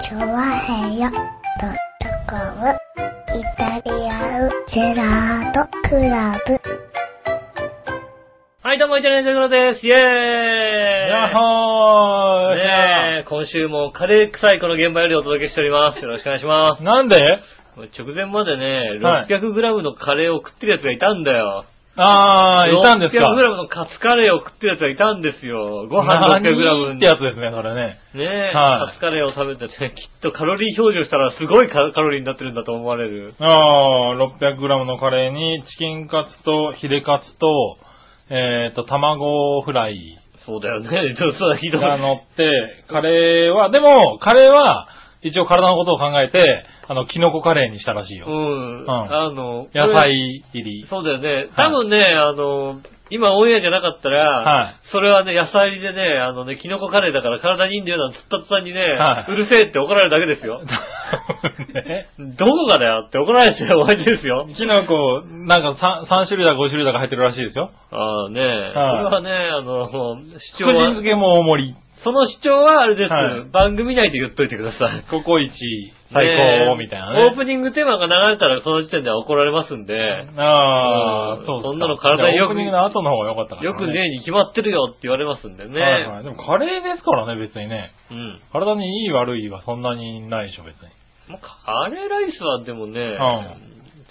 チョワヘヨドットコムイタリアンジェラートクラブ。はい、どうも、イタリアンジェラートです。イェーイやっほーねえ、今週もカレー臭いこの現場よりお届けしております。よろしくお願いします。なんで直前までね、はい 600g のカレーを食ってる奴がいたんだよ。あー、いたんですか 600g のカツカレーを食ってる奴がいたんですよ。ご飯 600g ってやつですね、それね。ねえ、はいカツカレーを食べてて、きっとカロリー表示をしたらすごいカカロリーになってるんだと思われる。あー、600g のカレーに、チキンカツと、ヒレカツと、えーと、卵フライそうだよね。ちょっとそうだひどい。が乗って、カレーは、でも、カレーは、一応体のことを考えて、あの、キノコカレーにしたらしいうよ。ん。んあの、野菜入り。そうだよね。多分ね、あの、今オンエアじゃなかったら、はいそれはね、野菜でね、あのね、キノコカレーだから体にいいんだよなんて、つったつたにね、はいうるせえって怒られるだけです よ。ねどこがだよって怒られてるわけですよ。 キノコ、なんか 3, 三種類だか5種類だか入ってるらしいですよ。ああね、はそれはね、あの、主張福神は漬、けも大盛り。その主張はあれです、はい番組内で言っといてください。ココイチ、最ね高、えみたいなね。オープニングテーマが流れたらその時点では怒られますんで、うああ、んそうっすかそんなの体によくオープニングの後の方が良かったから、よくねえに決まってるよって言われますんでね。はいはい。でもカレーですからね、別にね。うん。体にいい悪いはそんなにないでしょ、別に。まあカレーライスはでもね、ん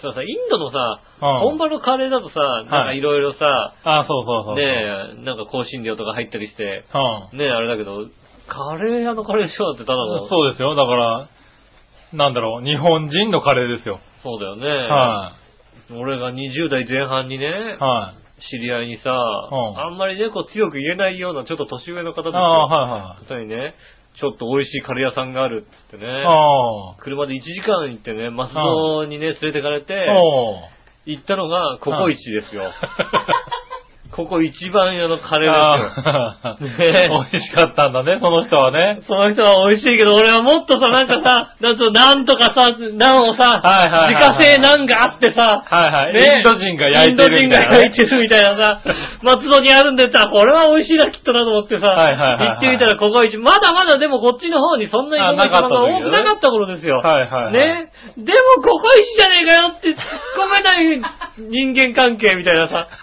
そうさ、インドのさ、うん本場のカレーだとさ、なんかいろいろさ、ああ、そうそうそう。ねえ、なんか香辛料とか入ったりして、うん。ねえ、あれだけど、カレー屋のカレーショーってただの、そうですよ。だから、なんだろう、日本人のカレーですよ。そうだよね、は俺が20代前半にね、い。はい。知り合いにさ、んあんまりね、こう強く言えないようなちょっと年上の方ですあよあ、は方にね、ちょっと美味しいカレー屋さんがあるって言っていねはい。、ああ。車で1時間行ってね、マスドにね、連れてかれて、おう行ったのがココイチですよ。 ここ一番屋のカレーですよ。ああねえ美味しかったんだね、その人はね。その人は美味しいけど、俺はもっとさ、なんかさ、なんとなんとかさ、なんをさ、はいはいはいはい自家製なんがあってさ、はいはい。ねえインド人が焼いてるみたいなね。インド人が焼いてるみたいなさ、 松戸にあるんでさ、これは美味しいな、きっとなと思ってさ、はいはいはいはい行ってみたらここ一、まだまだでもこっちの方にそんなにあなかっがた時多ねくなかった頃ですよ。はいはいはいね。でもここ一じゃねえかよって突っ込めない人間関係みたいなさ。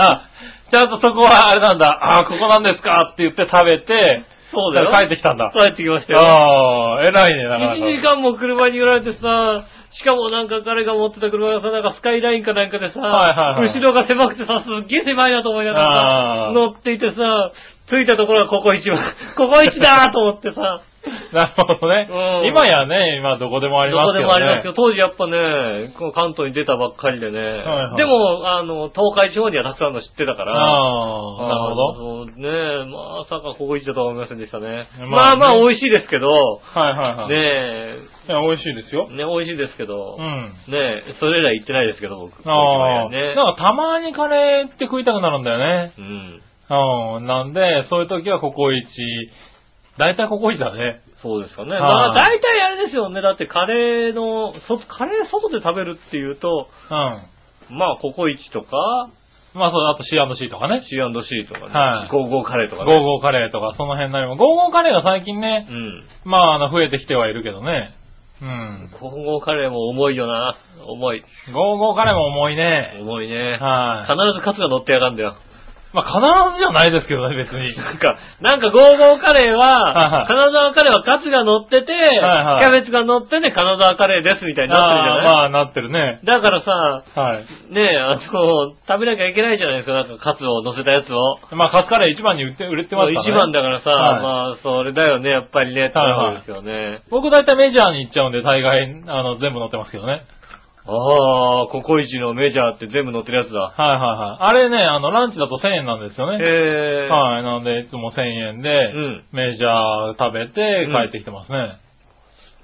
あ、ちゃんとそこはあれなんだ、あここなんですかって言って食べて、そうだよ。帰ってきたんだ。帰ってきましたよ。ああ、偉いね、なかなか。 1時間も車に寄られてさ、しかもなんか彼が持ってた車がさ、なんかスカイラインかなんかでさ、はいはいはい後ろが狭くてさ、すっげえ狭いなと思いながあらさ、ー乗っていてさ、着いたところはここ一番、 ここ一だーと思ってさ、なるほどね。うん今やね、今どこでもありどますこけでど、ね。もありますけど、当時やっぱね、こう関東に出たばっかりでね、はいはいでも、あの、東海地方にはたくさんの知ってたから、ああ、なるほど。ど。そうねまさかここ一だとは思いませんでしたね。ままああねまあ美味しいですけど、はいはいはい。ねいや、美味しいですよえ、。ね、美味しいですけど、うん。ねえ、それ以来行ってないですけど、僕。ああ、こういう島屋ね。なんかたまにカレーって食いたくなるんだよね。うん。うん。なんで、そういう時はココイチ。大体ココイチだね。そうですかね。はいまあ、大体あれですよね。だってカレーの、そカレー外で食べるっていうと、うん。まあ、ココイチとか、まあ、そう、あと C&C とかね。 C&C とかね、はいゴーゴーカレーとかゴーね。ゴーカレーとか、その辺なりも。ゴーゴーカレーが最近ね、うん。まあ、あの、増えてきてはいるけどね。うん。ゴーゴーカレーも重いよな。重い。ゴーゴーカレーも重いね。重いね。はい必。ずカツが乗ってやがんだよ。まあ、必ずじゃないですけどね、別に。なんか、なんかゴーゴーカレーは、はい金沢カレーはカツが乗ってて、はいキャベツが乗ってて、金沢カレーですみたいになってるじゃないああまあ、なってるね。だからさ、はい。ねえ、あの、食べなきゃいけないじゃないですか、なんかカツを乗せたやつを。まあ、カツカレー一番に売って、売れてますからね。一番だからさ、はいまあ、それだよね、やっぱりね、ってなるんですよね。僕大体メジャーに行っちゃうんで、大概、あの、全部乗ってますけどね。ああ、ココイチのメジャーって全部乗ってるやつだ。はいはいはい。あれね、あの、ランチだと1000円なんですよね。へえ。はい。なんで、いつも1000円で、うんメジャー食べてうん帰ってきてますね。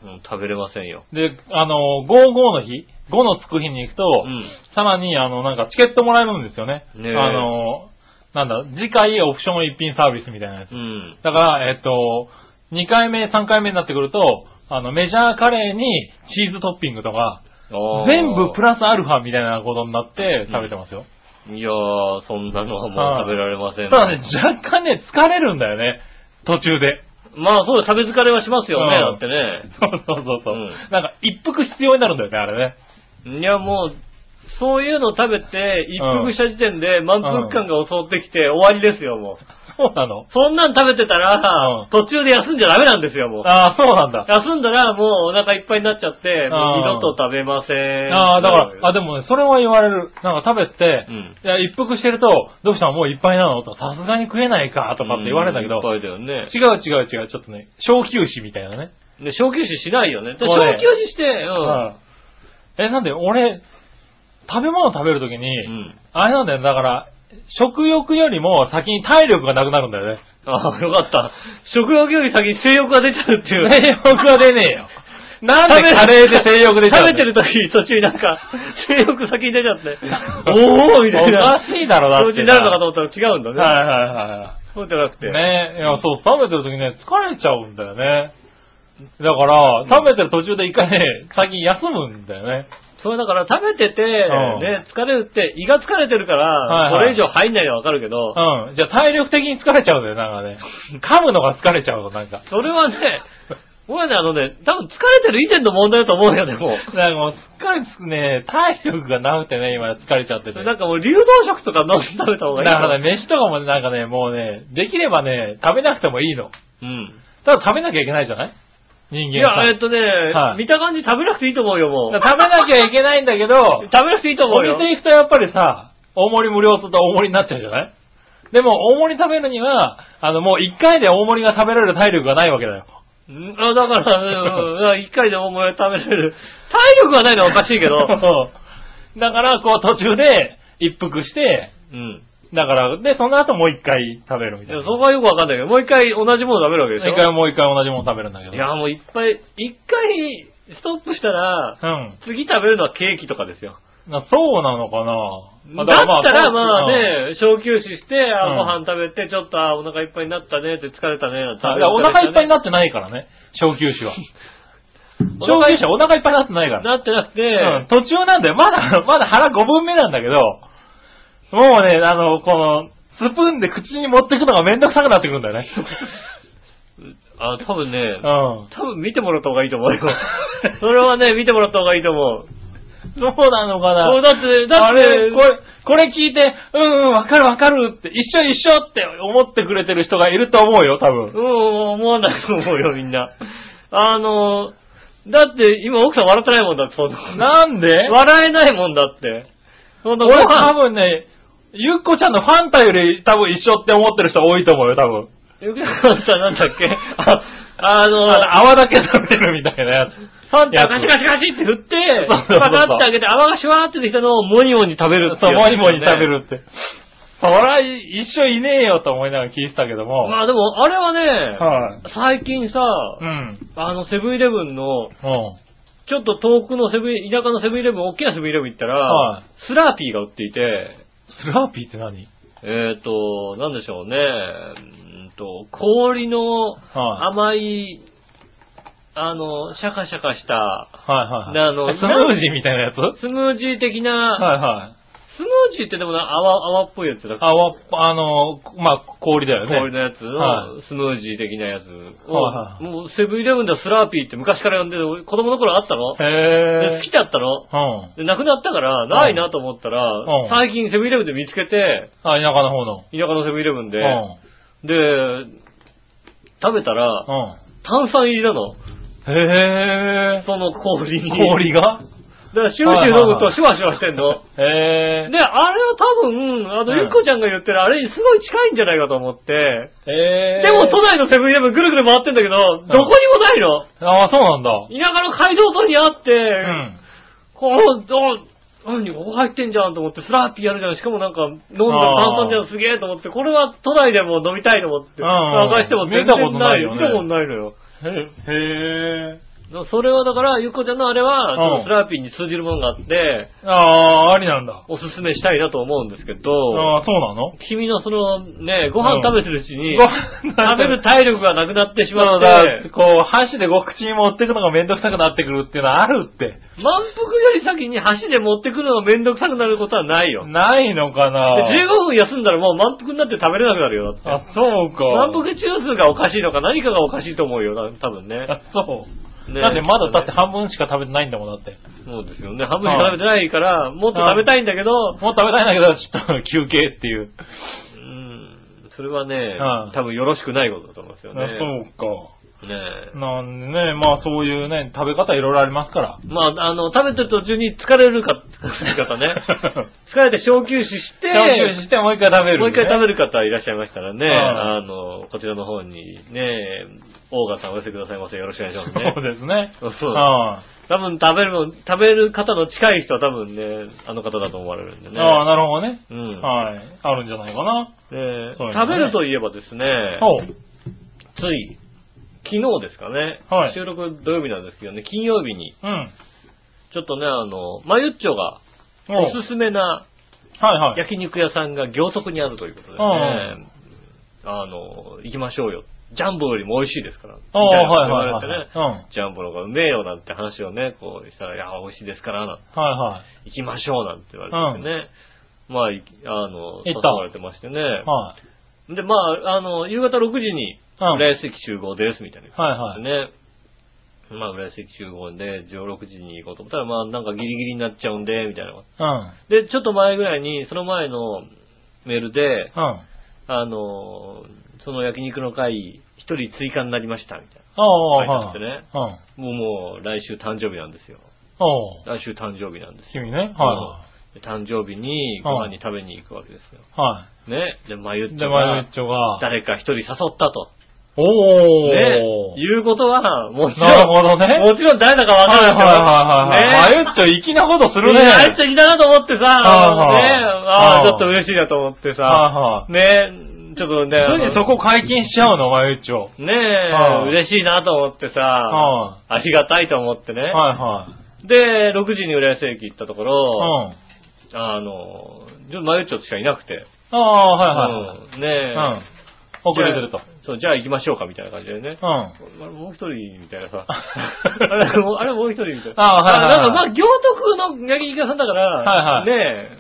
うん食べれませんよ。で、あの、55の日、5のつく日に行くと、うん。さらに、あの、なんかチケットもらえるんですよね。ねえあの、なんだ、次回オプション一品サービスみたいなやつ。うん。だから、えっと、2回目、3回目になってくると、あの、メジャーカレーにチーズトッピングとか、あー全部プラスアルファみたいなことになって食べてますよ。いやー、そんなのはもう食べられません、ただね、若干ね、疲れるんだよね。途中で。 まあそうだ、食べ疲れはしますよね、うだっんてね。そうそうそうそう、うんなんか一服必要になるんだよね、あれね。いや、もう、そういうの食べて、一服した時点で満腹感が襲ってきて終わりですよ、もう。そうなのそんなん食べてたうらん、途中で休んじゃダメなんですよ、もう。ああ、そうなんだ。休んだらもうお腹いっぱいになっちゃって、もうあー二度と食べません。ああ、だから、あ、でもね、それは言われる。なんか食べて、うんいや、一服してると、どうしたのもういっぱいなのとか、さすがに食えないか、とかって言われるんだけど、うんいっぱいだよね。違う違う違う、ちょっとね、小休止みたいなね。で、小休止しないよね。でも小うね休止して、うん。うんえ、なんで、俺、食べ物食べるときに、うん。あれなんだよ、だから、食欲よりも先に体力がなくなるんだよね。ああ、よかった。食欲より先に性欲が出ちゃうって いう。性欲は出ねえよ。 なんで食べるカレーで性欲出ちゃう食べてる。る時に途中になんか、性欲先に出ちゃって、おーみたいな。おかしいだろだって調子になるのかと思ったら違うんだね。はいはいはそうじゃなくて。い。ねえ、いや、そう、食べてるときね、疲れちゃうんだよね。だから、食べてる途中で一回ね、先休むんだよね。それだから食べてて、んね、疲れるって、胃が疲れてるから、はいこはれい以上入んないのはわかるけど、うん。じゃあ体力的に疲れちゃうんだよ、なんかね。噛むのが疲れちゃうの、なんか。それはね、僕はね、あのね、多分疲れてる以前の問題だと思うよ、でも。なんかもう、すっかりつくね、体力がなくてね、今疲れちゃってて。なんかもう流動食とか飲んで食べた方がいいだよ。からね、飯とかもねなんかね、もうね、できればね、食べなくてもいいの。うん。ただ食べなきゃいけないじゃない人い間さや、えっとね、はい見た感じ食べなくていいと思うよ、もうだ。から食べなきゃいけないんだけど食、べなくていいと思おうよ。店行くとやっぱりさ、大盛り無料すると大盛りになっちゃうじゃないでも、大盛り食べるには、あの、もう一回で大盛りが食べられる体力がないわけだよ。んあだから、うん、一回でも思い食べれる。体力がないのはおかしいけど。そう だから、こう途中で一服して、うん。だから、で、その後もう一回食べるみいたいやな。そこはよくわかんないけど、もう一回同じもの食べるわけでしょ一回もう一回同じもの食べるんだけど。いや、もういっぱい、一回ストップしたら、うん。次食べるのはケーキとかですよ。なそうなのかだなったらまあ。からね、小休止して、あうんご飯食べて、ちょっとあお腹いっぱいになったねって疲れたねなんてそう食うんべるいやお腹いっぱいにななってないからね、小休止は。 お小腹休止はお腹いっぱいになってないから。ってなくて、うん、途中なんだよ。まだ、 まだ腹5分目なんだけど、もうね、あの、この、スプーンで口に持ってくのがめんどくさくなってくるんだよね。あ、多分ね、うん。多分見てもらった方がいいと思うよ。それはね、見てもらった方がいいと思う。そうなのかそうなだって、だあって、れ、これ、これ聞いて、うんうん、わかるわかるって、一緒一緒って思ってくれてる人がいると思うよ、多分。うん、思わないと思うよ、みんな。あの、だって今奥さん笑ってないもんだって、そんな。なんで笑えないもんだって。そんなご俺多飯、分ね、ゆっこちゃんのファンタより多分一緒って思ってる人多いと思うよ、多 分。よくなったなんだっけあ、あの、 あの泡だけ食べるみたいなやつ。ファンタガシガシガシって振って、そうそうそうパカってあげて泡がシュワーってできたのをモニモニ食べ るってそ、いうやモつニですよねモニ食べ。るって。そら、一緒いねえよと思いながら聞いてたけども。まあでも、あれはね、はい。最近さ、うん。あのセブンイレブンの、うん。ちょっと遠くのセブン、田舎のセブンイレブン、大きなセブンイレブン行ったら、はいスラーピーが売っていて、スラーピーって何えっ、と、なんでしょうね。うーんと、氷のは甘い、あの、シャカシャカした、はいはいではい。あのスムージーみたいなやつはいスムージー的な、はい。スムージーってでもな、泡、泡っぽいやつだっけあわ、あの、まあ、氷だよね。氷のやつはのスムージー的なやつを、はいはいもうセブンイレブンではスラーピーって昔から呼んでる、子供の頃あったのでへ好きだったのぇー。うん。で、なくなったから、ないなと思ったら、うん最近セブンイレブンで見つけて、あ、田舎の方の。田舎のセブンイレブンで、うん。で、食べたら、炭酸入りなの。うん。へぇその氷に。ー。氷がだから、シューシュー飲むとはいはいはいシュワシュワしてんの。へぇー。で、あれは多分、あの、うんゆっこちゃんが言ってるあれにすごい近いんじゃないかと思って。へでも、都内のセブンイレブンぐるぐる回ってんだけど、どこにもないの。ああ、そうなんだ。田舎の街道沿いにあって、うん。こう、どう、何、ここ入ってんじゃんと思って、スラーピーやるじゃん。しかもなんか、飲んだ炭あー酸じゃん、すげえと思って、これは都内でも飲みたいと思って、うんうん探しても全見たこと然なないいよ。よね見たことないのよ。へぇー。それはだから、ゆっこちゃんのあれは、んそのスラーピーに通じるものがあって、ああ、ありなんだ。おすすめしたいなと思うんですけあど、あ、そうなの君のその、ね、ご飯食べてるうちに、ご飯食べる体力がなくなってしまそっうて、だ、こう、箸でご口に持ってくのがめんどくさくなってくるっていうのはあるって。満腹より先に箸で持ってくのがめんどくさくなることはないよ。ないのかでな15分休んだらもう満腹になって食べれなくなるよ、だって。あ、そうか。満腹中枢がおかしいのか何かがおかしいと思うよ、な多分ね。あ、そう。ねだってまだだって半分しか食べてないんだもん、だって。そうですよね。半分しか食べてないから、もっと食べたいんだけど、もう食べたいんだけど、ちょっと休憩っていう。うん、それはねうん、多分よろしくないことだと思うんですよね。あそうねか。なんでね、まあそういうね、食べ方いろいろありますから。まあ、あの、食べてる途中に疲れるか、疲れる方 ね。疲れて小休止して、消してもう一回食べる、もう一回食べる方いらっしゃいましたらね、うんあの、こちらの方にね、オーガさんお寄せくださいませ。よろしくお願いしますね。そうですね。そううそんう。多分食べるの、食べる方の近い人は多分ね、あの方だと思われるんでね。ああ、なるほどね。うん。はい。あるんじゃないかな。でそうですね食べるといえばですね、そう。つい、昨日ですかね、はい収録土曜日なんですけどね、金曜日に、うん。ちょっとね、あの、まゆっちょが、おおすすめなはいはい。焼肉屋さんが行徳にあるということでうね、あの、行きましょうよ。ジャンボよりも美味しいですから。ああ、はいはいみたいなこと言われてねはい。ジャンボの方がうめえよなんて話をね、こうしたら、いや、美味しいですから、なんてうん。は行きましょうなんて言われてね。まあい、あの、行った誘われてましてね。いはい。はい。で、まあ、あの、夕方6時に、うん浦安駅集合です、みたいな。はいはいね。まあ、浦安駅集合で、16時に行こうと思ったら、まあ、なんかギリギリになっちゃうんで、みたいな。うん。で、ちょっと前ぐらいに、その前のメールで、うん。あの、その焼肉の会、一人追加になりました、みたいああ、はい。書いてあってねうな。ん。もう、もう、来週誕生日なんですよ。おう来週誕生日なんですよ。君ね。はで誕生日に、ご飯に食べに行くわけですよ。い。はね。で、まゆっい。ちで、ょ前のが一、丁が。誰か一人誘ったと。おー。ね。いうことは、もちろん、なるほどね。もちろん誰だかわかはいるんですよ。はいはいはい。ねマユッチョ粋なことするね。ねあいついたなと思ってさ、はいはいねああ、はいちょっと嬉しいなと思ってさ、はねちょっとね、いはい。何そこ解禁しちゃうの、マユッチョ。ねはい嬉しいなと思ってさ、はありがたいと思ってね。いはで、6時に浦安駅行ったとこい。うろ、ん。あの、ちょっとマユッチョしかいなくて、ああ、はいはい。うんねえ、うん。遅れてると。じゃあ。そう、じゃあ行きましょうかみたいな感じでね。うん。はいあれもう一人みたいな さ。あれもうあれもう一人みたいな。あはいはいはいなんかまあ、行徳の焼肉屋さんだから、はいね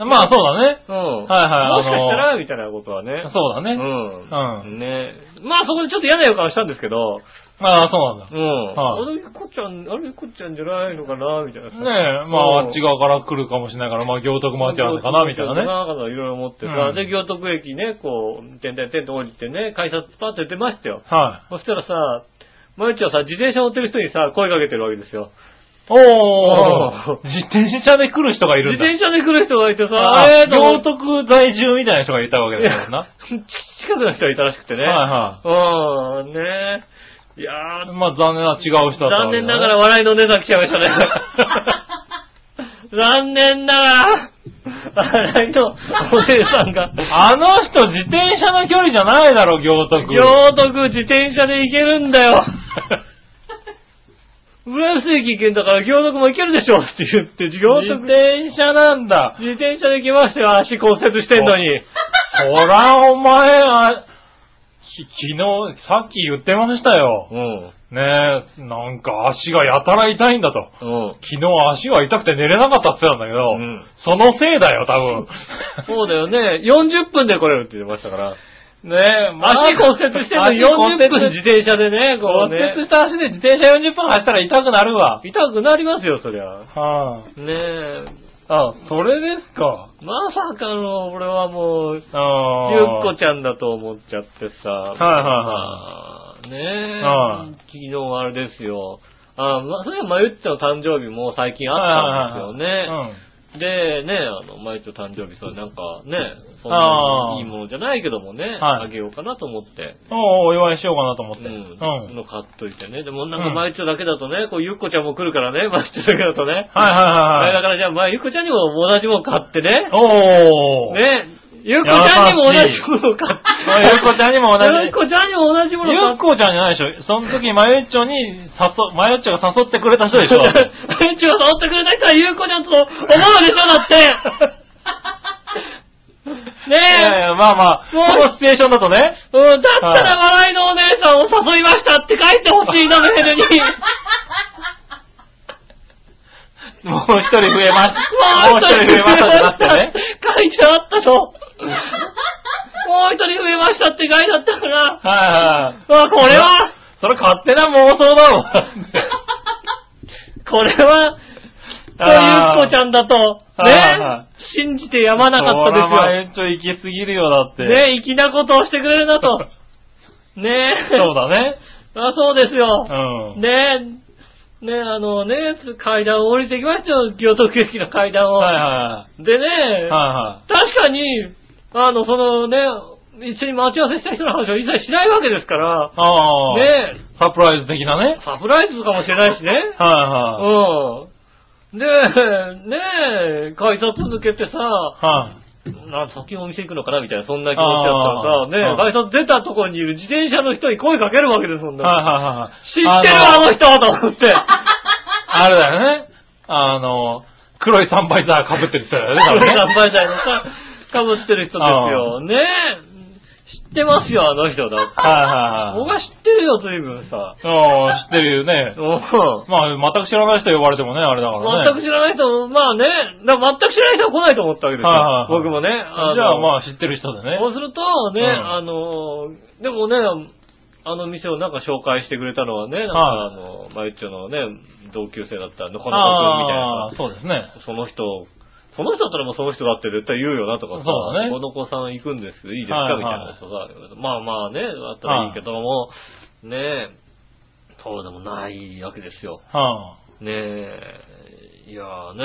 え、まあそうだね。うん。はいはいもしかしたあら、みたいなことはね。そうだうね。ん。うねまあそこでちょっと嫌な予感はしたんですけど、ああ、そうなんだう。ん。はいあれ、ゆっこちゃん、あれ、ゆっこちゃんじゃないのかな、みたいなさ。ねえ、まああっち側から来るかもしれないから、まあ行徳町なんだかな、みたいなね。なんかいろいろ思ってうさ、んで、行徳駅ね、こう、てんてんてんと降りてね、改札パッと出てましたよ。はい。そしたらさ、毎日はさ、自転車乗ってる人にさ、声かけてるわけですよ。おおー。自転車で来る人がい自るんだ。転車で来る人がいてさ、あえあーと思行っ徳在住みたいな人がいたわけてだからな。 近くの人がいたらしくてね。はうん、ねいやーいはい。まあ残念な違う人だった残わけだね念ながら笑いの値段来ちゃいましたね。 残念ながら、笑いのお姉さんが、あの人自転車の距離じゃないだろ、行徳。 行徳自転車で行けるんだよ。浦安駅行けんだから行徳も行けるでしょって言って、行自徳転車なんだ。自転車で来ましたよ、足骨折してんのに。そらお前、あ、き昨日、さっき言ってましたよ。うん。ねえ、なんか足がやたら痛いんだと。うん。昨日足が痛くて寝れなかったって言ってたんだけど、うんそのせいだよ、多分。 そうだよね。40分で来れるって言ってましたから。ねえ、足骨折してんのに40分自転車でね、こう骨折ねし。た足で自転車40分走ったら痛くなるわ。痛くなりますよ、そりゃ。はねえ。あ、あ、それですか。まさかの、俺はもう、ゆっああ。こちゃんだと思っちゃってさ。はいはいねえ。はい昨日あれですよ。あまあ、それはまゆっちの誕生日も最近あったんですよはいねはい。はいで、ね、あの、毎日誕生日、それなんかね、そんあなーにいいものじゃないけどもね、はいあげようかなと思って、うん。おうお祝いしようかなと思って。ううんん。、の買っといてね。でもなんうかん毎日だけだとね、こう、ゆっこちゃんも来るからね、毎日だけだとね。はいはいはいはいだからじゃあ、まあ、ゆっこちゃんにも同じもん買ってね、おー。ね、ゆっこちゃんにも同じものを買あって。ゆっこちゃんにも同じ。ゆっこちゃんにも同じものゆっを買こちゃんじゃないでしょ。その時、まゆっちょに誘、まゆっちょが誘ってくれた人で しょ。って。ゆっちが触ってくれた人はゆっこちゃんと思うでしょ、だって。ね いやいえ。や、まあまあ、もうこのシチュエーションだとね。うん、だったら笑いのお姉さんを誘いましたって書いてほしいな、メールに。 もう一人増えましももう一人増えましたってなってね。 書いてあったと。もう一人増えましたって書いてあったから。はいはい。あ、これは、それ勝手な妄想だ もん。これは、とゆっこちゃんだと、はいはね、信じてやまなかったそらまでゆっちょ行きすぎるよ、だっすて。よ。 ね、粋なことをしてくれるなと。ねそうだね。あ、そうですよ。うん。ねえ、ねえ、あのね、階段を降りてきましたよ、京都駅の階段を。はいはでね、いはい。は確かに、あの、そのね、一緒に待ち合わせした人の話を一切しないわけですから、いはい。ああ。ねサプライズ的なねえ。サプライズかもしれないしね。はいはうい。ん。で、ねえ、改札抜けてさ、はい。な先お店行くのかなみたいな、そんな気持ちだったらあさ、ねえ、改札出たところにいる自転車の人に声かけるわけですもんね。はい知はっいはいはい。てるあの人と思って。あれだよね。あの、黒いサンバイザー被ってる人だよね、多分ね。乾杯台のさ、かぶってる人ですよ。ねえ。知ってますよ、あの人だって。はい僕はいはい。は知ってるよ、随分さ。おー知ってるよね。うん。まあ、全く知らない人呼ばれてもね、あれだからね。全く知らない人、まあね、だから全く知らない人は来ないと思ったわけですよ。はいはいはい僕もね。のじゃあまあ、知ってる人でね。そうするとね、うんあの、でもね、あの店をなんか紹介してくれたのはね、なんかはあの、まゆっちょのね、同級生だったのかな君みたいあなあ、そうですね。さ、その人、その人だったらもうその人だって絶対言うよなとかさ、そうだねこの子さん行くんですけどいいですか、はいはいみたいなことさ、まあまあね、あったらいいけども、ねそうでもないわけですよ。はねえ、いやーね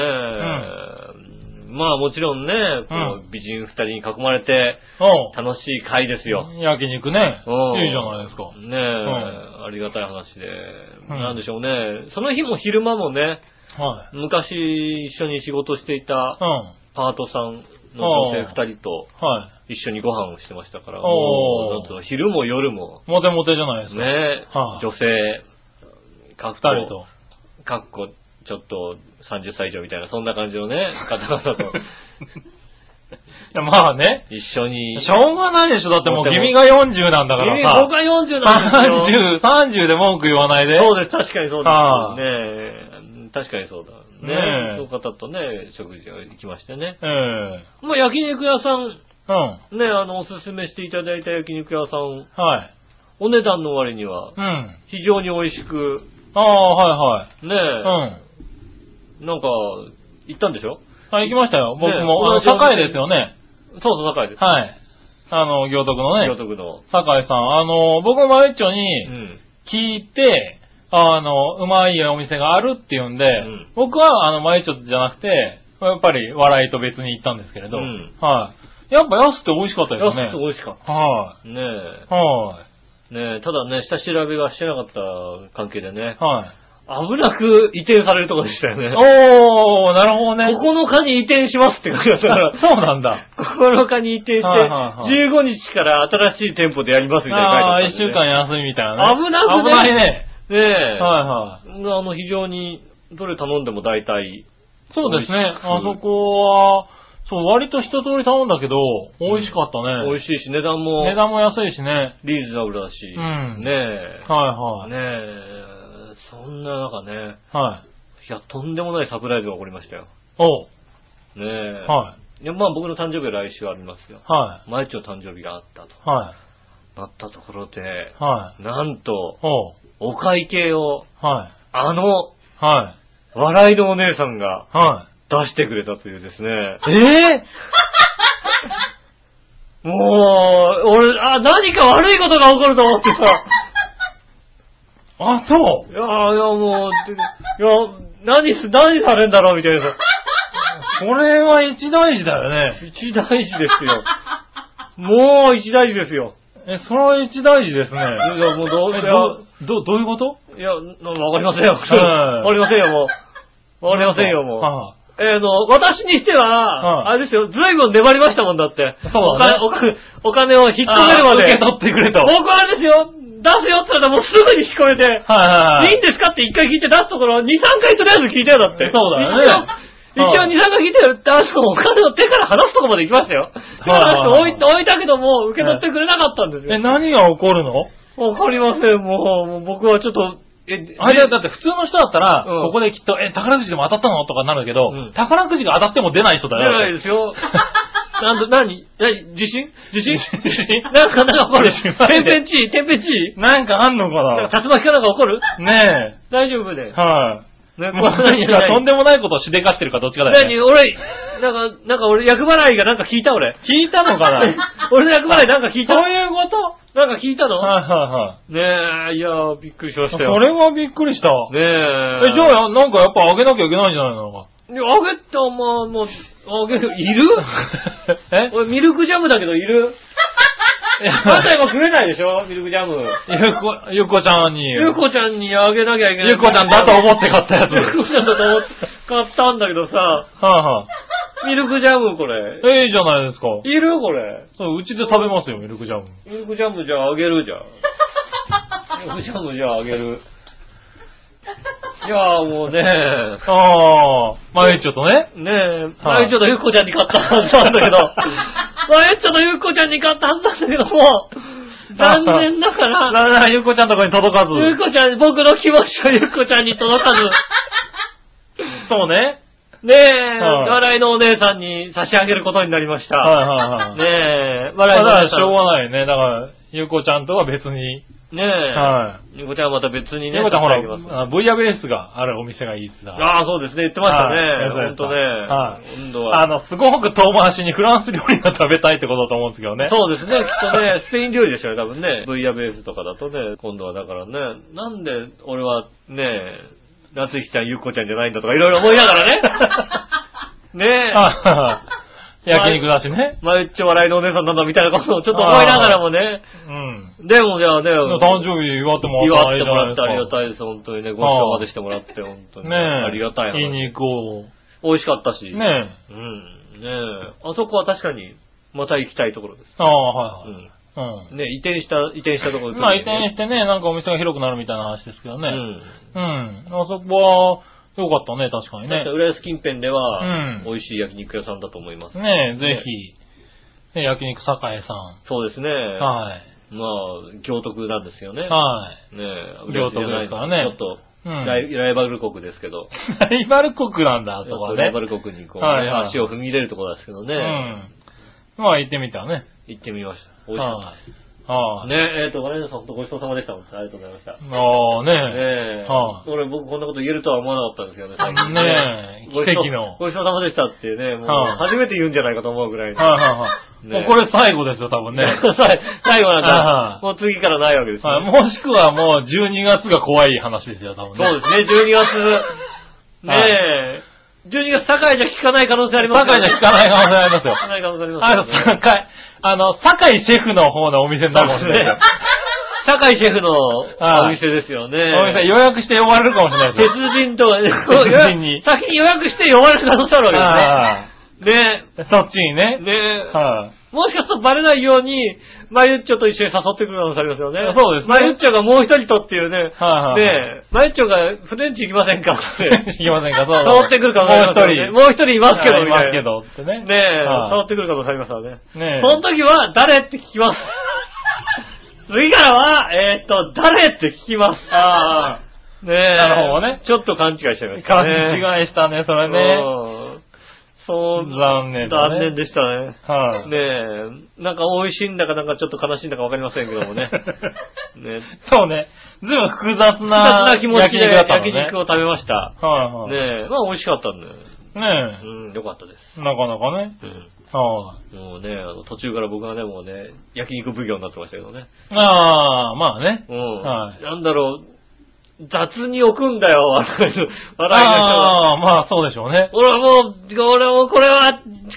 え、まあもちろんね、この美人二人に囲まれてあ。おう楽しい会ですよ。焼肉ね。うんいいじゃないですか。ねえ、んありがたい話で、うんなんでしょうね、その日も昼間もね、はい。昔一緒に仕事していたうん。パートさんの女性二人とは一緒にご飯をしてましたから、おーもうなんつうの昼も夜も、い。モテモテじゃないですか。ねえ、はあ女性、かっこ二人と。かっこ、ちょっと30歳以上みたいな、そんな感じの ね、方々といや、まあね。一緒に。しょうがないでしょ。だってもう君が40なんだから君さ。僕は40なんですよ。 30、30で文句言わないで。そうです、確かにそうです。はあねえ確かにそうだ。ねねえそういう方とね、食事を行きましてね。ええもう焼肉屋さん、うん。ね、あの、おすすめしていただいた焼肉屋さん、はい。お値段の割にはう、ん。非常に美味しく、ああ、はねえいはい。なんか、行ったんでしょうん。あ、行きましたよ。僕ねも。あの、同じお店堺ですよね。そうそう、高いです。はい。あの、行徳の京ね。都区の。堺さん。あの、僕もマユッチョうにん。聞いて、あの、うまいお店があるって言うんで、ん僕は、あの、マユッチョじゃなくて、やっぱり、笑いと別に行ったんですけれど、うんはい。やっぱ安くて美味しかったですよね。安くて美味しかっはた。ねえ。い。はねえ、ただね、下調べがしてなかった関係でねい。、はい。危なく移転されるとこでしたよね。おー、なるほどね。 9日に移転しますって書いてあったから あ、そうなんだ。 9日に移転して、はいはいはい15日から新しい店舗でやりますみたいあなあ書ー、い一てあ週ったん間でね、休みみたいなね。危なくね危ないね。ねえ、はいはい。あの、非常に、どれ頼んでも大体、そうです美ね味し。くあそこは、そう、割と一通り頼んだけど、美味しかったね。美味しいし、値段も値段も安いしね。はいリーズナブルだし、うんねえ、はい。ねえ、そんな中ね、はい。いや、とんでもないサプライズが起こりましたよ。おうねえ、、はいや、まあ僕の誕生日は来週ありますよ。い。は毎日の誕生日があったと。い。はなったところでい。、はい。なんと、おうお会計を、はい。あの、はい。笑いのお姉さんがは出してくれたというですね。い。えもう、俺、あ、何か悪いことが起こると思ってさ。ぇあ、そういやーいや、 もう、いや、何す、何されんだろうみたいなさ。これは一大事だよね。一大事ですよ。もう一大事ですよ。え、それは一大事ですね。いや、もうどうせよ。えど、ど、どういうこといや、なわかりませんよ。うわんかりませんよ、もう。わかりませんよ、もはえーの、私にしては、うんあれですよ、ずいぶん粘りましたもんだって。そうだねお金お金お金を引っ込めるまで。あー受け取ってくれと僕はあれですよ、出すよって言ったらもうすぐに引っ込めて、はいはいはい。いいんですかって一回聞いて出すところ、2、3回とりあえず聞いてよだって。そうだよね一応、一応うん2、3回聞いてよって、あそこお金を手から離すとこまで行きましたよ。手から離 して置いて置いたけども、受け取ってくれなかったんですよ。え、何が起こるのわかりません、もう、もう僕はちょっと、え、あれだよだって普通の人だったら、うんここできっと、え、宝くじでも当たったのとかなるけど、うん宝くじが当たっても出ない人だじゃよ。ないですよ。なんと、なに、なに、地震地震 なんか、なんか起こる地震天変地異天変地異なんかあんのなんかか竜巻かなんか起こるなね大丈夫で。え。はい、ねもしかとんでもないことをしでかしてるかどっちかだよ何ね。俺、なんか、なんか俺、厄払いがなんか聞いた俺。聞いたのかな 俺の厄払いなんか聞いたそういうことなんか聞いたのはいはねえ、いやー、びっくりしまいはい。そしたよ。れはびっくりした。ねえ。え、じゃあ、なんかやっぱあげなきゃいけないんじゃない のか。いやあげた、まあ、もう、あ げる、いるえ俺、ミルクジャムだけど、い るまだ今食えないでしょミルクジャム。ゆうこ、ゆうこちゃんに。ゆうこちゃんにあげなきゃいけない。ゆうこちゃんだと思って買ったやつゆうこちゃんだと思って買ったんだけどさ、はいミルクジャムこれ。はい。ええじゃないですか。いるこれ。そう、うちで食べますよ、ミルクジャム。ミルクジャムじゃああげるじゃ ん。ミルクジャムじゃああげる。いやーもうね、ああ、まゆちょっとね。ねえ、まゆちょとゆうこちゃんに買ったはずなんだけど、まゆちょとゆうこちゃんに買ったはずなんだけども、残念ながなら、かなかゆうこちゃんとこに届かず。ゆうこちゃん、僕の気持ちはゆうこちゃんに届かず、そうね。ねえ、はい笑いのお姉さんに差し上げることになりました。はいはいはい。ねえ、まあ笑いだのかおら姉しさ。ょうんがないよね。だから、ゆうこちゃんとは別に。ねえ、はゆうこちゃんはまた別にね、ゆうこちゃんほら、差し上げますあブイヤベースがあるお店がいいっすな。ああ、そうですね、言ってましたね。はいほんとね。はい温度は。あの、すごく遠回しにフランス料理が食べたいってことだと思うんですけどね。そうですね、きっとね、ス ペイン料理でしょうね、多分ね。ブイヤベースとかだとね、今度はだからね、なんで俺はね、夏日ちゃん、ゆっこちゃんじゃないんだとかいろいろ思いながら ね。ねえ。あ焼肉だしね。まゆっちょ笑いのお姉さんなんだみたいなことをちょっと思いながらもね。うん。でもじゃあね、誕生日祝ってもらった祝っらいいてじゃもらないってであすか。りがたいです、本当にね。ごちそうまでしてもらって、本当に。ねえ。ありがたい話いい肉を。美味しかったし。ねえ。うん。ねえ。あそこは確かに、また行きたいところです。ああ、はいはい。うんうん。ね移転した、移転したところまあ移転しててね、なんかお店が広くなるみたいな話ですけどね。ね。ううん。ん。あそこは、良かったね、確かに確ねか。浦安近辺ではう、ん美味しい焼肉屋さんだと思います。ねえ、ぜひ、ね、焼肉栄さん。そうですね。はい。まあ、行徳なんですよね。はい。 ねえ、行徳ですからねちょっと、うんライライバル国ですけど、ライバル国なんだ、ちあょそっことはライねバ。ル国にこう、はいはい足を踏み入れるところですけどね、うん。まあ行ってみたらね。行ってみました。美味しかったです。はい。ねえ、えっ、と、我々さんとごちそうさまでした。本当にありがとうございました。ねああ、ねえ、はい俺僕こんなこと言えるとは思わなかったんですけどね、最近ねえごちそう奇跡のごちそうさまでしたってね、もうはい初めて言うんじゃないかと思うぐらいえ。のはいはいはい。ねえもうこれ最後ですよ、多分 ね。最最後なんだあ。ーもう次からないわけですね。はい。もしくはもう12月が怖い話ですよ、多分ね。そうですね、12月。 ねえ。12月、堺じゃ聞かない可能性あります堺じゃ聞かない可能性ありますよ聞かない可能性ありますあの、よね堺、あの、堺シェフの方のお店になるかもし れないですよ。堺シェフのお店ですよね。お店予約して呼ばれるかもしれないで鉄すよ。人とかね、鉄人に先に予約して呼ばれる可能性あるわあけですね。あそっちにね。ねねはいもしかするとバレないように、マユッチョと一緒に誘ってくる可能性ありますよね。そうですねマユッチョがもう一人とっていうね。はいはいねえ、マユッチョがフレンチ行きませんかって。行きませんかそう誘ってくる可能性ありますよね。ももう一人いますけど、いみまたいすなけ。どってね。ねえ、は触いってくる可能性ありますからね。ねえその時は、誰って聞き ます。次からは、えーっと、誰って聞きます。あねえ。なるほどね。ちょっと勘違いしちゃいました勘ね。違いしたね、それね。うんそう、残念だね残念でしたね。はい。ねえ、なんか美味しいんだかなんかちょっと悲しいんだかわかりませんけど もね。ねそうね。ずいぶん複雑複雑なな気持ちでだったの焼ね。肉を食べました。はいはい。ねえ、まあ美味しかったんで、ねうん、よかったです。え。なかなかね。うんはもうね、あの途中から僕はね、もうね、焼肉奉行になってましたけどね。い。ああ、まあね。うん。はいなんだろう、雑に置くんだよ、笑いの笑いの人が。ああ、まあそうでしょうね。俺はもう、俺はもうこれは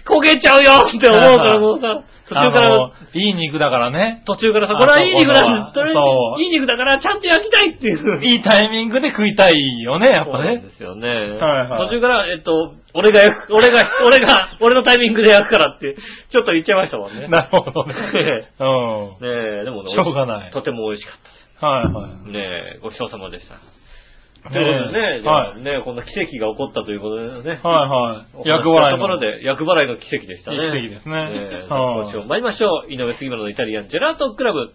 焦げちゃうよって思うからもうさ、途中から、あのいい肉だからね。途中からさ、これはいい肉だあし、そとうりそうあえずいい肉だから、ちゃんと焼きたいっていう。いいタイミングで食いたいよね、やっそうぱなんね。ですよね。はいはい途中から、えっと、俺が焼く、俺が、俺が、俺のタイミングで焼くからって、ちょっと言っちゃいましたもんね。ねなるほど ね。うん。はえ、でもね、しょうがないとても美味しかっいはい。た。ねえ、ごちそうさまでした。えということでね、じゃあはね、こんな奇跡が起こったということでね。はおいはい。話しした役笑いところの。で、役払いの奇跡でしたね。奇跡ですねええはい今週も参りましょう。井上杉村のイタリアンジェラートクラブ。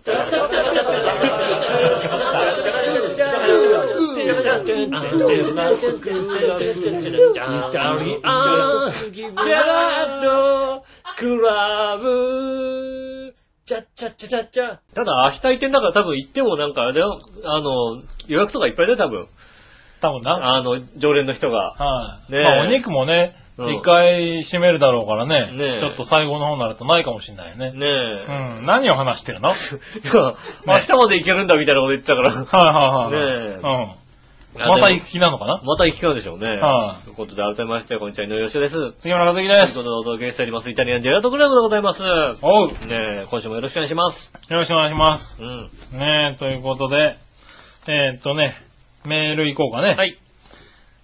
ただ、明日行ってんだから多分行ってもなんかあれだよ、あの、予約とかいっぱいだよ、多分。多分な。あの、常連の人が。はい。ねえまあお肉もね、うん一回締めるだろうからねね。えちょっと最後の方になるとないかもしれないよね。ねうえ。ん。何を話してるのはい いや、明日まで行けるんだみたいなこと言ってたから。はいはい。ねえうん。 また行く気なのか なまた行きかうでしょうね。はいということで、改めまして、こんにちは、井上芳雄です。杉村和樹でというす。ことで、お届けしております、イタリアンジェラートクラブでございます。おう。よねえ、今週もよろしくお願いします。ろしくお願いしまうん。す。ねえ、ということで、えーっとね、メール行こうかね。はい。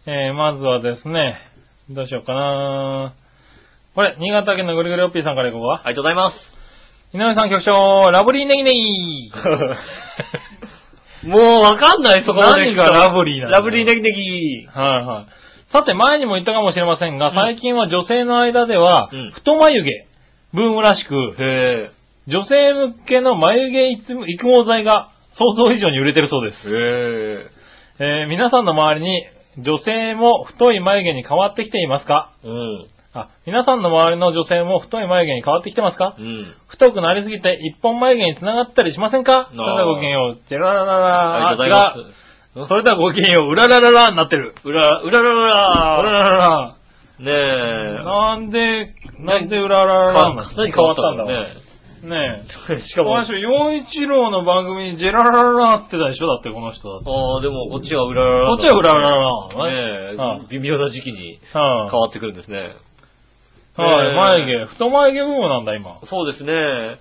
えー、まずはですね、どうしようかなこれ、新潟県のぐるぐるおっぴーさんからいこうか。ありがとうござい ます。井上さん局長、ラブリーネギネギもうわかんない、そこまで行くと。何がラブリーなのラブリーネギネギ。はいはい。さて、前にも言ったかもしれませんが、うん最近は女性の間では、うん太眉毛、ブームらしく、へ女性向けの眉毛育毛剤が想像以上に売れてるそうです。え。へえ。えー皆さんの周りに、女性も太い眉毛に変わってきていますかうん。あ、皆さんの周りの女性も太い眉毛に変わってきてますかうん。太くなりすぎて一本眉毛に繋がったりしませんかそれではごきげんよう。チェララララありがとうございます。あ違う。それではごきげんよう。うららららになってる。うら、うららうららら。ららら。ねえ。なんで、なんでうららららなかの何変わったんだねろえ。ねえ。うね。 しかも今、週、洋一郎の番組にジェララララって言ってたでしょだってこの人だって。ああ、でもこっちはうららら。こっちはうららららなのね。ねえ、微妙な時期に変はわってくるんですね。い。はい、ねえ眉毛。太眉毛部分なんだ、今。そうですね。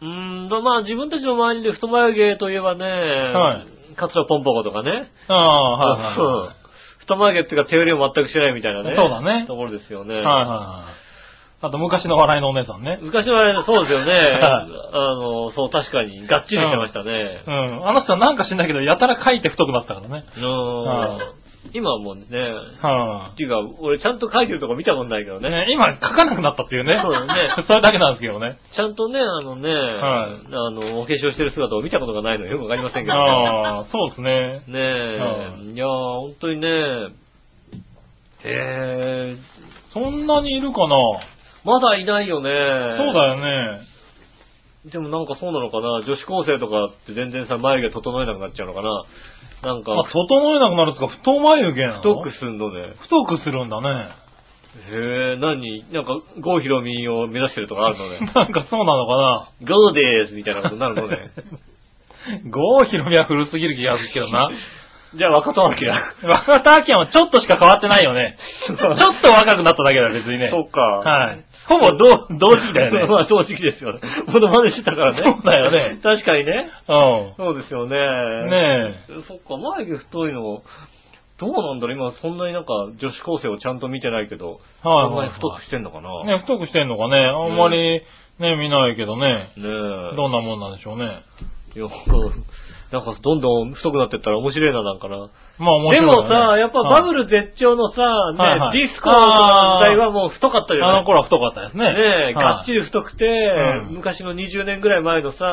うーんと、まあ自分たちの周りで太眉毛といえばね、。はいカツラポンポコとかね。ああ、はいはうん 太眉毛っていうか手売りも全くしてないみたいなね。そうだねところですよね。い。はいはいはい。あと、昔の笑いのお姉さんね。昔のあれ、そうですよね。はいあの、そう、確かに、がっちりしてましたねう。ん。あの人はなんか知んないけど、やたら書いて太くなってたからね。うーんは今はもうね、はっていうか、俺ちゃんと書いてるとこ見たことないけどい。ね。ね、今書かなくなったっていうね。そうだね それだけなんですけどね。ちゃんとね、あのね、はいあの、お化粧してる姿を見たことがないのよくわかりませんけどね。ああ、そうですね。ねえ、いやー、本当にね、へえ、そんなにいるかなまだいないよね。そうだよね。でもなんかそうなのかな、女子高生とかって全然さ、眉毛整えなくなっちゃうのかな。なんまあか、、整えなくなるんですか太眉毛なの太くすんのね。太くするんだね。へえ、何なんか、郷ひろみを目指してるとかあるの ね。なんかそうなのかなゴーでーすみたいなことになるの ね。郷ひろみは古すぎる気がするけどな。じゃあ若戸明。若田明はちょっとしか変わってない よね。ちょっと若くなっただけだよ、別 にね。そうか。はい。ほぼ同同時期だ よね。まあ、同時期ですよね。ものまねしてたからね。そうだよね。 確かにね。うそうですよね。ん。ねえ。そっか、眉毛太いの、どうなんだろう今、そんなになんか、女子高生をちゃんと見てないけど、え。はいんはないにはい。太くしてんのかなねね、太くしてんのかね。あんまり、ね、見ないけどね。え。どんなもんなんでしょうね。いや なんか、どんどん太くなってったら面白いな、なんかな。まあ面で白い、ね。もさ、やっぱバブル、ル絶頂のさ、はいはいね、ディスコの時代はもう太かったよあねの。頃は太かったですね。ねえ、はいがっちり太くて、うん昔の20年ぐらい前のさ、い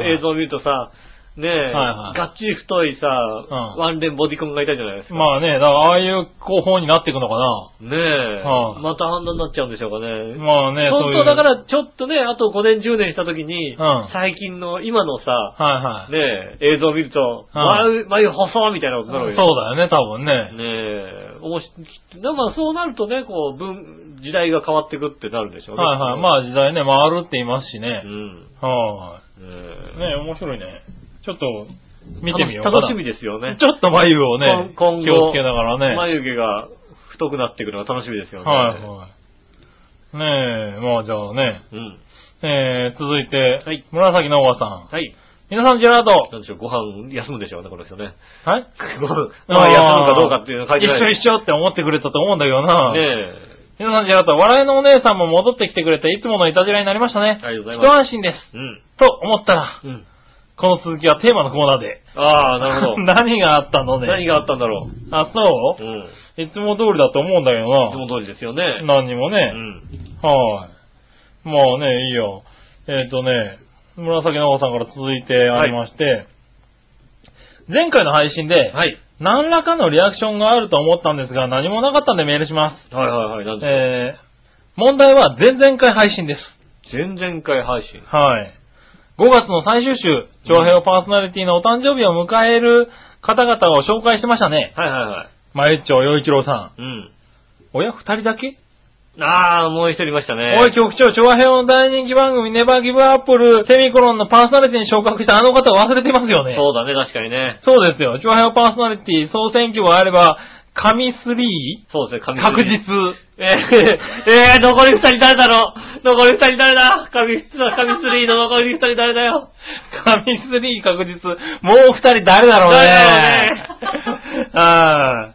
はい映像を見るとさ、ねえ、いはいがっちり太いさ、んワンレンボディコンがいたじゃないですか。まあね、だからああいう広報になっていくのかな。ねえ、はいまたあんなになっちゃうんでしょうかね。まあね、そう本いう。当だか。らちょっとね、あと5年10年した時に、うん最近の今のさ、はいはい。ねえ、映像を見ると、はい眉、眉細みたいなことになるわそうけだよね、多分ね。ねえ、おもし、きっとまあそうなるとね、こう、分、時代が変わってくってなるんでしょうね。はいはい。まあ時代ね、回るって言いますしねう。ん。ねはえい。ね面白いね。ちょっと、見てみようかな楽し楽しみですよね。ちょっと眉をね、今今後気をつけながらね。はい眉毛が太くなってくるのが楽しみですよね。はい。ねえ、まあじゃあね、うん。えー、続いて、はい紫のおばさん。はい。皆さん、ジェラート。なんでしょう、ご飯休むでしょうね、この人ね。 はいご飯、まあ休むかどうかっていうのは書いてない。一緒一緒って思ってくれたと思うんだけどな。ね皆さん、ジェラート。笑いのお姉さんも戻ってきてくれて、いつものいたじらになりましたね。ありがとうござい一安心です。え。うん。と思ったら、うん。この続きはテーマのコーナーで。ああ、なる ほど。何があったのね。何があったんだろ。あ、そうう、うん。いいつも通りだと思うんだけどつな。も通りですよね。何にもね。うん。はーい。まあね、いいよ。えっ、とね、紫のおさんから続いてありまして、前回の配信で、はい。何らかのリアクションがあると思ったんですが、何もなかったんでメールします。はいはいはい。なんでしょうえー、問題は前々回配信です。前々回配信。はい。5月の最終週、長平パーソナリティのお誕生日を迎える方々を紹介してましたね。はいはいはい。まゆっちょよいちろうさん。うん。おや、二人だけああ、もう一人いましたね。おい局長、長編の大人気番組ネバーギブアップルセミコロンのパーソナリティに昇格したあの方を忘れてますよね。そうだね、確かにね。そうですよ。長編パーソナリティ総選挙があれば、神 3? そうですね、神確実。。えー、えー、残り二人誰だろう残り二人誰だ神、神スリーの残り二人誰だよ神3確実。もう二人誰だろうね。誰だろうはい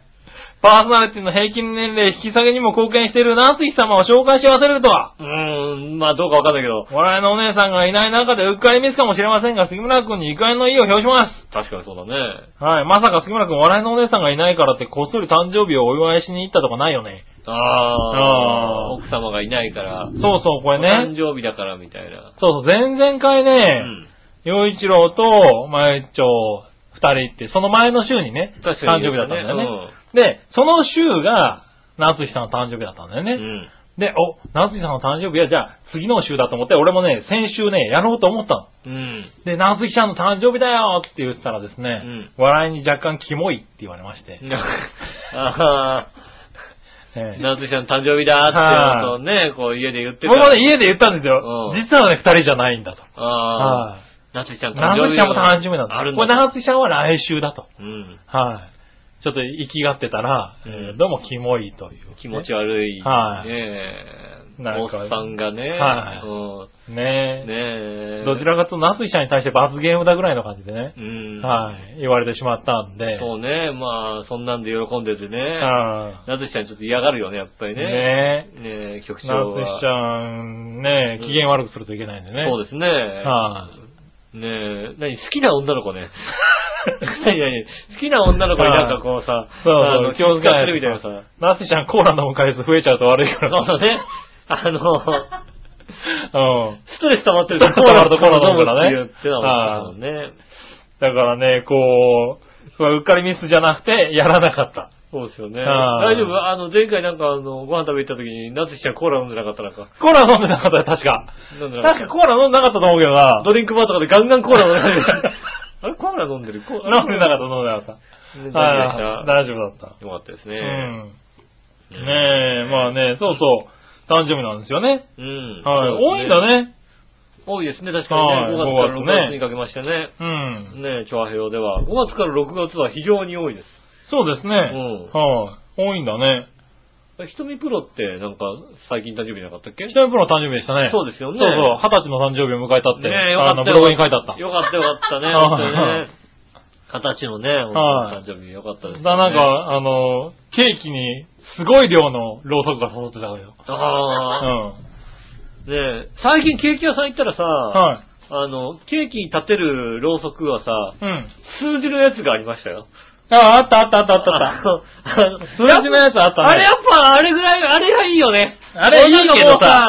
パーソナリティの平均年齢引き下げにも貢献しているナースヒ様を紹介し忘れるとは。うーん、まあどうかわかんないけど。笑いのお姉さんがいない中でうっかりミスかもしれませんが、杉村くんに怒りの意を表します。確かにそうだね。はい。まさか杉村くん、笑いのお姉さんがいないからって、こっそり誕生日をお祝いしに行ったとかないよね。あああー奥様がいないから。そうそう、これ誕ね。生日だからみたいな。そうそう、前々回うね、ん。洋一郎と、まゆっちょ、二人行って、その前の週にね、確かに誕生日だったんだよね。で、その週が、夏日さんの誕生日だったんだよね。うん。うん。で、お、夏日さんの誕生日は、じゃあ、次の週だと思って、俺もね、先週ね、やろうと思ったの。うん。で、夏日さんの誕生日だよって言ってたらですね、うん笑いに若干キモいって言われまして。あえあ、え夏希さん誕生日だってことをね、こう家で言って僕もね、家で言ったんですよ。うん実はね、二人じゃないんだと。ああ、はい。夏希ちゃん誕ナ生日ツシャも誕生日なんだ。あるんこれだ。ナツシャは来週だと。うん。はい。ちょっと行きがってたら、うんえーどうもキモいという。気持ち悪い。はいねえ。なんかおっさんがね。はうねん。え。ねえ。どちらかというとナツシャに対して罰ゲームだぐらいの感じでねう、ん。はい。言われてしまったんで。そうね。まあ、そんなんで喜んでてね。はなずしちゃんちょっと嫌がるよね、やっぱりい。ね。ねえ。ねえ、局長ナは。ツシちゃん、ねうえ、ん機嫌悪くするといけないんでね。そうですね。はい。ねえ、何好きな女の子ね。 何何好きな女の子になんかこうさ、そうあそうの、、気を使ってるみたいなさ。ナツシちゃんコーラ飲む回数増えちゃうと悪いそかうら。だね。あの、うん。ストレス溜まってるからストレス溜まるとコーラコーラ飲むからね飲むって言ってたもんね。だからね、こう、それはうっかりミスじゃなくて、やらなかった。そうですよね。はい大丈夫あの、前回なんかあの、ご飯食べに行った時に、なつしちゃんコーラ飲んでなかったのか。コーラ飲んでなかったよ、確か。飲んでな確かかっコーラ飲んでなかったと思うけどた。な。ドリンクバーとかでガンガンコーラ飲んで なかった。あれコーラ飲んでるコーラ飲んでなかった、飲んでなかっねた。大はい丈夫でし大丈夫だった。た。よかったですうね。ん。ねえ、まあね、そうそう。誕生日なんですよね。うん。はい。そう多いですんだ。ね。多いですね、確かにね。はい5月から5 6月ね月にかけましてね。うん。ねえ、調和平では。5月から6月は非常に多いです。そうですね。んはい。多いんだね。瞳プロってなんか最近誕生日なかったっけ北見プロの誕生日でしたね。そううですよそうね。そう、二十歳の誕生日を迎えたって、ねえ、よかあったよ。の、ブログに書いてあった。よかったよかったね。はい本当にね。形のね、はい本当に誕生日よかったです、ね。だなん、か、あの、ケーキに、すごい量のろうそくが揃ってたわよ。うああ、ん。ねえ最近ケーキ屋さん行ったらさ、はい。あの、ケーキに立てるろうそくはさ、うん。数字のやつがありましたよ。あ、あったあったあったあったあった。あの数字のやつあったねあれやっぱ、あれぐらい、あれがいいよね。あれいいけどさ女の子もさ、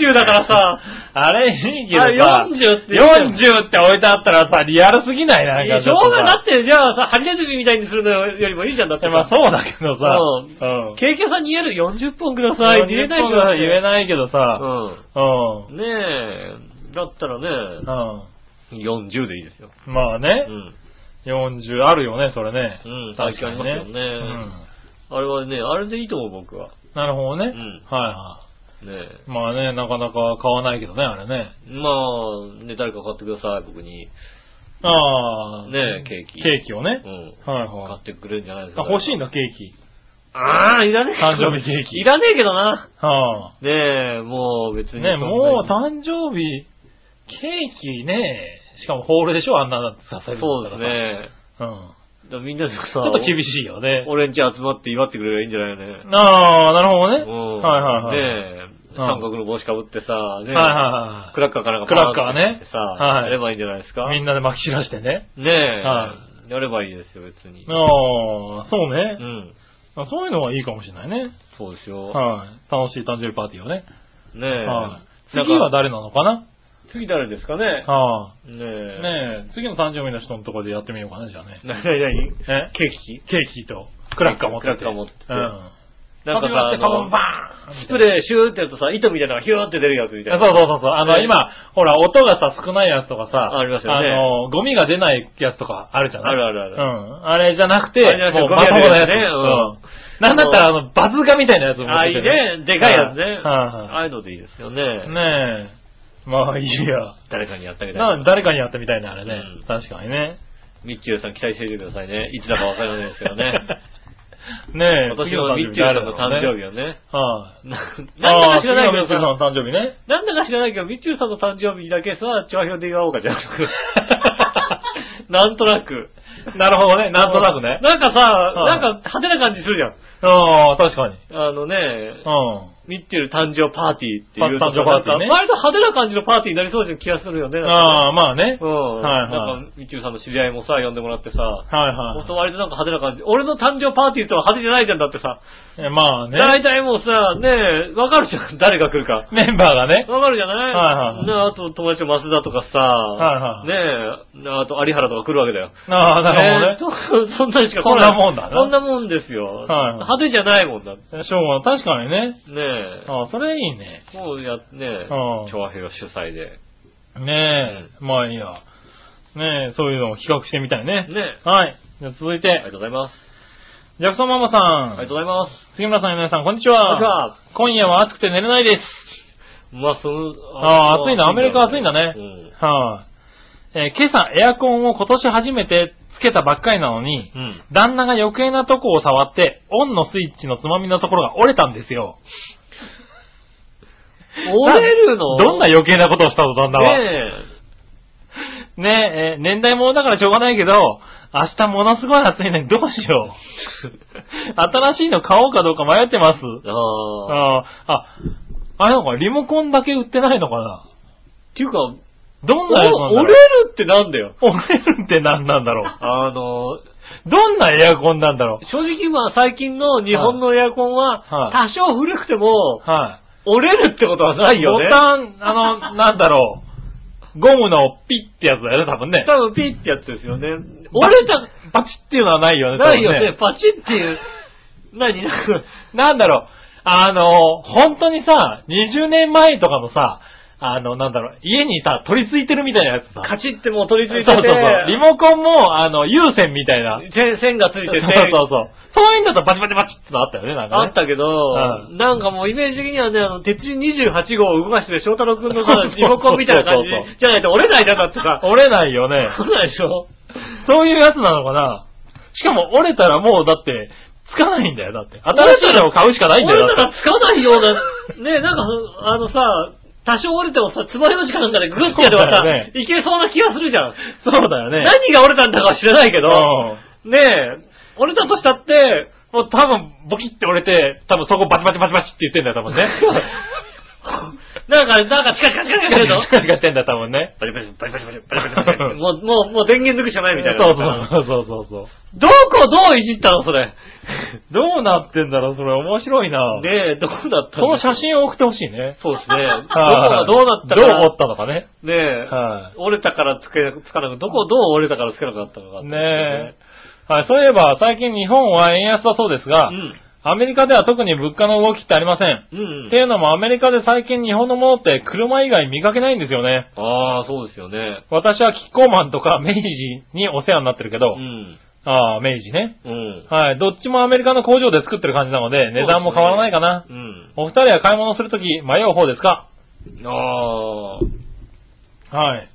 40だからさ、あれ、いいけどあさ。 40って言ってる40って置いてあったらさ、リアルすぎないなんいかやちしょょっうがとさ。なだって、じゃあさ、ハリネズミみたいにするのよりもいいじゃん、だってさ。まあそうだけどさ。うん。ケーキ屋さんに言える40本ください。言えないじゃん。言えないけどさ。うん。うん。ねえ、だったらうん。ね、40でいいですよ。まあうね、ん。 40あるよね、それね。うん確かにありますよねうん。あれはね、あれでいいと思う、僕は。なるほどね。んはいはねえ。い。まあね、なかなか買わないけどね、あれね。まあ、ね、誰か買ってください、僕に。ああ。ねえケーキケーキをねう。ん。は買いはってくれるんじゃないですい。か。あ、欲しいんだ、ケーキ。ああ、いらねえ誕生日ケーキいらねえけどな。はねえ、もう別あ、に。ね、もう誕生日、ケーキね、しかもホールでしょあんなのさせるんだそうかですら。ね。うん。だからみんなでさ、ちょっと厳しいよね。俺んち集まって祝ってくれりゃいいんじゃないよね。ああ、なるほどね。うん。はいはいはい。ねえ、三角の帽子かぶってさ、ねえ、はいはクラッカーかなんかクラッカーねパーンってやってはいさ、やればいいんじゃないですいかはい。みんなで巻き散らしてね。ねえ、はやればいいですよ、別に。ああ、そうねう。ん。あそういうのはいいかもしれないね。そうですよ。はい。楽しい誕生日パーティーをね。ねえ。はい。なんか次は誰なのかな次誰ですかねはねえ。い。ねえ、次の誕生日の人のところでやってみようかな、じゃあね。なになになにえケーキケーキと、クラッカー持ってて。クラッカー持っててうん。なんかさ、かあカボのンバーンスプレーシューってやるとさ、糸みたいなのがヒューって出るやつみたいあな。そうそうそうそう。あの、ね今、ほら、音がさ、少ないやつとかさ、ありますよねあの、ゴミが出ないやつとかあるじゃないあるあるあるうん。あれじゃなくて、あれじゃなくてもうゴまミとがも出るなややつねつ。ううんん。なんだったら、あの、バズガみたいなやつも持っああ、いていてね。でかいやつね。あはあいうのでいいですよねい。はい。ねえ。まあ、いいや。誰かにやってあげたなら。誰かにやったみたいな、あれねうん。確かにね。ミッチューさん期待していてくださいね。いつだかわからないですけど ね。ねえ。今年のミッチューさんの誕生日。日をね。はい。ななんだか知らないけあーど次のミッチューさ、さんの誕生日ね。なんだか知らないけど、ミッチューさんの誕生日だけさ、調和表で祝おうかじゃん。 なんとなく。なるほどね。なんとなくね。なんかさ、はないんか派手な感じするじゃん。ああ、確かに。あのね、うん。ミッチェル誕生パーティーっていうと誕生パーティーなねんか割と派手な感じのパーティーになりそうな気がするよね。ああ、まあね。うん。はいはいなんか、ミッチェルさんの知り合いもさ、呼んでもらってさ、はい本当は割となんか派手な感じ。俺の誕生パーティーとは派手じゃないじゃんだってさ。い。えまあね。大体もうさ、ねえ、わかるじゃん。 誰が来るか。メンバーがね。わかるじゃないはいはいねあと友達の増田とかさ、はいねえ、あと有原とか来るわけだよ。ああ、なるほどね。ねえとそんなにしか来そんない。なもんだなそんなもんですよ。はいはい派手じゃないもんだ。ねしょうがない確かにね。え。ああ、それいいね。もうや、ねえ、うん調和平和主催で。ねえ。まあいいや。ねえ、そういうのを企画してみたいね。ねはい。じゃあ続いて、ありがとうございます。ジャクソンママさあん。りがとうございます。杉村さん、井上さん、こんにちは。こんにちは。今夜は暑くて寝れないです。まあ、その、あー暑いなまアメリカは暑いんだねうん。はい、えー今朝エアコンを今年初めてつけたばっかりなのに、うん。旦那が余計なとこを触って、オンのスイッチのつまみのところが折れたんですよ。折れるのどんな余計なことをしたの、旦那は。ねねえ、えー年代物だからしょうがないけど、明日ものすごい暑いのにどうしよ う。新しいの買おうかどうか迷ってます。え。ああ。っあーあ、あれなのかな、リモコンだけ売ってないのかな。ていうか、おどんなやつなんだ折ろれうるってなんだよ。 折れるって何なんだろう。あの、どんなエアコンなんだろ正直まあ最近の日本のエアコンは、は多少古くてもう。、はい。折れるってことはないよね。ボタン、あの、なんだろう。ゴムのピッってやつだよね、多 分ね。多分ピッてやつですよね。折れた、パチッっていうのはないよね、ないよ多分ね。パチっていう、何なんか、なんだろう。あの、本当にさ、20年前とかのさ、あの、なんだろう、家にさ、取り付いてるみたいなやつさ。カチってもう取りそう付いてそうて、そう。リモコンも、あの、有線みたいな。線線がつい そてて、うそうそう。そういうんだとバチバチバチってのあったよね、なんか、あね。ったけど、うなんかもうイメージ的にはね、あの、鉄人28号を動かしてる翔太郎くんのさそうそうそう、そうリモコンみたいな感じじゃないと折れないじゃんだってさ。折れないよね。折れないでしょそういうやつなのかなしかも折れたらもうだって、つかないんだよ、だって。新しいのを買うしかないんだよ、だ折れってたらつかないような、 ね、なんか、あのさ、多少折れてもさ、つまようじかなんかでグッてやればそさうだよね、いけそうな気がするじゃん。そうだよ ね。何が折れたんだかは知らないけけど、ねえ、折れたとしたって、もう多分、ボキって折れて、多分そこバチバチバチバチって言ってんだよ、多分ね。なんか、なんかチカチカチカチカチカチカシカシカしてんだよ、多分ね。バリバリバリバリバリバリ バリバリもう、もう、もう電源抜くしかないみたいな。そうそうそうそうそう。どこどういじったのそれ。どうなってんだろう、それ面白いな。ねえ、どうだったその真。写真を送ってほしいね。そうです ね。どこはがいどうだったどうか。折ったのかね。ねえ、は折れたからつけなく、つかなく、どこどう折れたからつけなくなったのかっていうねえ。はい、そういえば最近日本は円安だそうですが、ね。アメリカでは特に物価の動きってありません。うん。うん。っていうのもアメリカで最近日本のものって車以外見かけないんですよね。ああ、そうですよね。私はキッコーマンとか明治にお世話になってるけど、うん。ああ、明治ね。うん。はい。どっちもアメリカの工場で作ってる感じなので、値段も変わらないかな。うん。お二人は買い物するとき迷う方ですかああ、はい。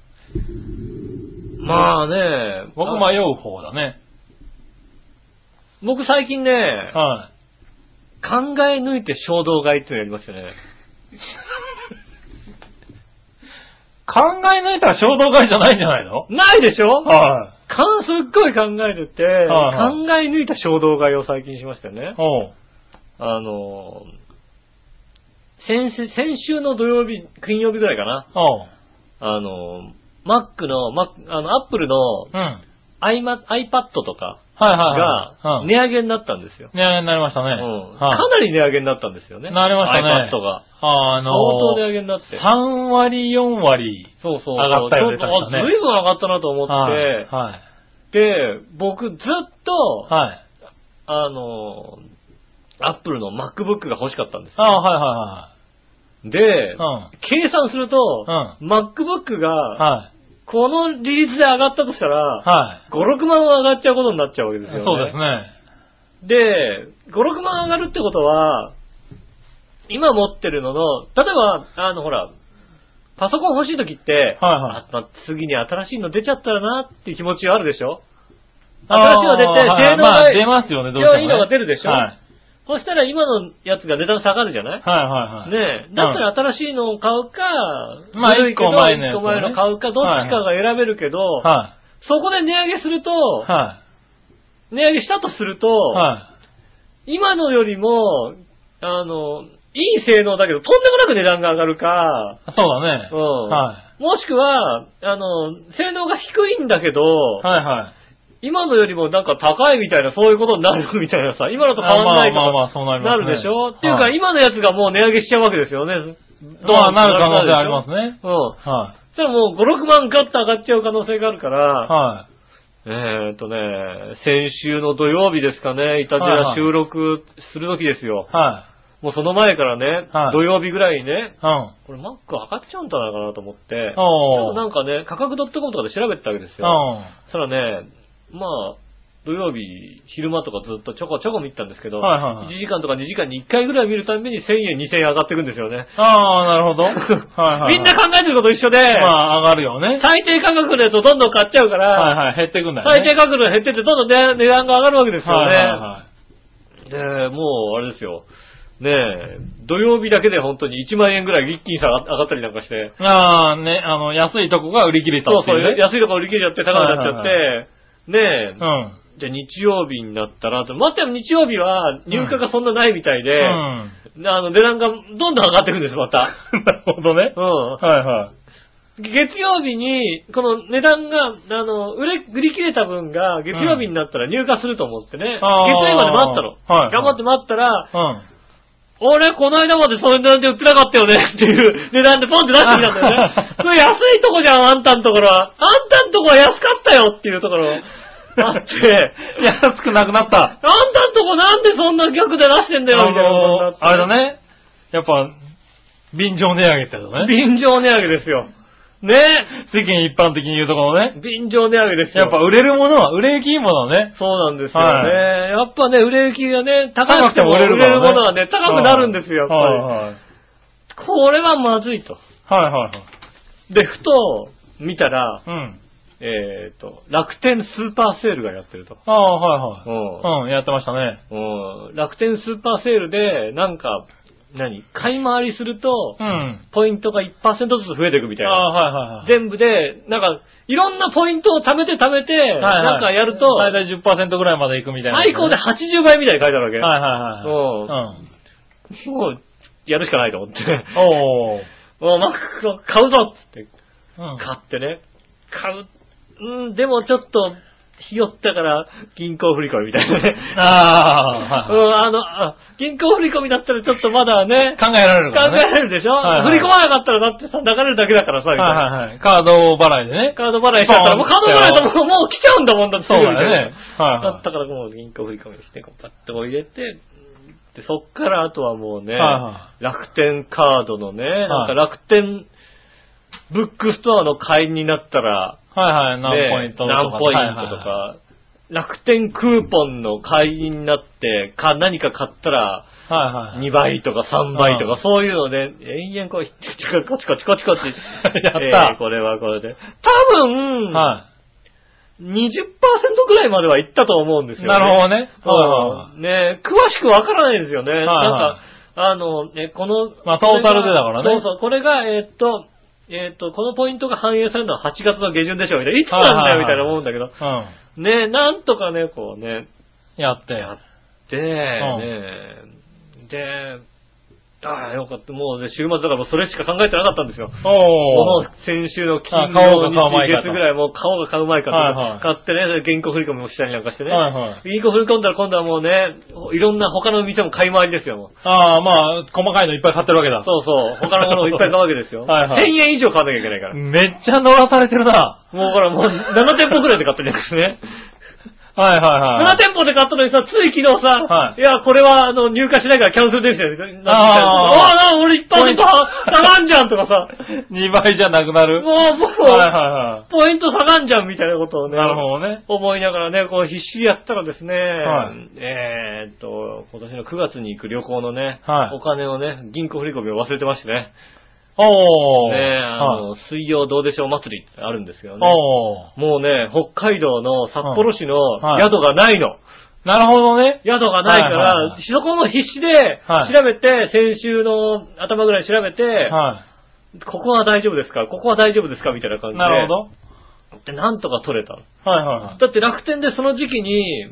まあね僕迷う方だね。僕最近ね、は考え抜いて衝動買いっていうのやりましたね。考え抜いたら衝動買いじゃないんじゃないのないでしょはかん、すっごい考えてて、はいは考え抜いた衝動買いを最近しましたねい。。おう。あのー、先週、先週の土曜日、金曜日ぐらいかな。おう。あのー、マックの、マックあの、アップルのうん。はい iMa- iPad とかはいはがい。うん。値上げになったんですよ。値上げになりましたね。うんはいかなり値上げになったんですよね。なりましたね iPad が。あのー、相当値上げになって。 3割、4割。そうそうそう。上がったよねちょ確かねあずいぶん上がったなと思って、はい。はい。で、僕ずっと、はい。あの、アップルの MacBook が欲しかったんですあよ。はで、いはいはい。計算すると、う MacBook うん。が、はい。この利率で上がったとしたら、は5、6万は上がっちゃうことになっちゃうわけい。ですよね。そうですね。で、5、6万上がるってことは、今持ってるのの、例えば、あの、ほら、パソコン欲しい時って、はいはいあまあ次に新しいの出ちゃったらなっていう気持ちはあるでしょ新しいの出てあーはい性能がまあ出ますよね、どうしてもね。いいのが出るでしょはい。そしたら今のやつが値段下がるじゃないはいはいはい。ねえ。だったら新しいのを買うか、まあ古いけど一個前のやつ一個をね前の買うか、どっちかが選べるけど、はそこで値上げすると、い。は値上げしたとすると、い。は今のよりも、あの、いい性能だけど、とんでもなく値段が上がるか、い。そうだね。うんはもしくは、あの、性能が低いんだけど、い。はいはい。今のよりもなんか高いみたいな、そういうことになるみたいなさ、今のと変わらないとかあまあまあまあそうなりまなすねるでしょっていうか、はい今のやつがもう値上げしちゃうわけですよね。どうなる可能性ありますね。うん。はそしたらもう5、6万ガッと上がっちゃう可能性があるかい。ら、はえーっとね、先週の土曜日ですかね、イタジはいはラい収録する時ですよ。い。はもうその前からね、はい土曜日ぐらいにね、い。うん。これマック上がっちゃうんじゃないかなと思って、ちょおっとー。なんかね、価格 .com とかで調べてたわけですうよ。ん。そしたらね、まあ、土曜日、昼間とかずっとちょこちょこ見てたんですけど、はいはいはい1時間とか2時間に1回ぐらい見るたびに1000円、2000円上がっていくんですよね。ああ、なる ほど。はいはい。みんな考えてること一緒で、まあ、上がるよね。最低価格でとどんどん買っちゃうから、はいはい、減ってくんだよね。最低価格が減ってってどんどんね値段が上がるわけですよね。はいはいはい。で、もう、あれですよ。ねえ、土曜日だけで本当に1万円ぐらい一気に下が上がったりなんかして、ああ、ね、あの、安いとこが売り切れたそうってそ、いうう、ね。安いとこ売り切れちゃって高くなっちゃって、はいねえ、うん。じゃあ日曜日になったら、また日曜日は入荷がそんなないみたいで、 うん。あの値段がどんどん上がってくるんです、ま た。なるほどね。うん。はいはい。月曜日に、この値段が、あの、売れ、売り切れた分が、月曜日になったら入荷すると思ってね。あー月曜日まで待ったの。はい頑張って待ったら、うん。俺、この間までその値段で売ってなかったよねっていう値段でポンって出してきたんだよ ね。それ安いとこじゃん、あんたんところは。あんたんとこは安かったよっていうところあって、安くなくなった。あんたんとこなんでそんな逆で出してんだよ、みたいなことになあっての、あれだね。やっぱ、便乗値上げってやつだね。便乗値上げですよ。ね世間一般的に言うところね。便乗値上げですよ。やっぱ売れるものは、売れ行きいいものはね。そうなんですよね。やっぱね、売れ行きがね、高高くくてても売も売れるれるからねものはね、高くなるんですよ、やっはいぱはい。り。これはまずいと。はいはいはい。で、ふと見たら、うん。えっ、と、楽天スーパーセールがやってると。ああ、はいうんはい。うん、やってましたね。うん楽天スーパーセールで、なんか、何買い回りするとう、ん。ポイントが1%ずつ増えていくみたいあな。あ、はいはいはい。全部で、なんか、いろんなポイントを貯めて貯めて、はいはいなんかやると、最大10%ぐらいまで行くみたいな、最高では80倍みたいに書いてあるわけ。いはいはもう、やるしかないと思って。 い。うん。おー。もうマックを買うぞっつって、うん。買ってね。買う。うん、でもちょっと、ひよったから、銀行振り込みみたいなね。ああ、はいはうん、あの、あ銀行振り込みだったらちょっとまだねい。、考えられる考からね。えられるでしょ、はいはい振り込まなかったらだってさ、流れるだけだからさ、みたいな。はいはいはい。カード払いでね。カード払いしちゃったら、もうカード払いだともうもう来ちゃうんだもんだってそうだよね。はいだはったからもう銀行振り込みして、こうパッとこう入れて、で、そっからあとはもうね、はいは楽天カードのね、いなんか楽天ブックストアの会員になったら、い。はいはい。何ポイねントとか。何ポイントとはか、楽天クーポンの会員になって、か、何か買ったら、いはいはい。 2倍とか3倍とはか、そういうので、延々こう、 カチカチカチカチカチ。やったえーこれはこれで。多分、は20%ぐらいまでは行ったと思うんですよね。なるほどね。ははいね詳しくわからないですよね。いはいなんか、あの、ね、この、まあトータルでだからねそうそう、これが、えーっと、えーっと、このポイントが反映されるのは8月の下旬でしょ、みたいな。いつなんだよ、はいはいはいみたいな思うんだけど。いはいうん。ねなんとかね、こうね、やって。やはって、ねで、ああ、よかった。もうね、週末だからもうそれしか考えてなかったんですよ。おもーう先週の金あ顔曜が日買う前か月とぐらいもう顔が買う前かと、はいはい買ってね、銀行振り込みもしたりなんかしてね。はいはい銀行振り込んだら今度はもうね、いろんな他の店も買い回りですよ、もうああ、まあ、細かいのいっぱい買ってるわけだ。そうそう、他のものをいっぱい買うわけですよ。 はいはい1000円以上買わなきゃいけないから。もめっちゃ乗らされてるな。うほら、もう7店舗ぐらいで買ってるんですね。はいはい7はい。店舗で買ったのにさ、つい昨日さ、はいい、や、これはあの入荷しないからキャンセルですよ。あああ、俺いっぱい下 がんじゃんとかさ、 2倍じゃなくなる。もはう、も、いうはポイント下がんじゃんみたいなことをいはい。ね。なるほどね。思いながらね、こう必死にやったらですね、はいえーっと、今年の9月に行く旅行のね、はいお金をね、銀行振り込みを忘れてましてね、おー。ねえあはいの、水曜どうでしょう祭りってあるんですけどね。おー。もうね、北海道の札幌市のはい宿がないの。なるほどね。宿がないかはいはいはら、いそこも必死ではい調べて、先週の頭ぐらいに調べて、はここは大丈夫ですかここは大丈夫ですかみたいな感い。じで。なるほで、なんとか取れたの。ど。はいはいはい。だって楽天でその時期に、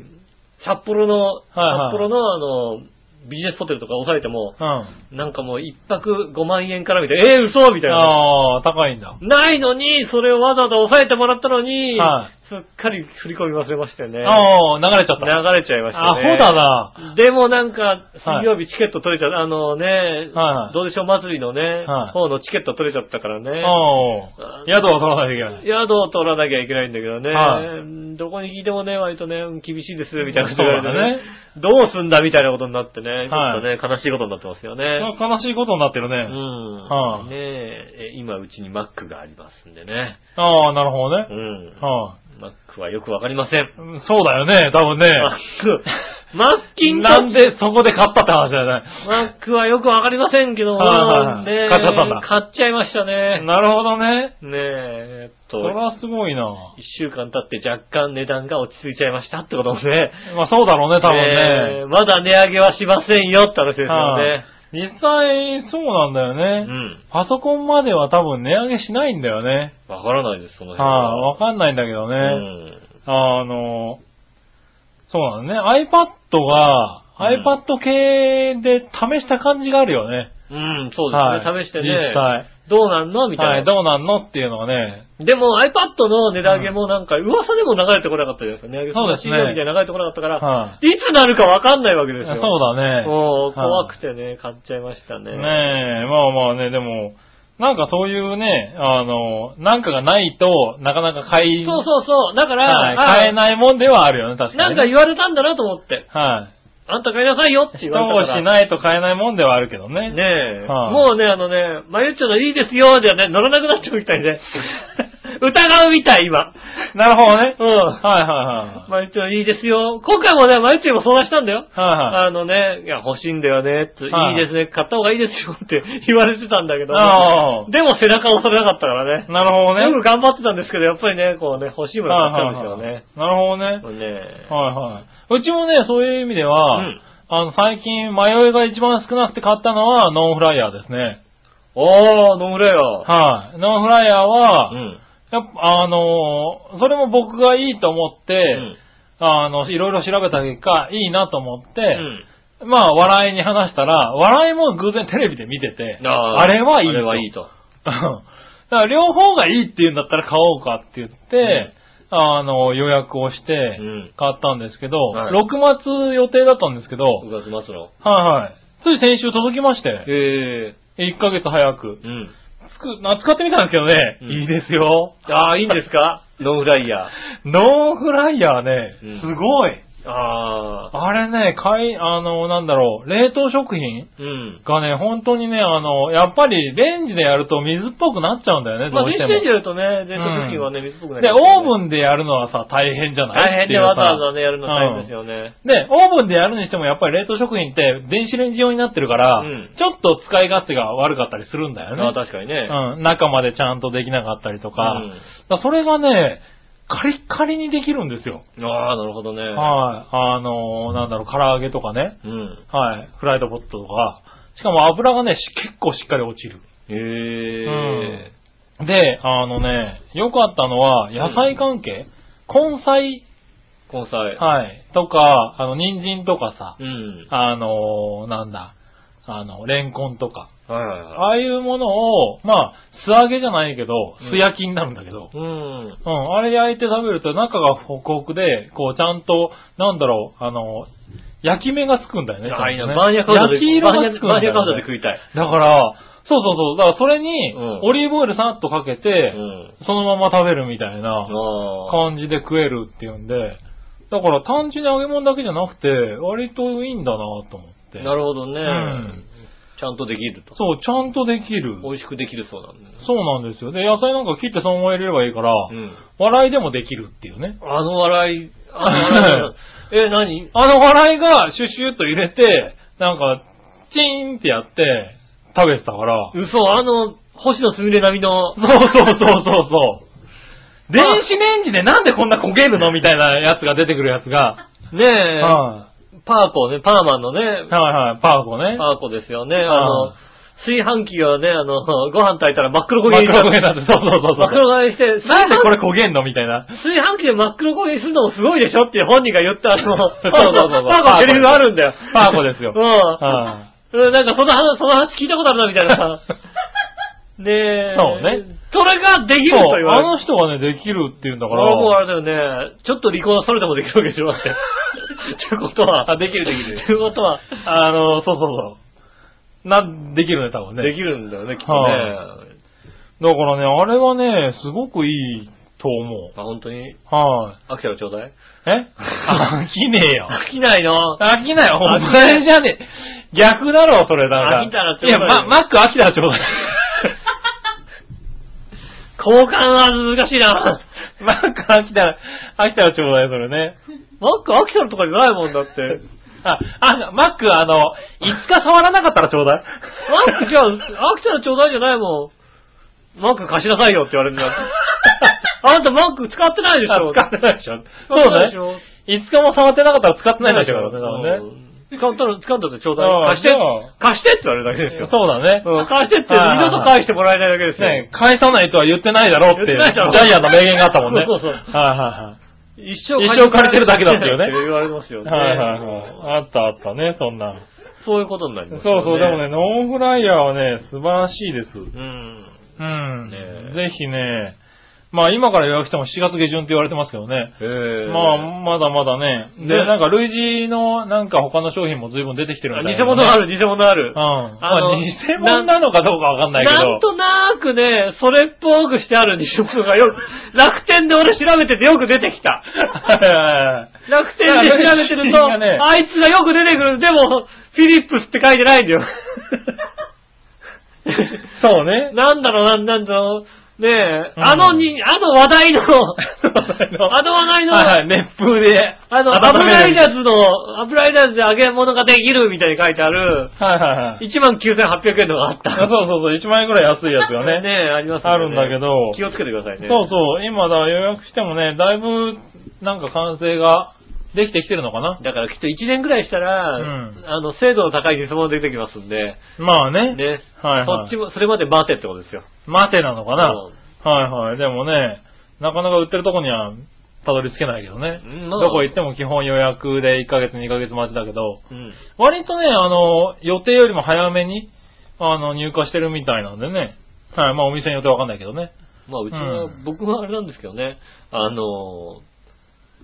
札幌の、はいはい札幌のあの、ビジネスホテルとか抑えても、うん。なんかもう一泊5万円からみたいな、えー、嘘みたいな。ああ、高いんだ。ないのに、それをわざわざ抑えてもらったのに、はすっかり振り込み忘れましたよね。ああ、流れちゃった。流れちゃいましたアホね。だな。でもなんか、水曜日チケット取れちゃった、あのね、はいどうでしょう祭りのね、はい方のチケット取れちゃったからね。おー。宿は取らないといけない。宿を取らなきゃいけないんだけどね、はどこに聞いてもね、割とね、厳しいです、みたいなこと言わそうだれてねね。どうすんだみたいなことになってね、ちょっとはいね、悲しいことになってますよね。悲しいことになってるうね。ん。はねいえ、え今うちにマックがありますんでね。ああ、なるほどねう。ん。はマックはよくわかりません。い。そうだよね、多分ね。マック、マッキンなんでそこで買ったって話だよね。マックはよくわかりませんけども、はいはいねえ買っちゃったんだ買っちゃいましたね。なるほどね。ねえ、えっそとれ、はすごいな。一週間経って若干値段が落ち着いちゃいましたってこともね。まあそうだろうね、多えー分ね。まだ値上げはしませんよって話ですよはねい。実際、そうなんだうよね。ん。パソコンまでは多分値上げしないんだよね。わからないです、そのはい、辺は。わかんないんだけどね。うん。あの、そうなんだね。iPad が、うん iPad 系で試した感じがあるよね。うん、そうですね。はい。試して実ね。際。どうなんのみたはいい、どな。うなんのっていうのはね。でも iPad の値段上げもなんか噂でも流れてこなかったじゃないですか。値上げそうですねらしいよみたいな流れてこなかったから、はいつなるかわかんないわけでい。すそうよ。だね。もう怖てくてね、買っちゃいましたね。ねえ、まあまあね、でも、なんかそういうね、あの、なんかがないとなかなか買い、そうそうそう。だから、はいあ買えないもんではあるよね、確かなにんね、か言われたんだなと思って。はい。あんた買いなさいよって言人われをたから。しないと買えないもんではあるけどね。ねえ、はいもうね、あのね、マユッチョのいいですよ、ではね、乗らなくなっちゃうみたい で。疑うみたい、今。なるほどね。うん。はいはマユッチョのいいですよ。今回もね、マユッチョにも相談したんだよ。いはい。はいはい。あのね、いや、欲しいんだよね、ついはいいですね、買った方がいいですよって言われてたんだけど、ああでも背中押されなかったからね。なるほどね。よく頑張ってたんですけど、やっぱりね、こうね、欲しいもの買っちゃうんですよね。なるほどね。もうねはいはい。うちもね、そういう意味では、うんあの、最近迷いが一番少なくて買ったのはノンフライヤーですね。おー、飲むれよ。はい。ノンフライヤーは、うん。やっぱ、あのーそれも僕がいいと思って、うんあの、いろいろ調べた結果、いいなと思って、うんまあ、笑いに話したら、笑いも偶然テレビで見てて、あーあれはいいあと。れはいいと。だから、両方がいいって言うんだったら買おうかって言って、あの、予約をしてうん、買ったんですけど、はい6末予定だったんですけど、 9月末の。はいはい。つい先週届きまして、へえ。 1ヶ月早く。うん。つく、な使ってみたんですけどね、うんいいですよ。ああ、いいんですかノンフライヤー。ノンフライヤーねうん、すごい。ああ。あれね、買い、あの、なんだろう、冷凍食品うん。がね、本当にね、あの、やっぱりレンジでやると水っぽくなっちゃうんだよね、まどあ、うし電て子レもンジ。やるとね、電子食品はね、水っぽくなりで、ますよオねーブンでやるのはさ、大変じゃない大変でわざわざね、やるの大変ですよよ。ね。うんで、オーブンでやるにしてもやっぱり冷凍食品って電子レンジ用になってるから、うんちょっと使い勝手が悪かったりするんだよね。ああ、確かにね。うん、中までちゃんとできなかったりとか、うんだからそれがね、カリッカリにできるんですよ。ああ、なるほどね。はい。あのー、なんだろう、唐揚げとかね。うん。はい。フライドポットとか。しかも油がね、し結構しっかり落ちる。へえ。で、あのね、良かったのは、野菜関係、根菜、根菜。はい、とか、あの、人参とかさ、うん。あのーなんだ、あの、レンコンとか、はいはいはい。ああいうものを、まあ、素揚げじゃないけどうん、素焼きになるんだけど、うん。うん、あれ焼いて食べると中がホクホクで、こう、ちゃんと、なんだろう、あの、焼き目がつくんだよね。ちゃんとあ、ねいいな。バーニャカウダで、焼き色バーニがャつくんだバーニャカウダでよ、ね。食いたい。だから、そうそうそう。だからそれにうん、オリーブオイルさっとかけうて、ん。そのまま食べるみたいあなあ。感じで食えるっていうんで、だから単純に揚げ物だけじゃなくて、割といいんだなと思って。なるほどねん。ちゃんとできると。そう、ちゃんとできる。美味しくできるそうなんだよね。そうなんですよ。で、野菜なんか切ってそのまま入れればいいから、うん。笑いでもできるっていうね。あの笑い、あの 笑い。え、何あの笑いがシュシュッと入れて、なんか、チーンってやって、食べてたから。嘘、あの、星野すみれ並みのそうそうそうそうそう。電子レンジでなんでこんな焦げるのみたいなやつが出てくるやつが。ねえ、はパーコね、パーマンのねい、はいはい、パーコね。パーコですよね。あはのい、炊飯器をね、あの、 ご飯炊いたら真っ黒焦真げっにし黒た。焦げだって、そうそうそう真っそう。黒焦げにして、なんでこれ、れ焦げんのみたいな。炊飯器で真っ黒焦げにするのもすごいでしょっていう本人が言った、あの、 そうそうそうパーコのセリフがあるんだよ。パーコですようん。はうんなんかその話、その話聞いたことあるな、みたいな さ。ねえ。そうね。それができいるそとう言われある。の人がね、できるっていうんだだかからもうあら。れだよね。ちょっと離婚はそれでもできるわけでしょ、 だって。ってことは。あできるできるってことは、あの、そうそうそう。なん、できるね、多分ね。できるんだよね、きっとね。はだからね、あれはね、すごくいいと思あ、本当に、う。はい。飽きたらちょうだい。え 飽きねえよ。飽きないの飽きないよ。お前じゃねえ。逆だろ、それだから。飽きたらちょういだいや、まマック飽きたらちょう だい。交換は難しいな。 マック飽きたら、飽きたらちょうだい、それね。マック飽きたらとかじゃないもんだって。あ、あ、マック、あの、5日触らなかったらちょうだい。マックじゃ あ、飽きたらちょうだいじゃないもん。マック貸しなさいよって言われるん だって。あんたマック使ってないでしょ。使ってないでしょ。使ってないでしそうょ。ね。5日も触ってなかったら使ってないでしょ、だからね。うん使ったら、使ったってちょうだあい。あ貸してじゃあ、貸してって言われるだけですよ。そうだね。うん貸してってああ二度と返してもらえないだけですよ。ね返さないとは言ってないだろうって、言ジってないだろうャイアンの名言があったもんね。そうそうそうはいはいはい。一生一生借りてるだけだっていうね言われますよね。はいはいはい。あったあったね、そんな。そういうことになりそうますよそう、でもね、。ノンフライヤーはね、素晴らしいです。うん。うん。ねえぜひね、まあ今から予約しても7月下旬って言われてますけどね。へえまあ、まだまだね。で、ねなんか類似の、なんか他の商品も随分出てきてるみたい偽物ある、偽物あるうん。。まあのあ、偽物なのかどうかわかんないけど。なんとなくね、それっぽくしてある偽物がよく、楽天で俺調べててよく出てき た。楽天で調べてるいと、や楽天がねあいつがよく出てくる。でも、フィリップスって書いてない んだよ。 そうね。なんだろう、なんなんだろう。ねえ、うんあのに、あの話 題の、ああの話題の、はいはい、熱風で。あの、ア温ブめラるイダーズの、アブライダーズで揚げ物ができるみたいに書いてある、はいはいはい。 19,800円のがあった。あそうそうそう、1万円くらい安いやつがね。ねえ、ありますねあるんだけど気をつけてくださいね。そうそう、今だから予約してもね、だいぶ、なんか完成ができてきてるのかな。だからきっと1年ぐらいしたら、うんあの、精度の高い偽物出てきますんで、まあね。ね。はいはいそっちも、それまで待てってことですよ。待てなのかな。うんはいはい。でもね、なかなか売ってるとこにはたどり着けないけどね。うんまあどこ行っても基本予約で1ヶ月2ヶ月待ちだけど、うん。割とね、あの、予定よりも早めに、あの、入荷してるみたいなんでね。はい、まあお店によってわかんないけどね。まあ、うちは、うん僕はあれなんですけどね、あのー、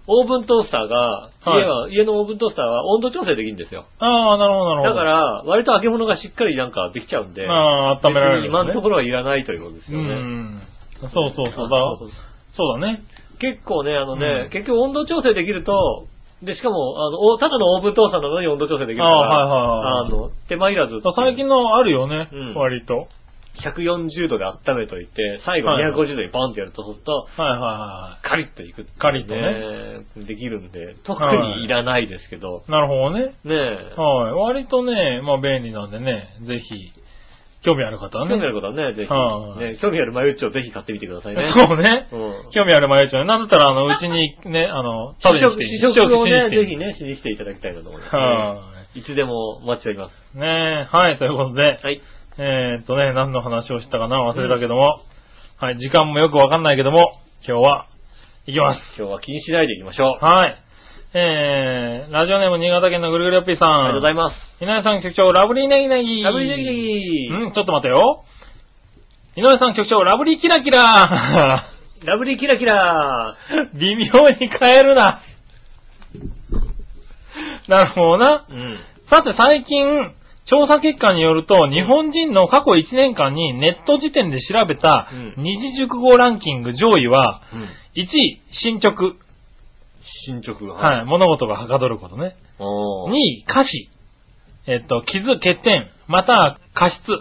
オーブントースターが、はい家は、家のオーブントースターは温度調整できるんですよ。ああ、なるほどなるほど。だから、割と揚げ物がしっかりなんかできちゃうんで、ああ、温められ別にる、ね。今のところはいらないということですうよね。ん。そうそうそうだ。あそうだね。結構ね、あのね、うん結局温度調整できると、で、しかも、あの、おただのオーブントースターなのに温度調整できるから、あーはいはいはいあの、手間いらずっていう、最近のあるよね、うん割と。 140度で温めといて、最後はい250度にバンってやると、そうすると、はいはいはカリッといくっていう、カリッとできるんで、特にいらないですけど、い。なるほどね。ねえ、はい。割とね、まあ便利なんでね、ぜひ、興味ある方はね。興味ある方はね、ぜはひ。いね、興味あるマユッチをぜひ買ってみてくださいね。そうね。うん。興味あるマユチョなんだったら、 あの、うちにね、あの、食べ試に来食、て、試食をね、試ぜ食しに来てひね、しに来ていただきたいなと思います、。はいいつでもお待ちしております。い。ねえ、はい、ということで、はい。えーっとね、何の話をしたかな忘れたけども、はい、時間もよくわかんないけども、今日は、行きます。今日は気にしないでいきましょう。あはい。えー、ラジオネーム新潟県のぐるぐるよっぴーさん。りがとうございます。井上さん局長、ラブリーネギネギ。ラブリーネギネうん、ちょっと待てよ。井上さん局長、ラブリーキラキラ。 ギラブリーキラキラ微妙に変えるな。なるほどな。うん。さて最近、調査結果によると、日本人の過去1年間にネット時点で調べたうん二字熟語ランキング上位は、うん。 1位、進捗。進捗が。はい、物事がはかどることね。おー2位、歌詞。えっと、傷、欠点、または過失。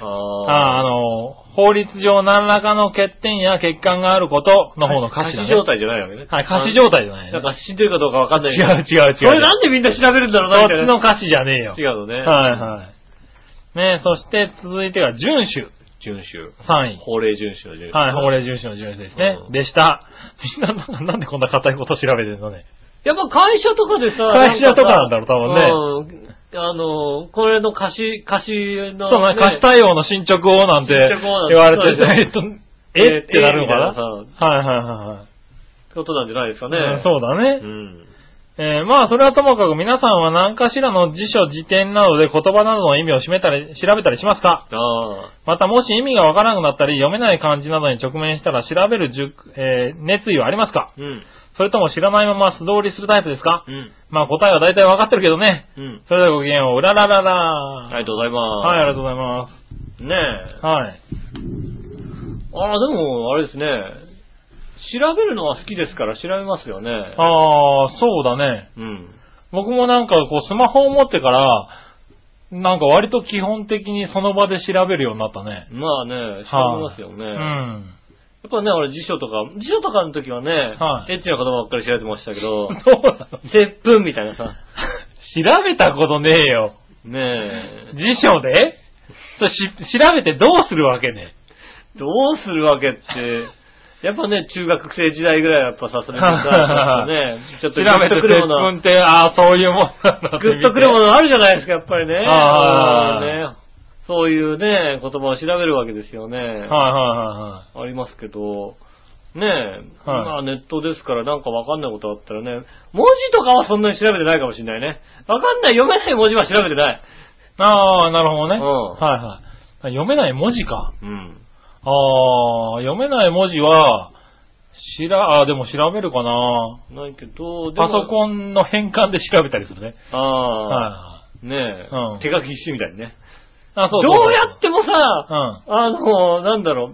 あああー。の、法律上何らかの欠点や欠陥があることの方の歌詞だね。状態じゃないわけね。はい、過失状態じゃなない、ねん。か死んでるかどうかわかんない違けど。う違う違う。それなんでみんな調べるんだろうな、そみったいちなの歌詞じゃねえよ。違うのね。はいはい。ねそして続いてが、遵い。守。遵守。 3位。法令遵守の遵守。はい、法令遵守の遵守ですね。うんでした。 みんなな、なんでこんな硬いこと調べてるのね。やっぱ会社とかでさ、会社とかなんだろうう、多分ね。うん。あの、これの貸し、貸しの、そうね、貸し対応の進捗をなんて進言捗をなんてわれて、えっとそうで、 えってなるのかえみたいなさなはいはいはいはい。ことなんじゃないですかね。うんそうだね。うん。えーまあ、それはともかく皆さんは何かしらの辞書、辞典などで言葉などの意味を示めたり、調べたりしますかああ。また、もし意味がわからなくなったり、読めない漢字などに直面したら調べる熟、えー熱意はありますかうん。それとも知らないまま素通りするタイプですかうん。まあ、答えは大体わかってるけどね。うん。それではごきげんよう。うらららら。あはい、りがとうございます。ありがとうございまい。ねえす。。はい。ああ、でも、あれですね。調べるのは好きですから調べますよね。あー、そうだね。うん。僕もなんかこう、スマホを持ってから、なんか割と基本的にその場で調べるようになったね。まあね、調べますよね。うやん。っぱね、俺辞書とか、辞書とかの時はね、はいエッチなことばっかり調べてましたけど、 そうなの絶吻みたいな さ、調べたことねえよ。ねえ、辞書でそれし調べてどうするわけね。どうするわけって、やっぱね、中学生時代ぐらいはやっぱさ、それ見たらね、ちょっと 調グッべとてく鉄るもの分って、ああ、そういうもんなんだは、グッとくるもの。のあるじゃないですか、やっぱりね。 ああねそういうね、言葉を調べるわけですよね。はいはいはいはい。ありますけど、ねえ、今ネットですからなんかわかんないことあったらね、文字とかはそんなに調べてないかもしれないね。わかんない、読めない文字は調べてない。ああ、なるほどね。うんはいはい。読めない文字か。うん。ああ、読めない文字は、しら、あーでも調べるかな。ないけど、でもパソコンの変換で調べたりするね。あはいあ、はねえ、うん手書き一緒みたいにね。い。あどそううそうそうやってもうさ、ん。あの、なんだろう、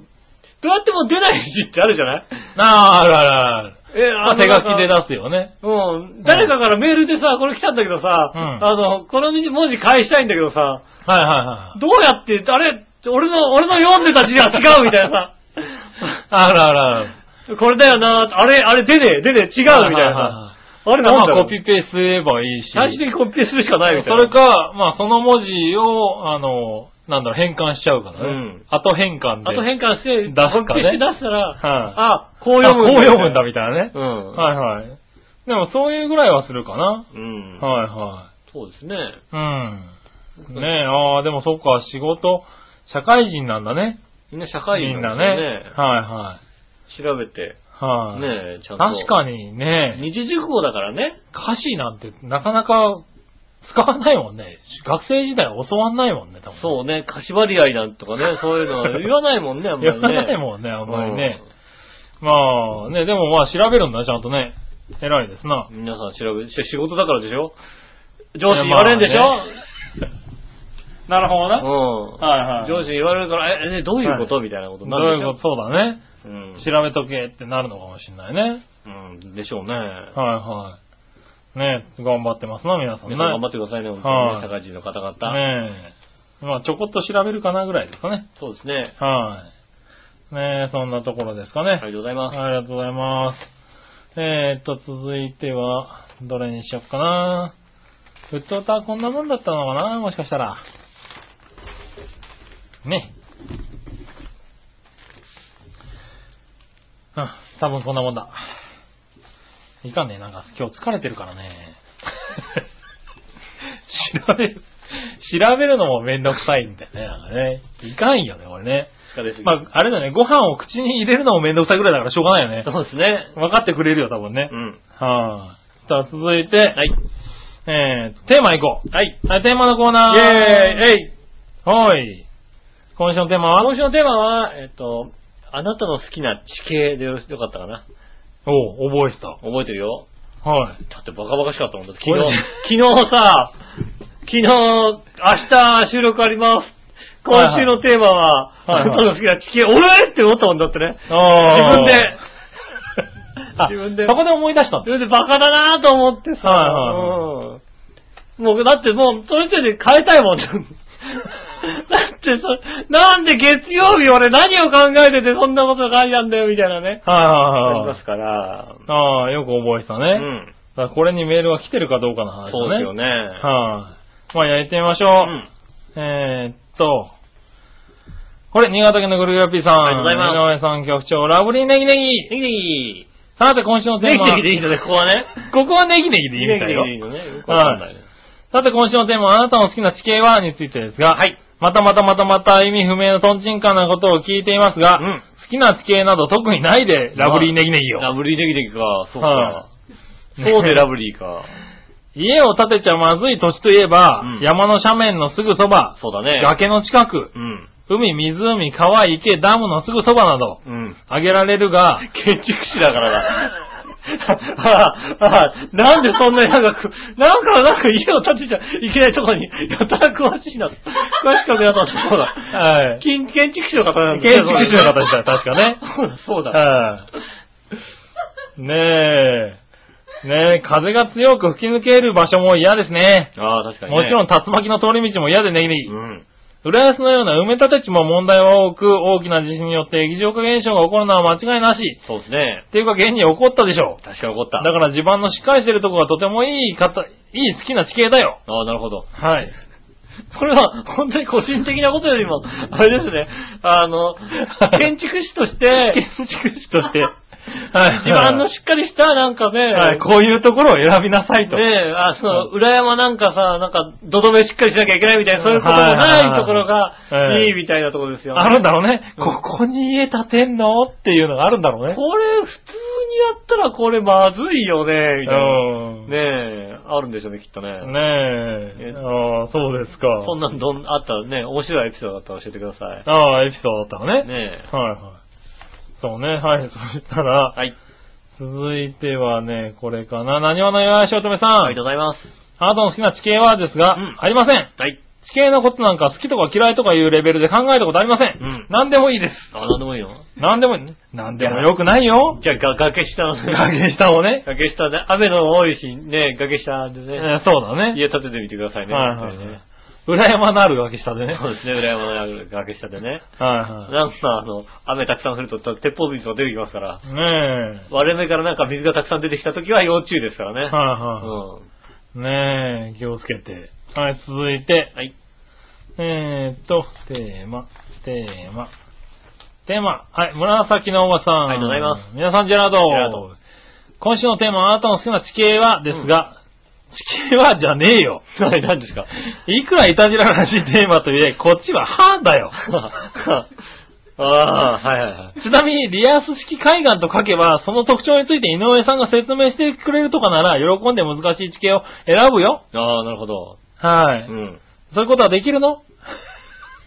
どうやっても出ない字ってあるじゃないあーあるあるある。え、まあ、手書きでだ。出すよね。うん。誰かからメールでさ、これ来たんだけどさ、うんあの、この文字返したいんだけどさ、はいはいはい。どうやって、あれ、俺の、俺の読んでた字は違うみたい なあるあるある。さ。これだよな、あれ、あれ出ねえ、出ねえ、違うみたいな。あれこれまなんだあろうコピペすればいいし。最終的にコピペするしかないみたいそな。れか、まあその文字を、あの、なんだろう、変換しちゃうからね。うん後変換で。あと変換して、出すかねコピペして出したら、あは、こう読むあんだ。こう読むんだみたいなね。うん。はいはい。でもそういうぐらいはするかな。うん。はいはそうですね。い。うん。ねえ、ああ、でもそっか、仕事、社会人なんだね。みんな社会み人んななんね。ですよはいはい。調べて、はい、ねえ、ちゃんと。確かにね、二次熟語だからね。歌詞なんてなかなか使わないもんね。学生時代教わんないもんね、多分。そうね、貸し張り合いなんとか ね、そういうのは言わないもんね、あんまり言ね。わないもんね、あんまりね。まあね、でもまあ調べるんだ、ちゃんとね。偉いですなう。ん。皆さん調べ、し仕事だからでしょ上司い言やわれんでしょ、まあなるほどうん。はいはい上司に言われるから、え、え、どういうこと、みたいなことにどなうるいでしょうこと、そうだね。うん調べとけってなるのかもしれないね。うん。でしょうね。はいはい。ね頑張ってますな、皆さんね。皆さん頑張ってくださいね、本当にはね。い社会人の方々。ねえ。まあ、ちょこっと調べるかなぐらいですかね。そうですね。はい。ねえ、そんなところですかね。ありがとうございます。ありがとうございます。えー、っと、続いては、どれにしよっかな。ふっとたこんなもんだったのかなもしかしたら。ね。うん、多分そんなもんだ。いかんね、なんか今日疲れてるからね。 調べる、調べるのもめんどくさいんだよね、なんかね。いかんよね、これね。疲れすぎ。まあ、あれだね、ご飯を口に入れるのもめんどくさいぐらいだからしょうがないよね。そうですね。分かってくれるよ、多分ね。うん。はい、さあ、続いて、はい。えー、テーマいこう。はい。はい、テーマのコーナイェー。ーイえいはい。今週のテーマは今週のテーマは、えっと、あなたの好きな地形でよろしよかったかなおう、覚えてた。覚えてるよはい。だってバカバカしかったもんだってこ昨れ日、 昨日さ、昨日、明日収録あります。今週のテーマは、はいはいあなたの好きな地形、おえって思ったもんだってね。あ自分で、あ、自分でそこで思い出したんそれでバカだなと思ってさ、はうんもうだってもうそれ時点で変えたいもん。だ ってそ、なんで月曜日俺何を考えててそんなこと書いたんだよみたいなね。あはいはいりはまいすから。ああ、よく覚えてたね。うだからこれにメールが来てるかどうかの話だね。そうですよね。はい、まあ、やってみましょうう。んえー、っと、これ、新潟県のグループピーさん。ありがとうございます井上さん局長、ラブリーネギネギ。ネギネギ。さて、今週のテネーギマは。ネギでいいのね、ここはね。ここはネギネギでいネいギみたいよ。ネギでいいのね。よくわかんないね。さて、今週のテーマは、あなたの好きな地形はについてですが、はいまたまたまたまた意味不明のトンチンカンなことを聞いていますが、うん好きな地形など特にないで、ラブリーネギネギを。ラブリーネギネギか、そうはか。そうでラブリーか。家を建てちゃまずい土地といえば、うん山の斜面のすぐそば、そうだね。崖の近く、うん。海、湖、川、池、ダムのすぐそばなど、うん。挙げられるが、 建築士だからだ。ああああなんでそんなになんか く、なんか、なんか家を建てちゃいけないとこに、やたら詳しいな。詳しくなったそうだ。はい。建建築士の方なんだ建築士の方でした、確かね。そうだ、そうだ。はい。ねえ。ねえ、風が強く吹き抜ける場所も嫌ですね。ああ、確かに、ね。もちろん竜巻の通り道も嫌でネギネギ。うん。浦安のような埋め立て地も問題は多く、大きな地震によって液状化現象が起こるのは間違いなし。そうですね。っていうか現に起こったでしょう。確かに怒った。だから地盤のしっかりしてるとこがとてもいい方、いい好きな地形だよ。ああ、なるほど。はい。これは、本当に個人的なことよりも、あれですね。あの、建築士として、建築士として。はい。自慢のしっかりした、なんかね、はい、こういうところを選びなさいと。ねえ、あ、その、裏山なんかさ、なんか、土留めしっかりしなきゃいけないみたいな、そういうこともはいはいなはいいところがええ、いいみたいなところですよ、ね。あるんだろうね。うんここに家建てんのっていうのがあるんだろうね。これ、普通にやったらこれまずいよね、みたいな。うん。ねえ、あるんでしょうね、きっとね。ねえ。えああ、そうですか。そんなんどん、あったらね、面白いエピソードだったら教えてください。ああ、エピソードだったのねね。え。はいはい。そうね、はい。そしたら、はい。続いてはね、これかな。何話のよやしおとめさん。ありがとうございます。あなたの好きな地形はですが、うんありません。はい。地形のことなんか好きとか嫌いとかいうレベルで考えたことありません。うん何でもいいです。あ、なんでもいいよ。何でもいい。何でもよくないよ。じゃあ、が崖下の崖下をね。崖下で、雨の多いし、ね、崖下で えね、ーそうだね。家建ててみてくださいね。は本いは当いにはねい。裏山のある崖下でね。そうですね、裏山の崖下でね。はいはなんかさ、あの、雨たくさん降ると、鉄砲水が出てきますから、い。ね割れ目からなんか水がたくさん出てきた時は要注意ですからね。え。はういはい。ねえ、気をつけて。はい、続いてん。。はい。えーっと、テーマ、テーマ。テーマ。はい、紫のおばさん。ありがとうございます。皆さん、ジェラード。ジェラード今週のテーマ、あなたの好きな地形はですが、地形はじゃね えよ。はい、何ですかいくらいたじららしいテーマといえ、こっちは歯だ よ。ああ、はいはいはい。ちなみに、リアス式海岸と書けば、その特徴について井上さんが説明してくれるとかなら、喜んで難しい地形を選ぶよ。ああ、なるほど。はい。うん。そういうことはできるの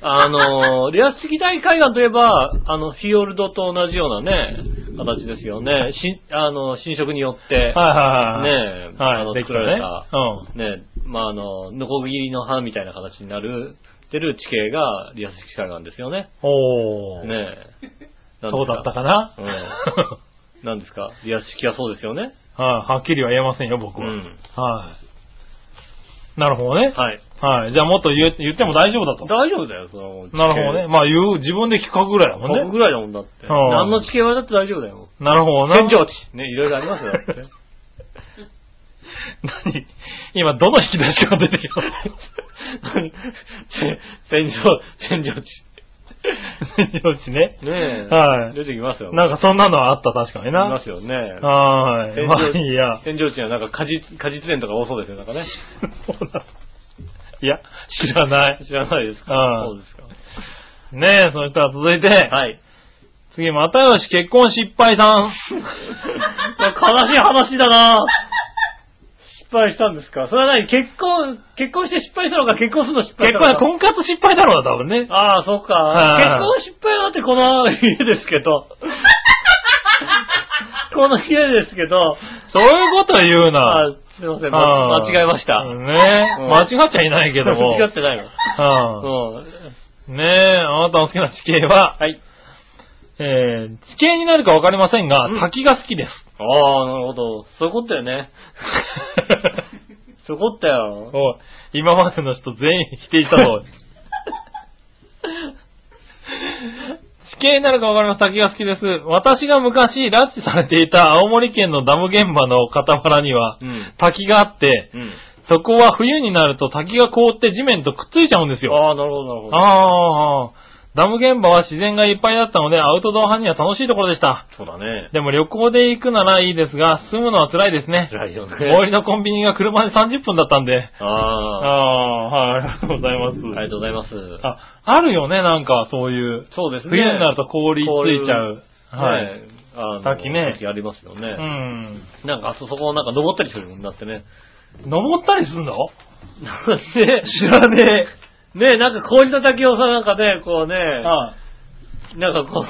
あのー、リアス式大海岸といえば、あの、フィヨルドと同じようなね、形ですよね。し、あの、侵食によって、はいはいはい。ねえ、はい、あの、でき作るられね。た、うん。ね、まあ、あの、ノコギリの歯みたいな形になる、出る地形がリアス式海岸ですよね。おー。ねえ。そうだったかな、うん はなんですかリアス式はそうですよね。い、はっきりは言えませんよ、僕は。うんはい。なるほどね。はい。はい。じゃあもっと言え言っても大丈夫だと。大丈夫だよ、その地形。なるほどね。まあ言う、自分で企画ぐらいだも僕んね。ぐらいだもんだって。はあ何の地形はだって大丈夫だよ。なるほどな。天井地。ね、いろいろありますよ、だ って。何今、どの引き出しが出てきた何せ天井、天井地。年上司ね。ねえ。はい出てきますよ。なんかそんなのはあった、確かにいまな。すよね。はーい。天まあ井いいや。天井地にはなんか果実、果実園とか多そうですよ、なんかね。そうなのいや、知らない。知らないですかああそうですか。ねえ、そしたら続いて、はい。次、またよし結婚失敗さ ん。悲しい話だな失敗したんですかそれは何結婚、結婚して失敗したのか結婚するの失敗し結たの婚かは婚活失敗だろうな、多分ね。ああ、そっか。はい結婚失敗だってこの家ですけ ど。この家ですけど。そういうこと言うあな。あすいません。ああ間違えました。ねえ、うん間違っちゃいないけども。間違ってないの。ううんんねえ、あなたの好きな地形は、はい。えー、地形になるかわかりませんが、うん滝が好きです。 ああ、なるほど。そういうことだよ ね。そういうことだよ。おい今までの人全員否定したぞ。地形になるかわかりません。滝が好きです。私が昔拉致されていた青森県のダム現場の傍らには、うん。滝があって、うん。そこは冬になると滝が凍って地面とくっついちゃうんですよ。ああ、なるほど、なるほど。ああ、ダム現場は自然がいっぱいだったので、アウトドア派には楽しいところでした。そうだね。でも旅行で行くならいいですが、住むのは辛いですね。辛いよね。最寄りのコンビニが車で30分だったんで。あああ。あ、はい、ありがとうございます。ありがとうございます。あ、あるよね、なんかそういう。そうですね。冬になると氷ついちゃう。は。はいい。あの滝ね滝ありますよね。うん。なんか、あそ、そこをなんか登ったりするもんだってね。登ったりすんのなんで、知らねえ。ねえ、なんか氷の滝をさ、なんかね、こうね、あなんかこ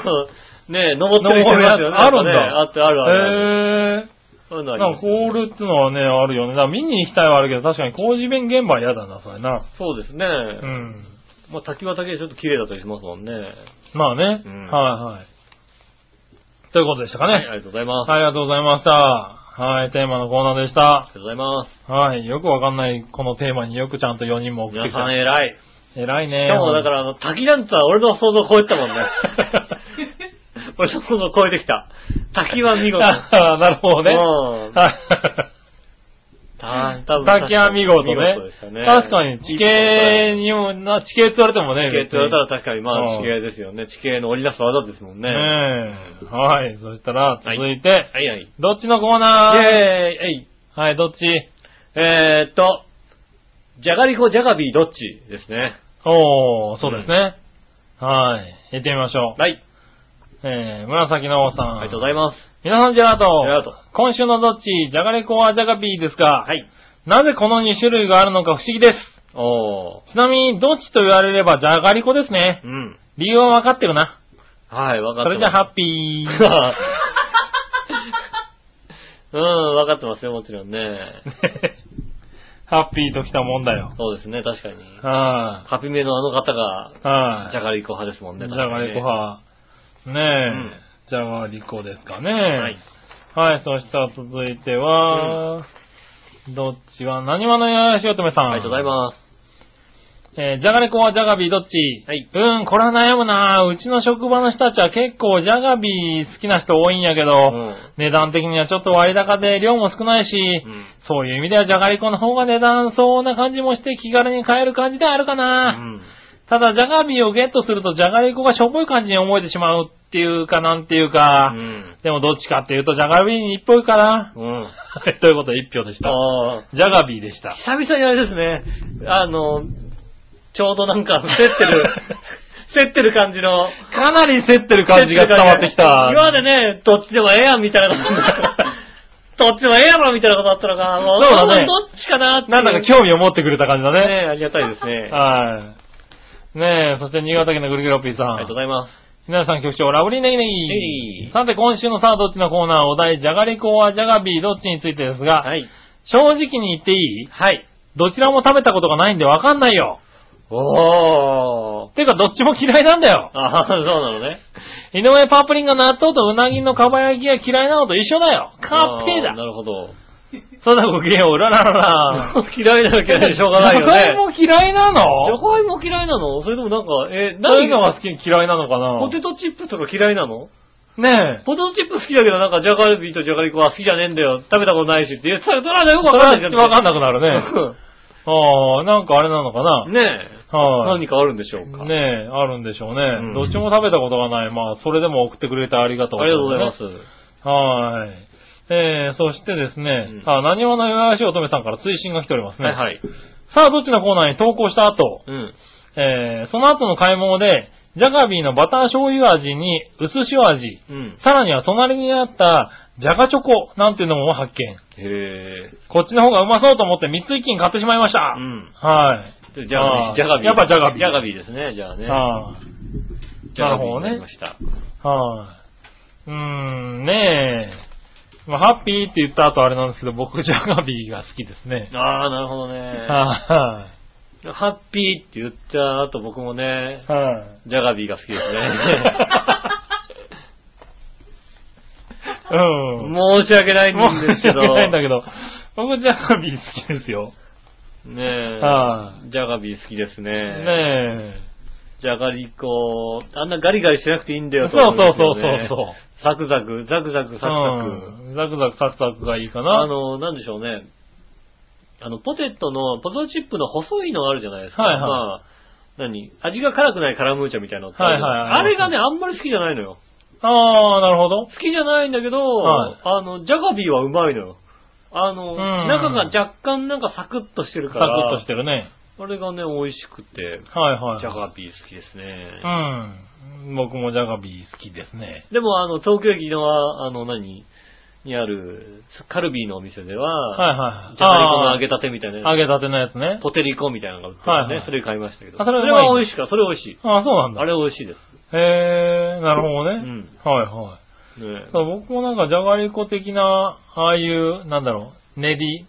う、ねえ、登ってる人いますよね。登るやつあるんだねあってあるあるある。へえ。そういうのありなんまかすね氷ってのはね、あるよね。だから見に行きたいはあるけど、確かに工事弁現場は嫌だな、それな。そうですね。うん。まあ、滝は滝でちょっと綺麗だったりしますもんね。まあね。うんはいはい。ということでしたかね。はい、ありがとうございます。ありがとうございました。はい、テーマのコーナーでしたあ。りがとうございます。はい、よくわかんないこのテーマによくちゃんと4人も送って皆きさんた。偉い。偉いね。しかもだからあの、滝なんてのは俺の想像を超えてたもんね。 俺の想像を超えてきた。滝は見事。 あーなるほどね。うんはいた滝は見事ね。でしたね。確かに地形にも、な地形って言われてもね。地形って言われたら確かにまうあん地形ですよね。地形の織り出す技ですもんね。別にねえはい、そしたら続いて、はいはい。イどっちのコーナーェーイえいはい、どっちえーっと、じゃがりこじゃがビーどっちですね。おー、そうですね。はい、行ってみましょう。はい。えー、紫の王さん。ありがとうございます。皆さん、ジェラート。ェラート今週のどっち、じゃがりこはじゃがビーですが、はい。なぜこの2種類があるのか不思議です。おー。ちなみに、どっちと言われればじゃがりこですねう。ん。理由はわかってるな。はい、わかそってまれすじゃハッピ ー。うん、わかってますよ、もちろん ね。ハッピーときたもんだよ。そうですね、確かに。はハピメのあの方が、い。はい。じゃがりこ派ですもんね。じゃがりこ確か派。ねえ、んじゃがりこですかね。にね。ははいい。。そしたら続いては、どっちは、何話のよしおとめさん。ありがとうございます。えーじゃがりこはじゃがビーどっちはいうーん、これは悩むなうちの職場の人たちは結構じゃがビー好きな人多いんやけど、うん値段的にはちょっと割高で量も少ないし、うんそういう意味ではじゃがりこの方が値段相応な感じもして気軽に買える感じではあるかうな、ん。ただじゃがビーをゲットするとじゃがりこがしょぼい感じに思えてしまうっていうかなんていううか、ん。でもどっちかっていうとじゃがビーに一票から、うん。あはいということで一票でした。あじゃがビーでしたー、。久々にあれですね、あの、ちょうどなんか、競って る、競ってる感じの、かなり競ってる感じが伝わってきた。今までね、どっちでもええやんみたいなこと。 どっちでもええやろみたいなことだったのか。もそうだねどっちかなっていうなんだか興味を持ってくれた感じだね。ね、ありがたいですね。あはい。ねえ、そして新潟県のぐるぐるおっぴーさりん。がとうございます。皆さん局長、ラブリーネギネネギギ。さて、今週のさあどっちのコーナー、お題、じゃがりこはじゃがビーどっちについてですが、はい。正直に言っていいはい。どちらも食べたことがないんでわかんな いよ。おー。てか、どっちも嫌いなんだよ。ああ、そうなのね。井上パープリンが納豆とうなぎのかば焼きが嫌いなのと一緒だよ。カッあペーーなだ。るほど。そうだ、ごきげんよう、うらららら。 嫌いなわけないでしょうがないよね。 じゃがいも嫌いなじゃのがいも嫌いなのそれともなんか、え、何何がが好き嫌いなのかなポテトチップスとか嫌いなのねえ。ポテトチップス好きだけどなんかじゃがビーとじゃがりこは好きじゃねえんだよ。食べたことないしって言ってたら、それはよくわ わかんないじゃん。かんなくなるね。 うんああ、なんかあれなのかな。ねえ。はい、何かあるんでしょうか。ねえ、あるんでしょうね、んどっちも食べたことがない。まあ、それでも送ってくれてありがとうありがとうございます。はい。えー、そしてですね、うんあ、何者よやしおとめさんから追伸が来ておりますね。はいはい。さあ、どっちのコーナーに投稿した後、うん。えー、その後の買い物で、ジャガビーのバター醤油味に薄塩味、うん。さらには隣にあったジャガチョコなんていうのも発見。へえ。こっちの方がうまそうと思って3つ一気に買ってしまいました。うん。はい。でジャガあービー、ジャガビー。やっぱジャガビージャガビーですね、じゃあね。はジャガビーなるほどにねなりました。い。はい。うーん、ねえ。まあ、ハッピーって言った後あれなんですけど、僕ジャガビーが好きですね。ああ、なるほどね。はハッピーって言っちゃうと僕もねい。、はい。ジャガビーが好きですね。 うん。申し訳ないんですけど。申し訳ないんだけど。僕、ジャガビー好きですよ。ねえ。はジャガビー好きですね。ねじゃがりこ、あんなガリガリしなくていいんだえ。よそうそうそうそうとそ思うんですよねサクザク、ザクザク、サクう。サうんザクザクサクサクがいいかク。あな。の、なんでしょうね。あの、ポテトの、ポテトチップの細いのあるじゃないですか。はいはいまあ、何味が辛くないカラムーチョみたいなのってあるじゃなはいはいですかあれがね、あんまり好きじゃないのよ。ああ、なるほど好。きじゃないんだけど、はいあの、ジャガビーはうまいのよ。あの、ん中が若干なんかサクッとしてるサかクら、ッとしてるね。あれがね、美味しくて、はいはい。ジャガビー好きですね。うん。僕もジャガビー好きですね。でも、あの、東京駅の、あの、何にある、カルビーのお店では、はいはい。じゃがりこの揚げたたてみたいなやつ揚げたてのやつね。ポテリコみたいなのが売ってるね、はいはいそれ買いましたけど。あそそれれはうまいは美味しいから、それ美味しい。ああ、そうなんだ。あれ美味しいです。へえ、なるほどね。うんはいはい。ねそう、僕もなんか、じゃがりこ的な、ああいう、なんだろう、練り、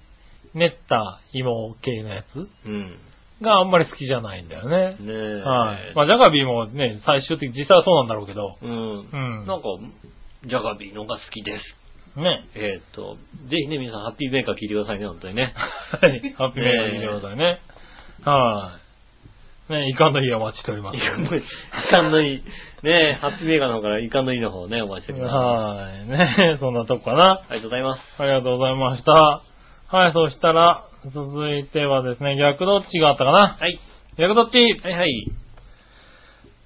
練った芋系のやつうん。があんまり好きじゃないんだよね。ねえ。はい。まあ、じゃがビーもね、最終的、実際はそうなんだろうけど、うん。うんなんか、ジャガビーのが好きです。 ね。えーっと、ぜひね、皆さん、ハッピーメーカー聞いてくださいね、本当にね。はい。ハッピーメーカーにしてくださいね。はい。ね、いかんのいいをお待ちしておりますい。かんのいい、いかんのいい。ねえ、ハッピーメーカーの方からいかんのいいの方をね、お待ちしております。はい。ね、そんなとこかな。ありがとうございます。ありがとうございました。はい、そしたら、続いてはですね、逆どっちがあったかな。はい。逆どっちはいはい。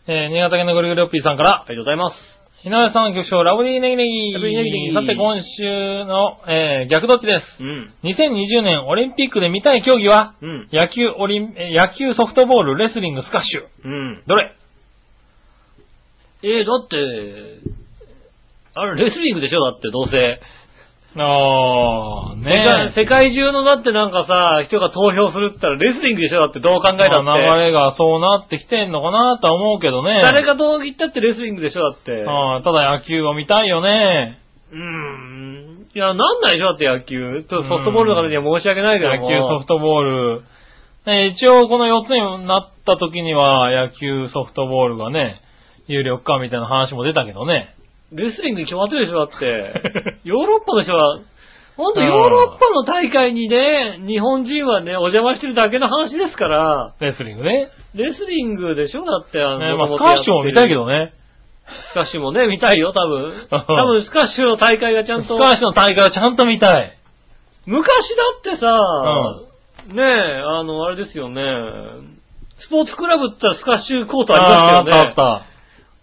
えー、新潟県のぐるぐるおっぴーさんからあ、りがとうございます。井上さん局長、ラブリーネギネギ。ラブリーネギネギさて、今週の、えー逆どっちです。うん。 2020年オリンピックで見たい競技は、うん。野球、オリン、えー野球、ソフトボール、レスリング、スカッシュ。うん。どれえー、だって、あれ、レスリングでしょだって、どうせ。あ世ー、界ねえ。世界中のだってなんかさ、人が投票するって言ったらレスリングでしょだって、どう考えたって。まあ流れがそうなってきてんのかなとは思うけどね。誰がどう言ったってレスリングでしょだって。あーただ野球を見たいよね。うーん。いや、なんないでしょだって野球。ちょっとソフトボールの方には申し訳ないけど野も。球、ソフトボール。ね一応、この4つになった時には、野球、ソフトボールがね、有力かみたいな話も出たけどね。レスリングに決まってるでしょだ って。ヨーロッパの人は、ほんとヨーロッパの大会にね、日本人はね、お邪魔してるだけの話ですから。レスリングね。レスリングでしょだって、あの、ねまあ、ス元カ々ッシュも見たいけどやってる。ね。スカッシュもね、見たいよ、多 分。多分、スカッシュの大会がちゃんスと。カッシュの大会はちゃんと見たい。昔だってさ、ねえ、あの、あれですよね。スポーツクラブって言ったらスカッシュコートありまあしーあったあ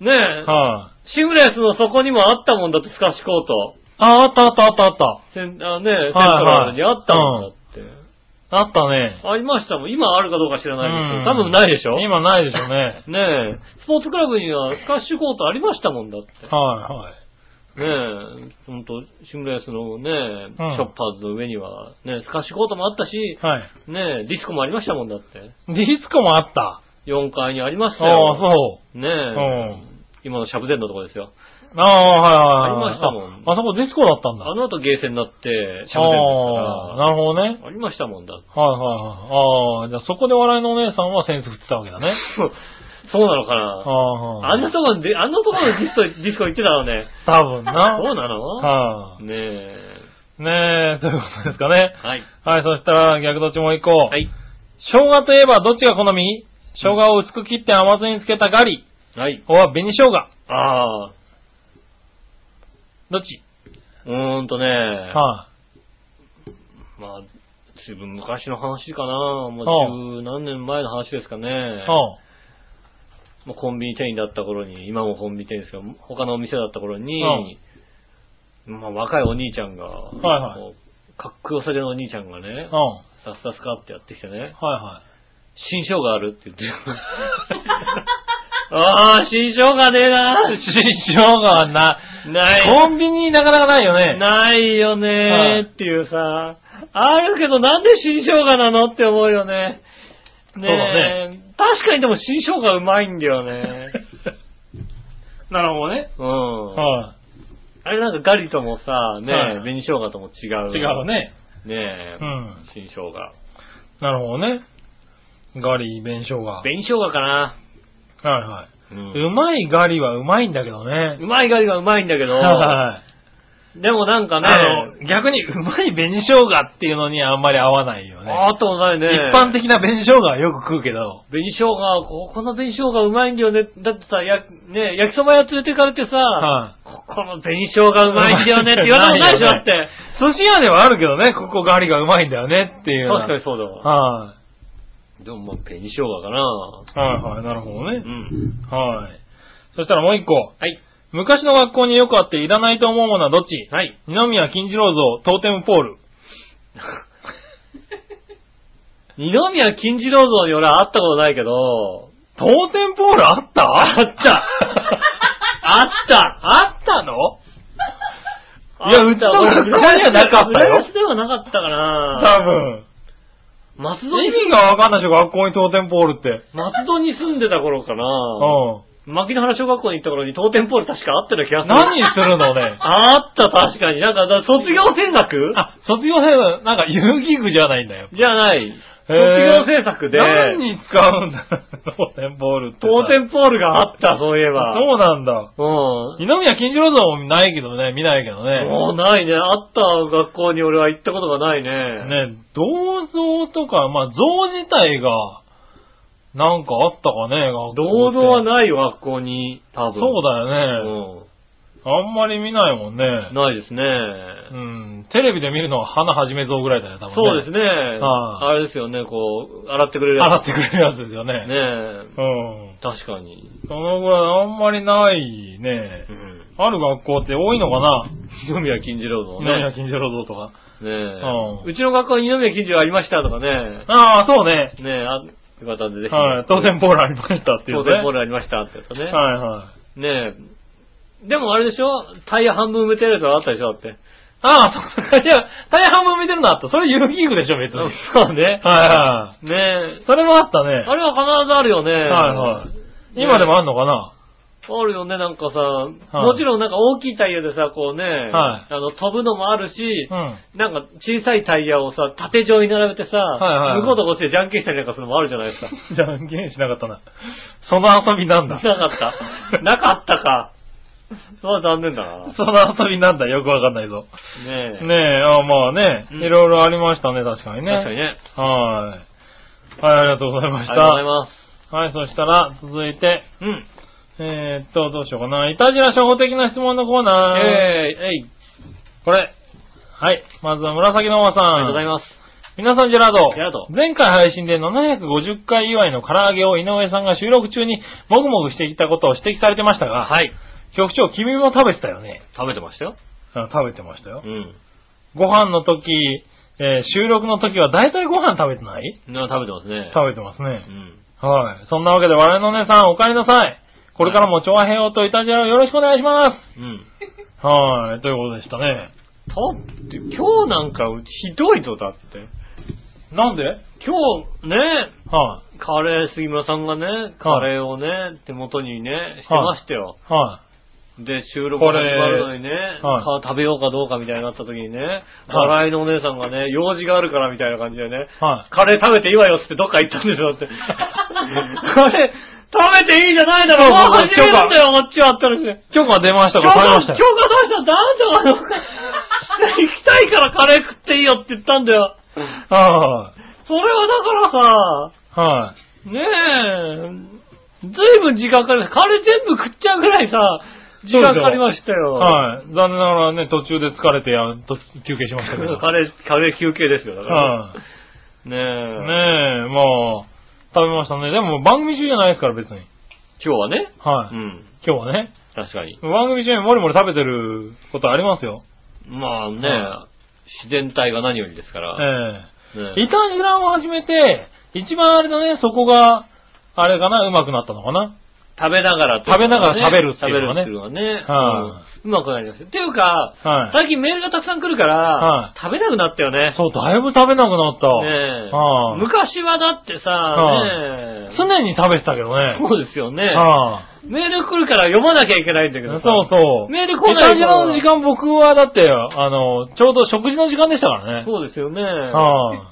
たよね。っねた。はい、え、シングレスの底にもあったもんだって、スカッシュコート。あーあったあったあったあった。センあねえ、セントラルにあったもんだって。あったね。ありましたもん。今あるかどうか知らないですけど、うん多分ないでしょ。今ないでしょうねねえ、スポーツクラブにはスカッシュコートありましたもんだって。はいはい。ねえ、ほんと、シングレースのね、ショッパーズの上には、ね、スカッシュコートもあったし、はい。ねえ、ディスコもありましたもんだって。ディスコもあった。 4階にありましたああー、よ。そねえ、ん今のシャブゼンのとこですよ。う。ああ、はいはいはい。ありましたもんああそこディスコだったんだ。ああの後ゲーセンになって、シャブゼンですあー、かなるほどね。ら。ありましたもんだって。はいはいはい。ああ、じゃあそこで笑いのお姉さんはセンス振ってたわけだね。そうなのかあなあはい、あんなところで、あんなところでディスコ、ディスコ行ってたのね。多分な。そうなのはねえ。い、ねえ、ということですかね。はい。はい、そしたら逆どっちもう一個。ははい。生姜といえばどっちが好み生姜を薄く切って甘酢につけたガリ、はい。おは紅生姜。ああ、どっちうーんとね。はまあ、自分昔の話かなもう十何年前の話ですかね。うん。もうコンビニ店員だった頃に、今もコンビニ店員ですけど、他のお店だった頃に、まあ若いお兄ちゃんが、はいこうかっこよさげのお兄ちゃんがねうん。、はさすさすかってやってきてねい、は新生姜あるって言っ て。 ああ、新生姜ねえな。い。新生姜はな、ない。コンビニなかなかないよね。ないよはいねーっていうさ、あるけどなんで新生姜なのって思うよね。ねえそうだ確かにでも新生姜うまいんだよ ね。なるほどね。うん。はあれなんかガリともさ、ね、はい紅生姜とも違う。い。違う。ね。ねえ、うん。新生姜。なるほどね。ガリ、弁償が。はい紅生姜かな、はうい。うまいガリはうまいんだけどうね。まいガリがうまいんだけ ど、はい。でもなんかね、あの、逆にうまい紅生姜っていうのにあんまり合わないよね。あったことないね。一般的な紅生姜はよく食うけど。紅生姜、ここの紅生姜うまいんだよね。だってさ、や、ね、焼きそば屋連れてかれてさ、はここの紅生姜うまいんだよね って言われたことないでしょ、だっなて。い。寿司屋ではあるけどね、ここガリがうまいんだよねっていう。確かに。そうだわ。は。でもまあ、紅生姜かないはいはい、なるほどうね。ん。はい。そしたらもう一個。はい。昔の学校によくあっていらないと思うものはどっちはい。二宮金次郎像、トーテムポール。二宮金次郎像に俺は会ったことないけど、トーテムポールあったあっあたったあったのいやうちの学校にはなかったよ浦安ではなかったかな多分。松戸に意、味がわかんないでしょ、学校にトーテムポールって。松戸に住んでた頃かなうん。牧之原小学校に行った頃に当店ポール確かあったような気がする。何するのね。あった、確かに。なんか、だ卒業制作あ、卒業制作、なんか遊戯具じゃないんだよ。じゃない。へ卒ー業制作で、何に使うんだろう、当然ボールってさ。当店ポールがあった、そういえば。そうなんだ。うん。二宮金次郎像もないけどね、見ないけどもうね。ないね。あった学校に俺は行ったことがないね。ね、銅像とか、まあ、像自体が、なんかあったかね、学校。銅像はいないよ、学校に。多分。そうだよね。よね。あんまり見ないもんね。うん。ないですね。うん。テレビで見るのは花はじめ像ぐらいだよ、多分ね。そうですね。はいあれですよね、こう、洗ってくれるやつ。洗ってくれるやつですよね。ねえ。うん。確かに。そのぐらいあんまりないね。うん。ある学校って多いのかな二宮金次郎の二宮ね。金次郎像とか。ねえうんうちの学校に二宮金次郎ありましたとかね。ああ、そうね。ねえ、あ、よかったんでぜひ。はい。当然ポールありましたっていうね。当然ボールありましたってやつね。はいはい。ねえ。でもあれでしょタイヤ半分埋めてるやつはあったでしょだって。ああ、そういや、大半分見てるのあった。それ遊戯具でしょ、別に。はいそうね。はねえい。。それもあったね。あれは必ずあるよね。はいはい。今でもあんのかなあるよね、なんかさ、もちろんなんか大きいタイヤでさ、こうね、はあの、飛ぶのもあるし、うん。なんか小さいタイヤをさ、縦状に並べてさ、いはいはい向こうとこっちでじゃんけんしたりなんかするのもあるじゃないですか。じゃんけんしなかったな。その遊びなんだな。かった。なかったか。それは残念だな。 その遊びなんだ。よくわかんないぞ。ねえ。ねえ、ああまあね。うんいろいろありましたね、確かにね。確かにね。はい。はい、ありがとうございあまりしがとうございた。ます。はい、そしたら、続いて、うん。えー、っと、どうしようかな。いたじら初歩的な質問のコーナー。えー、えい。これ。はい。まずは紫のおばさん。ありがとうございます。皆さん、ジェラード。ジェラード前回配信で750回祝いの唐揚げを井上さんが収録中にもぐもぐしてきたことを指摘されてましたが、はい。局長、君も食べてたよね。食べてましたよ。あ食べてましたよう。ん。ご飯の時、えー収録の時は大体ご飯食べてないな食べてますね。食べてますうね。ん。はい。そんなわけで、我々のお姉さん、お帰りなさい。これからも長平をといたじらをよろしくお願いしまうん。す。はい。ということでしたね。だって、今日なんかうちひどいぞ、だって。なんで今日、ね、はカレー、杉村さんがね、カレーをね、手元にね、してましたよ。い。はい。で、収録始まるのにね、はいか食べようかどうかみたいになった時にね、はい笑いのお姉さんがね、用事があるからみたいな感じでね、はカレー食べていいわよっつってどっか行ったんですよ、だって。カレー、食べていいじゃないだろ、もそううそう始めるんだよ、こっちはって話で。い。許可出ました許か可、許可食べま出ししたたよ。ら男女が、 行きたいからカレー食っていいよって言ったんだよ。はそれはだからさ、い。はい。ねえ、ずいぶん時間かかる。カレー全部食っちゃうぐらいさ、時間かかりましたよ。はい。残念ながらね、途中で疲れて、あのと休憩しまし たけど。カレー、カレー休憩ですよ、だから。はねい。え。ねえ、まあ、食べましたね。でも番組中じゃないですから、別に。今日はね。はうい。ん。今日はね。確かに。番組中にもりもり食べてることありますよ。まあね、は自然体が何よりですから。ええ。ねいたじらを始めて、一番あれだね、そこが、あれかな、うまくなったのかな。食べながらという食べながら喋るって食いべうるっのがねていうのはね。はうんうまくなりますよっていうか、はい最近メールがたくさん来るから、は食べなくなったよね。そう、だいぶ食べなくなった。ねえはい昔はだってさ、はねえ常に食べてたけどね。そうですよね。はメール来るから読まなきゃいけないんだけいどさ。そうそう。メール来ないイタジラの時間僕はだって、あの、ちょうど食事の時間でしたからね。そうですよね。は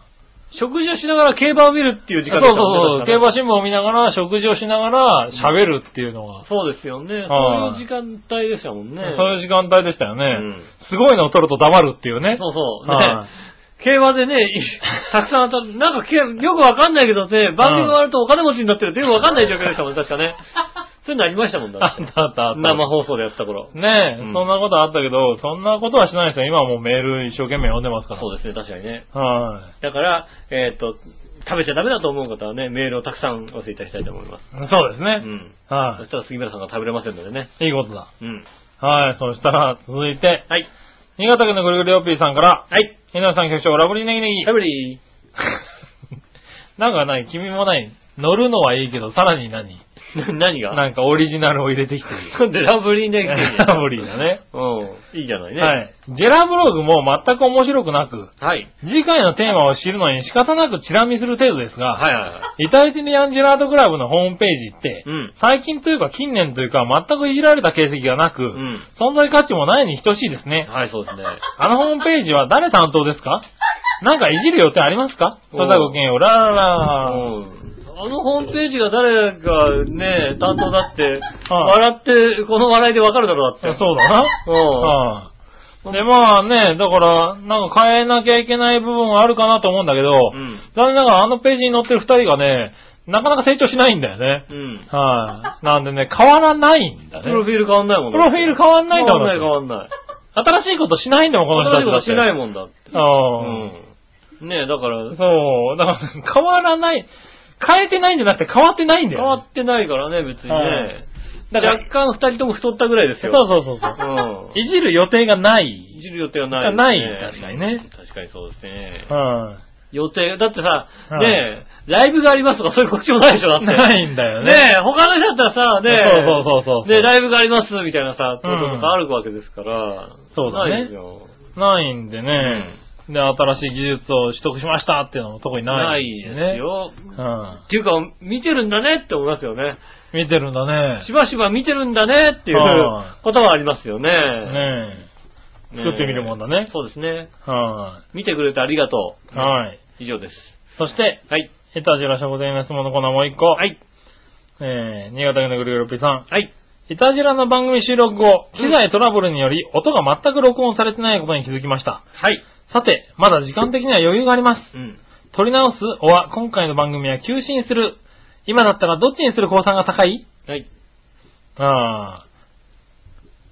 食事をしながら競馬を見るっていうい。時そう間そうでしたもんねそ確う。競かね馬新聞を見ながら、食事をしながら、喋るっていうのが、そうですよね。はそいういう時間帯でしたもんね。そういう時間帯でしたよね。うんすごいのを取ると黙るっていうね。そうそう。ねは競馬 でね、いたくさん当たる。なんかけ、よくわかんないけどね、番組が終わるとお金持ちになってるってよくわかんない状況でしたもんね、確か ね。そういうのありましたもんだっあて。ったあったあった。生放送でやった頃。ねえ、うんそんなことあったけど、そんなことはしないですよ。今はもうメール一生懸命読んでますから。そうですね、確かにね。はだから、えっと、食べちゃダメだと思う方はね、メールをたくさんお寄せいただきたいと思います。い。そうですね。うん。そはしたら杉村さんが食べれませんのでね。い。いいことだ。うん。はい。そしたら、続いて、はい。新潟県のぐるぐるよっぴーさんから、はい。ひなさん局長、ラブリーネギネギラ。ブリー。 なんかない、君もない。乗るのはいいけど、さらに何な 何がなんかオリジナルを入れてきてる。なんでラブリーネギネギ ラブリーだね。うん。いいじゃないね。は。い。ジェラブログも全く面白くなく、はい。次回のテーマを知るのに仕方なくチラ見する程度ですが、はいはいはイタリアンジェラートクラブのホームページって、い。うん。最近というか近年というか全くいじられた形跡がなく、ん存在価値もないに等しいですね。はい、そうですね。あのホームページは誰担当ですかなんかいじる予定ありますかおそうれではごきげんよう、ラララうラん。あのホームページが誰がね、担当だって、はい笑って、この笑いでわかるだろうだって。そうだな。うん。はいで、まあね、だから、なんか変えなきゃいけない部分はあるかなと思うんだけど、うん。残念ながらあのページに載ってる二人がね、なかなか成長しないんだよね。うん。はい、なんでね、変わらないんだね。プロフィール変わんないもんプロフィール変わんないんだもんだって変わんない新しいことしないんだもん、変こわんのない。新し人いこたとしちだって。ないもんだって。ああうん。ねえ、だから、そう。だから、変わらない。変えてないんじゃなくて変わってないんだよ変ね、わってないからね、別にはいね。だから若干二人とも太ったぐらいですよ。そうそうそうそう。うん。いじる予定がない。いじる予定はない、ない確かにね。確かにそうですね。うん。予定、だってさ、はいねえ、ライブがありますとかそういう告知もないでしょ、だって。ないんだよね。ねえ、他の人だったらさ、ねえ、そうそうそうそうで、ライブがありますみたいなさ、うこんととかあるわけですから、そうだねないですよ。ないんでね。で、新しい技術を取得しましたっていうのも特になないいしね。です。よ。うん。っていうか、見てるんだねって思いますよね。見てるんだね。しばしば見てるんだねっていうはことはありますよね。ねえ。ねえ作ってみるもんだね。そうですね。は見てくれてありがとい。はい。う。以上です。そして、はい。ヘタジラシャボデイメスモのコーナーもう一個。はい。えー、新潟県のぐるぐるぴーさん。はい。イタジラの番組収録後、うん機材トラブルにより音が全く録音されてないことに気づきました。はい。さて、まだ時間的には余裕があります。うん。取り直すおは、今回の番組は休止にする。今だったらどっちにする降参が高いはい。あ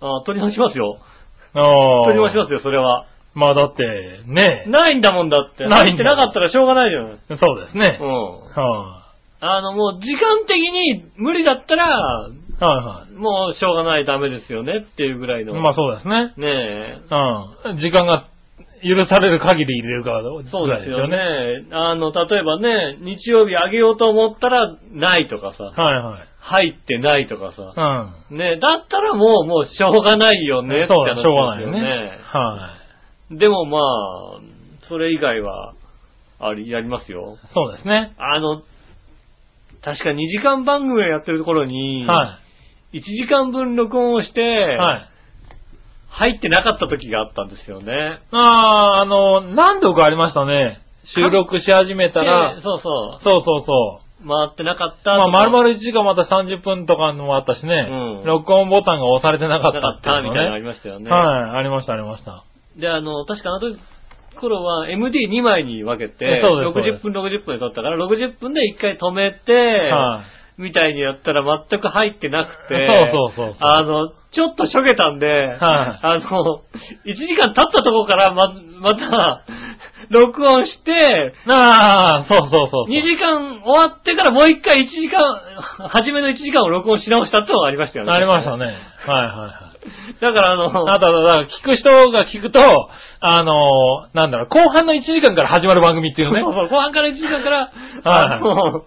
あ、取り直しますよ。あ。ああ。取り直しますよ、それは。まあだって、ねないんだもんだって。ない入んだってなかったらしょうがないじゃない。え。そうですね。うん。はあの、もう時間的に無理だったら、あ。はもうしょうがないダメですよねっていうぐらいいの。はい。まあそうですね。ねえ。うん。時間が許される限り入れるから、そうぐらいですよ。ね。あの、例えばね、日曜日あげようと思ったら、ないとかさ、はいはい。入ってないとかさう、ん。ねえ、だったらもう、もうしょうがないよねってそうだ、話しですょうがよないね。よね。はい。でもまあ、それ以外は、あり、やりますよ。そうですね。あの、確か2時間番組をやってるところに、は1時間分録音をして、い。はい。入ってなかった時があったんですよね。ああー、あの、何度かありましたね。収録し始めたでら、そうそう。そうそうそう。回ってなかった。まあ、丸々々1時間また30分とかのもあったしね、うん録音ボタンが押されてなかなかっったってたうみのたいなねのありましたよね。はい、ありました、ありました。で、あの、確かあの時、頃は MD2 枚に分けえて、そうですそうです60分60分で撮ったから、60分で1回止めて、はい、みたいにやったら全く入ってなくて、そうそうそうそうあの、ちょっとしょげたんで、あの、1時間経ったところからま、また、録音して、ああ、そうそうそうそう。 2時間終わってからもう一回1時間、初めの1時間を録音し直したってのがありましたよね。ありましたね。はいはいはい。だからあの、あと、だから聞く人が聞くと、あのーなんだろう、後半の1時間から始まる番組っていうねそう。そう、後半から1時間から、はいあの、後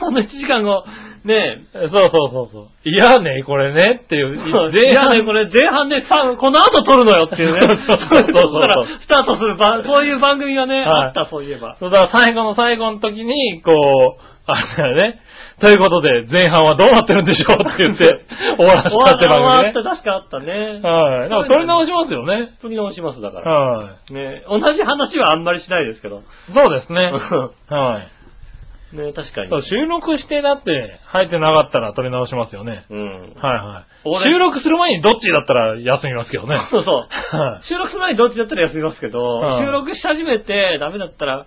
半の1時間後、ねそうそうそうそう。いやね、これねっていう。前半ね、これ前半でさ、この後撮るのよっていうね。そうそうそうそうこからスタートする番、そういう番組がね、はいあった、そういえば。そうだから最後の最後の時に、こう、あれだよね。ということで、前半はどうなってるんでしょうって 言って、終わらせ終たわっってた、終番わっ組た、ね。確かあったね。はい。なんか取り直しますよね。取り直します、だから。はね同じ話はあんまりしないです けど。い。そうですね。はい。ね確かに。そう収録してだって入ってなかったら撮り直しますよね。うん。はいはい。俺収録する前にどっちだったら休みますけどね。そうそう。はい。収録する前にどっちだったら休みますけど、はい収録し始めてダメだったら、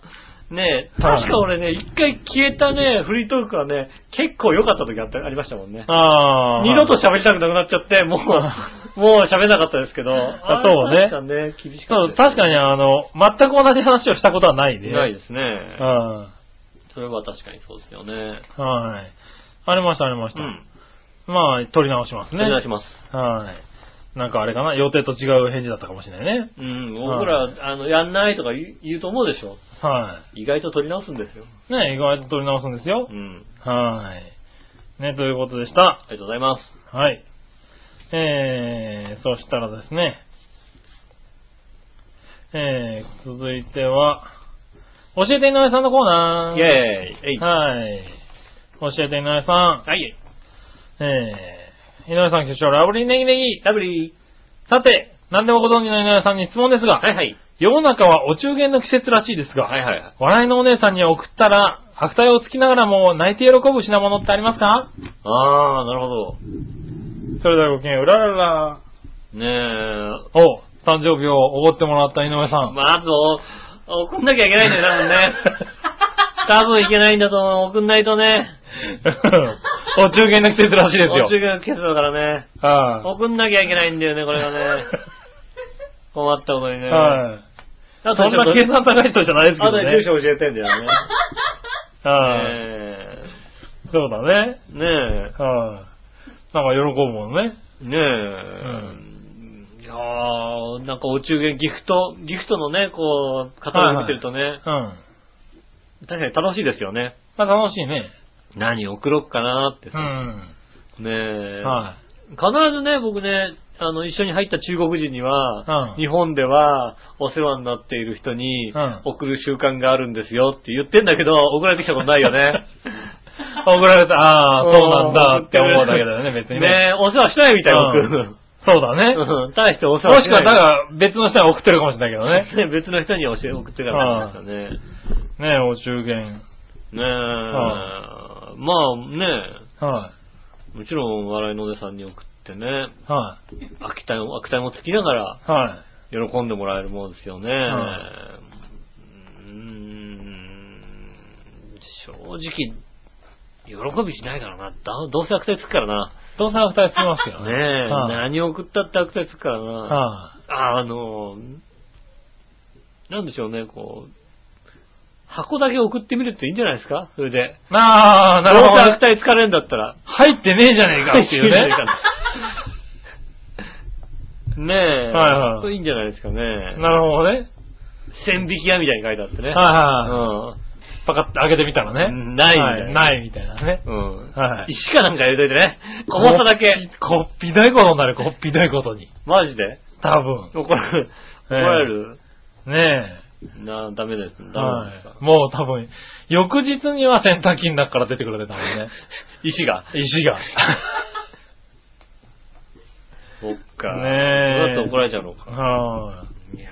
ねはい確か俺ね、一回消えたね、フリートークはね、結構良かった時あったありましたもんね。ああ。二度と喋りたくなくなっちゃって、 もう、もう喋れなかったですけど、あそうね確かね、厳しそかっう、た確かにあの、全く同じ話をしたことはないでで。す。ないですね。うん。それは確かにそうですよね。はい。ありました、ありましうた。ん。まあ、撮り直しますおね。願いします。はい。なんかあれかな、予定と違う返事だったかもしれないね。うん、僕ら、あの、やんないとか言う言うと思うでしょ。は意外と取り直すんですよ。い。ね意外と撮り直すんですよう。ん。はい。ね、ということでした。ありがとうございます。はい。えー、そしたらですね、えー、続いては、教えて井上さんのコーナー。イェーイ。えい。ははい。教えて井上さん。い。えー、井上さん、局長、ラブリーネギネギ。ラブリー。さて、何でもご存知の井上さんに質問ですが、はいはい。世の中はお中元の季節らしいですが、はいはいはい。笑いのお姉さんに送ったら、白帯をつきながらも泣いて喜ぶ品物ってありますかあー、なるほど。それではごきげんよう、うららら。ねえ。おう、誕生日をおごってもらった井上さん。まず、お送んなきゃいけないんだよ、 多分ね。多分いけないんだと思う。送んないとね。 お中元の季節らしいですよお。中元消すだからね。は送んなきゃいけないんだよね、これがね。困ったことにい。ね。はい。あとそんちょっなと計算高い人じゃないですけあとどね。で住所教えてんだよね。はい。ねそうだね。え。ねはい。なんか喜ぶもんね。え。ねえ。いやー、なんかお中元ギフト、ギフトのね、こう、カタログ見てるとね、うん。確かに楽しいですよね。まあ楽しいね。何送ろっかなーってうさん。ねえ、は必ずね、僕ね、あの、一緒に入った中国人には、うん日本ではお世話になっている人にうん送る習慣があるんですよって言ってんだけど、送られてきたことないよね。い。送られた、 ああ、そうなんだって思うだけだよね、別にね。ねえ、お世話してないみたいな、うんそうだね。も僕。うん大してお世し話してくは、ない。だから別の人に送ってるかもしれないけどね。ね、別の人に教え送ってたからですよね。ねお中元。ねえ、まあねはえ、もちろん笑いのお姉さんに送ってね、い。は悪態も、悪態もつきながら、い。はい。喜んでもらえるものですよね。はうーん、正直、喜びしないからな。だどうせ悪態つくからな。どうせ二人つきますけどねね。え、はい何を送ったって悪態つくからな。はあの、なんでしょうね、こう、箱だけ送ってみるっていいんじゃないですかそれで。い。あどあ、なうるせほどね悪。態つかれるんだったら。入ってねえじゃねえかっていうね。 ねえ。はいはいいんじゃないですかね。なるほどね。線引き屋みたいに書いてあってね。はいはい。うん。パカッて開けてみたらないね。みたいなはないみたいなね。うん。はい石かなんか入れといてね。重さだけ。こっぴどいことになる、こっぴどいことに。マジで多分。怒られる。怒られる、ねな、ダメです。え。ダメですか。はい。もう多分、翌日には洗濯機の中から出てくるね、多分 ね。石が。石が。そっか。ねだえって怒られちゃうのか。はいや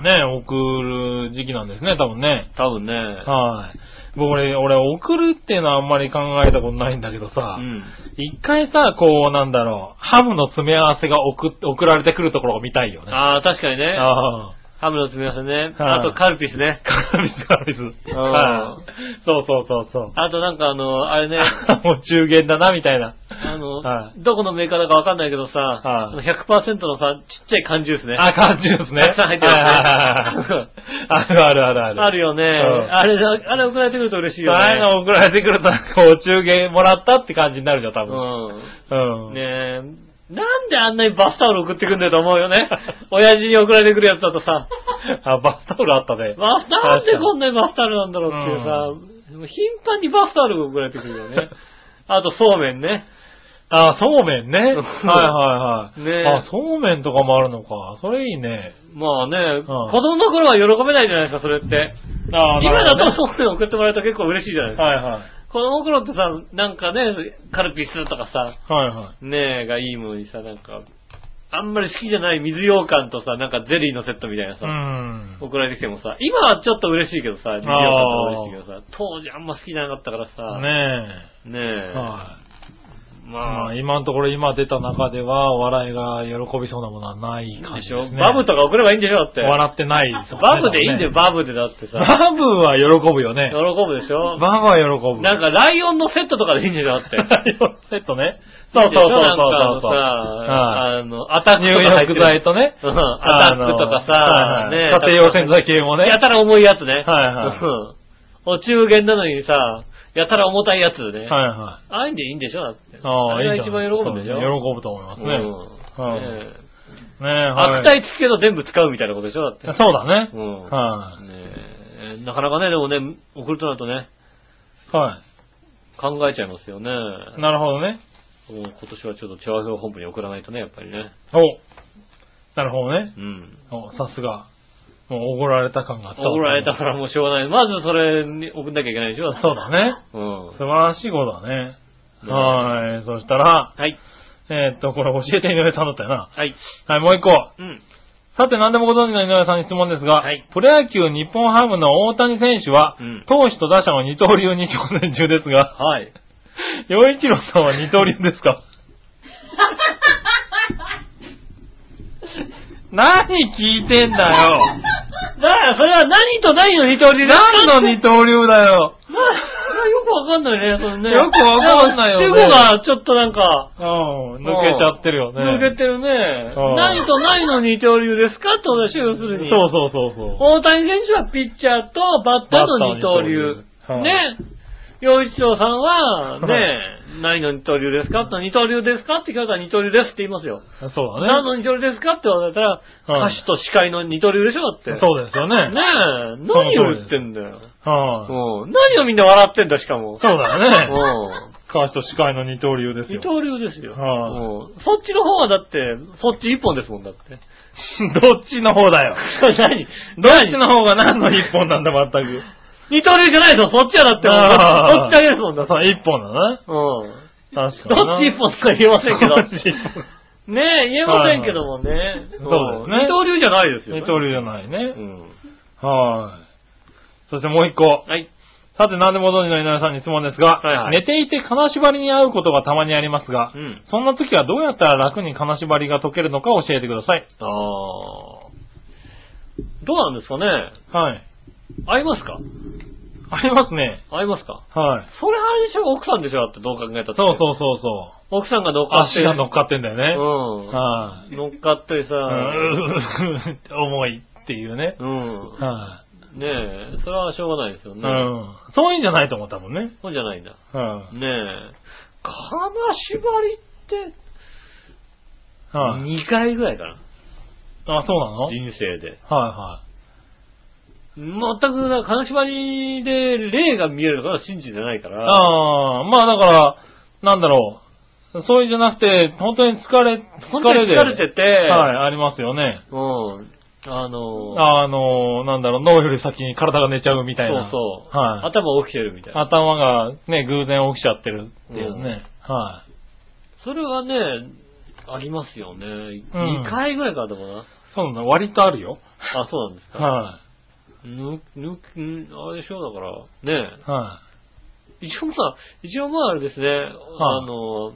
い。ねえ、送る時期なんですね、多分ね。ー多分ね。はい。僕俺、俺、送るっていうのはあんまり考えたことないんだけどさう、ん。一回さ、こう、なんだろう、ハムの詰め合わせが送っ送られてくるところを見たいよね。ああ、確かにね。ああ。ハムの詰め合わせね。はいあとカルピスね。カルピス、カルピス。んはい。そうそうそうそう。あとなんかあの、あれね、 もう中元だな、みたいな。あの、はいどこのメーカーだかわかんないけどさ、あの100%のさ、ちっちゃい缶ジュースね。あ、缶ジュースね。たくさん入ってるやつねはいはいはいはいあるあるあるある。あるよね。んあれだ、あれ送られてくると嬉しいよね。ああいうの送られてくると、なんかお中元もらったって感じになるじゃん、多分。う。うんん。ねえ。なんであんなにバスタオル送ってくんだよと思うよ ね。親父に送られてくるやつだとさ、あ、バスタオルあったね。バスタオルなんでこんなにバスタオルなんだろうっていうさ、頻繁にバスタオルが送られてくるよね。あと、そうめんね。あ、そうめんね。はいはいはい。ねえあ、そうめんとかもあるのか。それいいね。まあね、ん子供の頃は喜べないじゃないですか、それって。あ今だとう。そうめん送ってもらえると結構嬉しいじゃないですか。はいはい。子供の頃ってさ、なんかね、カルピスとかさ、はいはい。ねえがいいものにさ、なんか、あんまり好きじゃない水羊羹とさ、なんかゼリーのセットみたいなうさ、ん。送られてきてもさ、今はちょっと嬉しいけどさ、水羊羹とか嬉しいけどさ、当時あんま好きじゃなかったからさ、ねねえ。え、はい。ままあ、あ、いい今のところ今出た中では、お笑いが喜びそうなものはない感でじしょ、ですね。バブとか送ればいいんでしょだって。笑ってないですもんね、バブでいいんだよ、多バブでだって分ねさ、バブは喜ぶよね喜。ぶでしょバブは喜ぶ。なんかライオンのセットとかでいいんでしょだって。セットね。そうそうそうそうそうそう。なんかはあのさ、あの、アタック入とか入って浴る剤とね。うんアタックとかさ、あのねはいはい家庭用洗剤系もね。やたら重いやつね。はいはいうんお中元なのにさ、やたら重たいやつね。はいはい。ああいうんでいいんでしょだって。ああ、れいがい一じゃな番い喜ぶんでしょそう喜ぶと思いますね。うんうんねえねえ、はい。悪態つくけど全部使うみたいなことでしょだって。そうだね。うんはねえなかなかね、でもね、送るとなるとね、い。は考えちゃいますよね。い。なるほどね。うん今年はちょっと調和表本部に送らないとね、やっぱりね。おなるほどね。うん。おさすが。もう、おごられた感が伝わ送っらたねれたからもうしょうがない。まずそれに送んなきゃいけないでしょだってそうだね。うん。素晴らしいことだね。うんはい。そしたら、はい。えーっと、これ教えて井上さんだったよな。はい。はい、もう一個。うん。さて、何でもご存知の井上さんに質問ですが、はいプロ野球日本ハムの大谷選手は、うん投手と打者の二刀流に挑戦中ですが、はい。 洋一郎さんは二刀流で すか何聞いてんだだよ。から、それは何と何の二刀流ですか何の二刀流だよ。まあよくわかんないね、そのね。よくわかんないよね主語がちょっとなんか、うん、抜けちゃってるよね。抜けてるね。うん何と何の二刀流ですかってことでしょ、要するに。そうそうそうそう。大谷選手はピッチャーとバッターの二刀流バッターの二刀流。ね。洋一郎さん は、うんね、何の二刀流ですかと二刀流ですかって聞かれたら二刀流ですって言いますよ。そうだ何ね。の二刀流ですかって言われたら、うん歌手と司会の二刀流でしょだって。そうですよね。ねえ、何を言ってんだよ。はいうん何をみんな笑ってんだ、しかも。そうだうねん歌手と司会の二刀流です二よ。刀流ですよ。はうんそっちの方はだって、そっち一本ですもんだって。 どっちの方だよ。 何どっちの方が何の一本なんだ、全く。二刀流じゃないぞ、そっちはだってもあーう、そっちだけですもんだ。うその一本だな。ん。確かにどな。っち一本とか言えませんけど。どっち一 本ねえ、言えませんけどもね。いはいそうですねん二刀流じゃないですよ、ね。二刀流じゃないね。うん。はい。そしてもう一個。はい。さて、何でもご存知の井上さんに質問ですが、はいはい寝ていて金縛りに遭うことがたまにありますが、うんそんな時はどうやったら楽に金縛りが解けるのか教えてください。ああ。どうなんですかねはい。合いますかありますね。合いますかはい。それあれでしょ奥さんでしょだってどう考えたって。そうそうそうそ奥さんが乗っう。かって。足が乗っかってんだよね。うん。はい、乗っかってさ、うん、 重いっていうね。うん。はねえ、それはしょうがないですよい、ね。うん。そういうんじゃないと思ったもんね。そうじゃないんだ。ねはい、え、金縛りって、はい、 2回ぐらいかな。あ、そうなのはい人生で。は全く、だから金縛りで霊が見えるのか真実じゃないかい。ら。ああー、まあだから、なんだろう。そういうんじゃなくて、本当に疲れ、本疲当れにで。疲れてて、はい、ありますよね。うん。あのあの、なんだろう、脳より先に体が寝ちゃうみたいな。そうそう。はい。頭起きてるみたいな。頭がね、偶然起きちゃってるっていうね。はい。それはね、ありますよね。ん2回ぐらいかなと思うな。そうなんだ、割とあるよ。あ、そうなんですか。はぬ、ぬ、んあれでしょうだから、ねえい。は一応まあ、一応まああれですね、あの、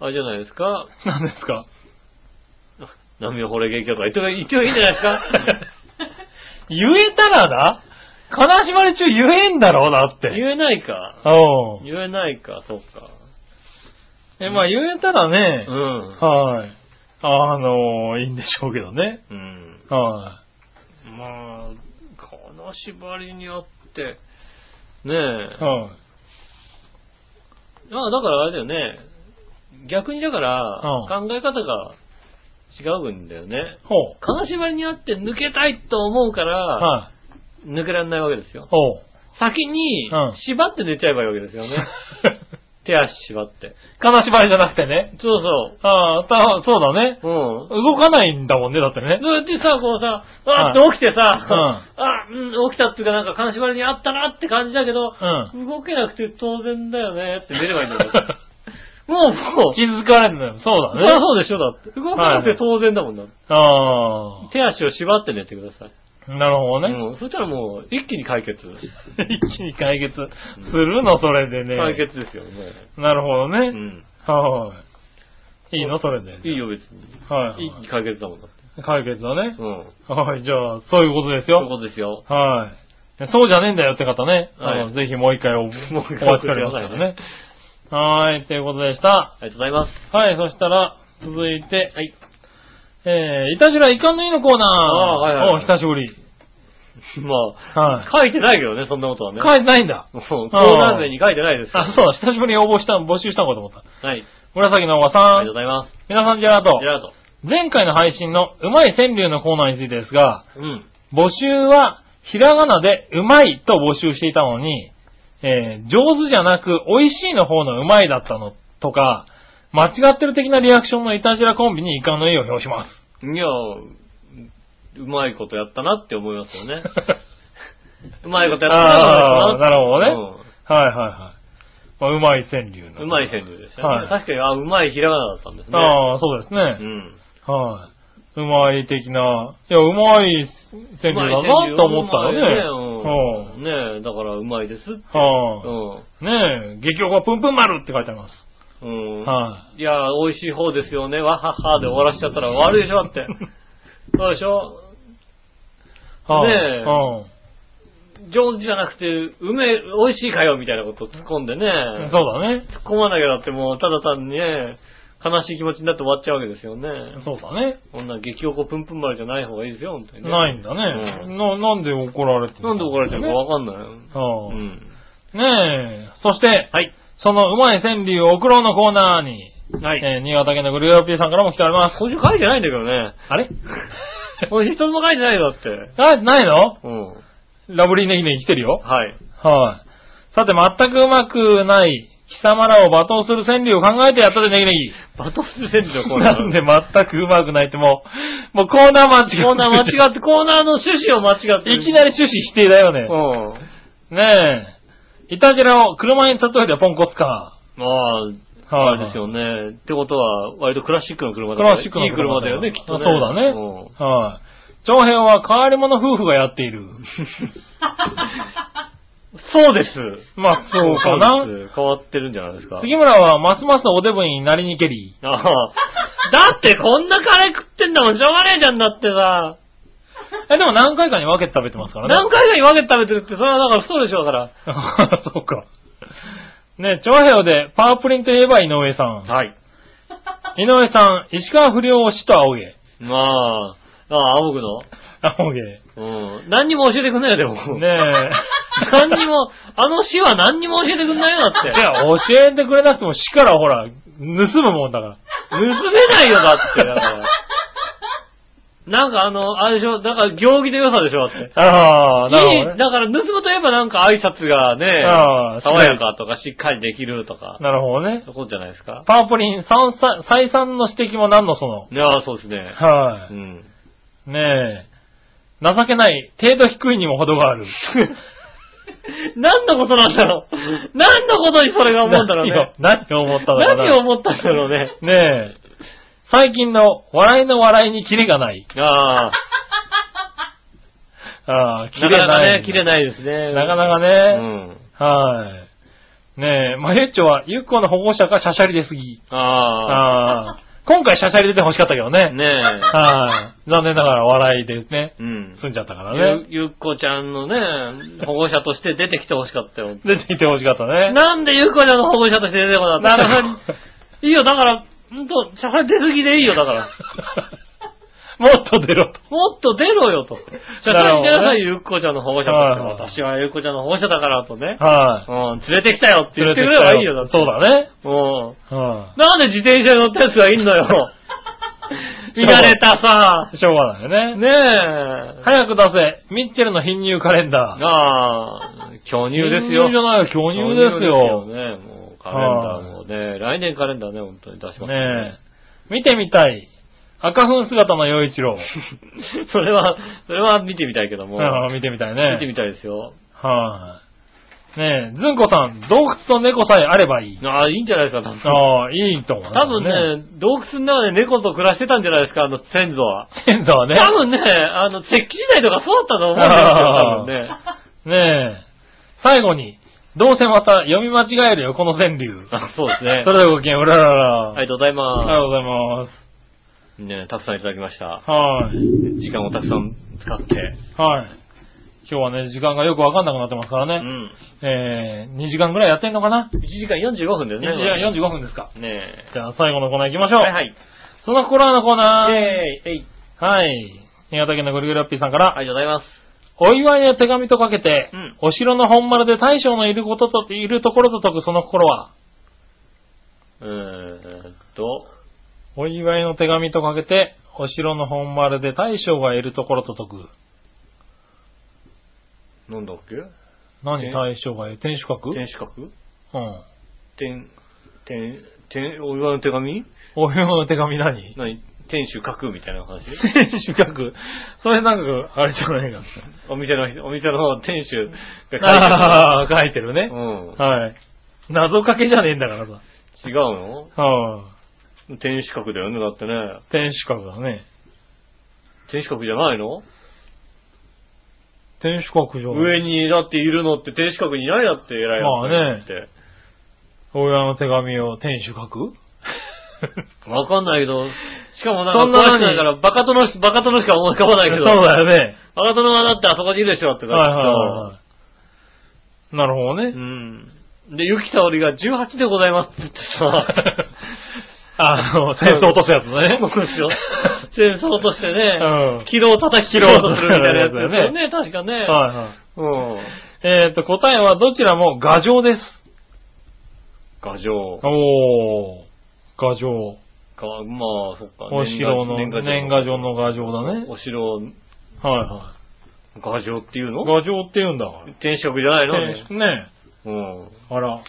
あれじゃないですか、い。何ですか波を惚れ元気だとか言っても、一応いいんじゃないですか 言えたらな、金縛り中言えんだろうなって。言えないか。うん。言えないか、そっか。え、まあ言えたらね、うん。はい。あのいいんでしょうけどね。うん。はまあ、金縛りにあって、ねえい。。はい。まあだからあれだよね。逆にだから、う考え方が違うんだよね。ほう。金縛りにあって抜けたいと思うから、はい。抜けられないわけですよ。ほう。先にうん、縛って寝ちゃえばいいわけですよ ね。手足縛って。金縛りじゃなくてね。そうそああ、た、そうだね。う。うん。動かないんだもんね、だってね。そうやってさ、こうさ、はあーいって起きてさ、うんあうん、起きたっていうかなんか金縛りにあったなって感じだけど、う動けなくて当然だよねって寝ればいいんだ よ。もう、もう、気づかれるんだよ。そうそだりゃね。そうでしょ、だって。動かなくて当然だもんだって。あ手足を縛って寝てください。あ、なるほどね。うん。そしたらもう、一気に解決。 一気に解決するの、それでね。解決ですよね。なるほどうね。ん。はい。いいの、それで。いいよ、別に。はい。一気に解決だもんだって。解決だねう。ん。はい、じゃあ、そういうことですそういうよ。ことですよ。はい。そうじゃねえんだよって方ね。はいあのぜ ひもう一回お、お待もう一回ちしておりますからお待ね。はい、ということでした。ありがとうございます。はい、そしたら、続いて、はい。えー、いたじらいかんのいいのコーナー。あーはいはいはいお、久しぶり。 まはあ、書いてないけどね、そんなことはね。書いてないんだ。もう、コーナー名に書いてないですあ、そうだ、久しぶりに応募した、募集したのかと思った。はい。紫のおばあさりがとうごん、ざいます。皆さんジェラートジェ。ラート。前回の配信のうまい川柳のコーナーについてですが、うん。募集はひらがなでうまいと募集していたのに、えー上手じゃなく美味しいの方のうまいだったのとか、間違ってる的なリアクションのいたじらコンビに遺憾の意を表します。 いや、うまいことやったなって思いますよ ね。うまいことやったあなあ、なってるほど思ね。いはいますはいはい。まあうまい川柳の。うんうまい川柳でしたね。はい確かに、あ、うまいひらがなだったんですね。ああ、そうですね。うん。はい。うまい的な、いや、うまい川柳だなと思ったよね。ううんまいよねうんねえ、だからうまいですって。はうんい。ねえ、劇曲はぷんぷん丸って書いてあります。うん。はいや、美味しい方ですよね。わははで終わらしちゃったら悪いでしょだ って。そうでしょい。はい。ねえうん。上手じゃなくて、うめえ、美味しいかよみたいなこと突っ込んでね。そうだね。突っ込まなきゃだってもう、ただ単にね、悲しい気持ちになって終わっちゃうわけですよね。そうだね。こんな激おこぷんぷん丸じゃない方がいいですよ、本当にね。ないんだうね。んな、なんで怒られてるなんで怒られてるかねわかんない。うん。はいねえ、そして、はい。そのうまい川柳を送ろうのコーナーに、はい。えー新潟県のグルーピーさんからも来ております。今週書いてないんだけどね。あれ今週一つも書いてないよ、だって。あ、ないのうん。ラブリーネギネギ来てるよ。はい。はい。さて、全くうまくない、貴様らを罵倒する川柳を考えてやったで、ネギネバトル戦ギ。略、これ。なんで全くうまくないってもう、もうコーナー間違って。コーナー間違って、コーナーの趣旨を間違って。いきなり趣旨否定だよね。うん。ねえ。いたじらを車に例えてポンコツか。まあ、あれですよね。ってことは、割とクラシックの車だクラシックのいい車だよね、あきっとね。そうだね。はい。長編は変わり者夫婦がやっている。うんそうです。まあ、 そうか な。です変わってるんじゃないですか。杉村はますますおデブになりにけり。ああ。だってこんなカレー食ってんだもん、しょうがねえじゃんだって さ。え、でも何回かに分けて食べてますからね。何回かに分けて食べてるって、それはだから太るでしょ、だから。 そうか。ね、長平でパワープリンといえば井上さん。はい。井上さん、石川不良を死と仰げ。まあ、ああ、仰ぐの仰げ。うん。何にも教えてくんないよ、でも。ねえ。何にも、 あの死は何にも教えてくんないよ、だって。いや、教えてくれなくても死からほら、盗むもんだか盗めないよ、だって。だからなんかあの、あれでしょ、だから行儀の良さでしょ、だって。ら。 ああ、なるいほどいね。だから盗むといえばなんか挨拶がね、ああ爽やかとかしっかりできるとか、なるほどねそ。ういうことじゃないですか。パワープリン、三再再三の指摘も何のその。いやあそうですね。はうい、ん。ねえ。情けない。程度低いにも程がある。何のことなんだろう何のことにそれが 思うんだろうね。何を何を思ったんだろうな何を思ったんだろうね。ねえ。最近の笑いの笑いにキレがない。ああ、ああ、キレなかなかない。ね、切れないですね。なかなかうね。ん。はい。ねえ、まゆっちょは、ゆっこの保護者かシャシャリで過ぎ。ああ。ああ。今回シャシャリ出て欲しかったけどね。ねえ。はい。残念ながら笑いでね、うん。済んじゃったからゆね。ゆっこちゃんのね、保護者として出てきてほしかった よ。出てきて欲しかったね。なんでゆっこちゃんの保護者として出てこなかったなるほど。いいよ、だから、ほんと、社会出過ぎでいいよ、だから。 もっと出ろと。もっと出ろよと。社なる会ほにどね出なさい、ゆっこちゃんの保護者として。はい私はゆっこちゃんの保護者だからとね。はうん、連れてきたよっい。て言ってくれればいいよ、だって。そうだね。うん。はなんで自転車に乗ったやつがいんのよ。見慣れたさ。い。しょうがないよね。ねえ。早く出せ。ミッチェルの貧乳カレンダー。ああ、巨乳ですよ。貧乳じゃないよ、巨乳で巨す乳よ。ね、もうカレンダーもね、来年カレンダーね、本当に出しますねえ。見てみたい。赤粉姿の洋一郎。 それは、それは見てみたいけども。ああ見てみたいね。見てみたいですよ。はい。ねえ、ずんこさん、洞窟と猫さえあればいい。ああ、いいんじゃないですか、多分。ああ、いいと思う。多分ね、洞窟の中で猫と暮らしてたんじゃないですか、あの先祖は。先祖はね。多分ね、あの、石器時代とかそうだったと思うんですよ、多分ね。ねえ。最後に、どうせまた読み間違えるよ、この川柳。あそうですねそ。れではごきげん、うららら。ありがとうございあまりす。がとうございます。ね、たくさんいただきました。はい。時間をたくさん使って。はい。今日はね、時間がよくわかんなくなってますからうね。ん。えー、2時間ぐらいやってんのかな1時間45分で ?2 すね。時間45分ですか。分。ねじゃあ、最後のコーナー行きましえ。ょう。はいはい。その心のコーナー。えい、えい。はい。新潟県のぐるぐるラッピーさんから、ありがとうございます。お祝いの手紙とかけて、うんお城の本丸で大将のいることと、いるところと解くその心は、うーんと、お祝いの手紙とかけて、お城の本丸で大将がいるところと解く。なんだっけ何天大将がいる天守閣天守閣うん。天、天、天、お祝いの手紙お祝いの手紙何何天守閣みたいな 話天守閣。それなんか、あれじゃないか。お店の、お店の店主が書いて あああ、書いてる。うるね。ん。はい。謎かけじゃねえんだからさ。違うのはあ、天守閣だよね、だってね。天守閣だね。天守閣じゃないの天守閣上。上にだっているのって天守閣にいないだって偉いやつだよって。お祝いの手紙を天守 閣わかんないけど、しかもなそんんか詳しなのにくないから、バカ殿し、バカ殿しか思い浮かばないけど、そうバだよね。カ殿はだってあそこにいるでしょってはないっはていはい。なるほどうね。ん。で、ゆきたおりが18でございますって言って さ、あの、戦争落とすやつ ね。そうですよ。戦争として ね、うん軌道を叩き切ろうとするみたいなやつですよね、確かね。はいはい。うん。えっ、と、答えはどちらも牙城です。画像。おー。牙城。かまあ、そっか。お城の、年賀年賀状の牙城だね。お城、はいは画像っていうい。の牙城って言うんだから。天職じゃないの天守ね。うん。あら、違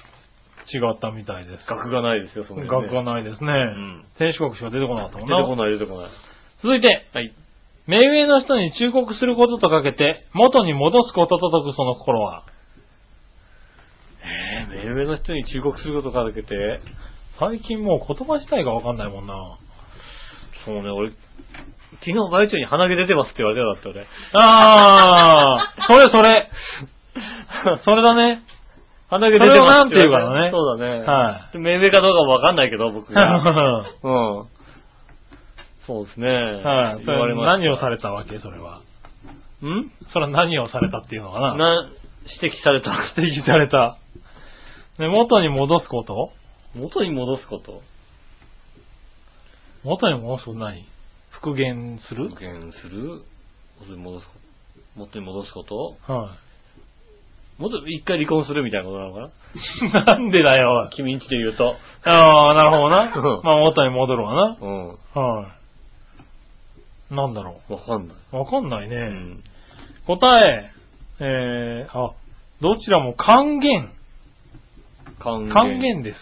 ったみたいです。学がないですよ、その、ね。学がないですね。ん天守閣しか出てこなかったも出んてこな。ない、出てこない。続いて、はい。目上の人に忠告することとかけて、元に戻すことと解くその心は、えー、目上の人に忠告することかけて、最近もう言葉自体がわかんないもんな。そうね、俺、昨日バイトに鼻毛出てますって言われたよだってあー、それ それ。それだね。俺。鼻毛出てますそれをなんて言うかだねそうだね。。はい目上かどうかもわかんないけど、僕 が。はうん。そうですね。い。そ言われれました。何をされたわけそれは。んそれは何をされたっていうのかな。な、指摘された。 指摘された。ね、元に戻すこと元に戻すこと。元に戻すこと何復元する復元する元に戻すこと。元に戻すことは。元、一回離婚するみたいなことなのかない なんでだよ。君んちで言うと。ああ、なるほどうんな。まあ元に戻る わうん。な。はい。なんだろわかんない。う。わかんないね。うん。答え、えー、あ、どちらも還元。還元。還元です。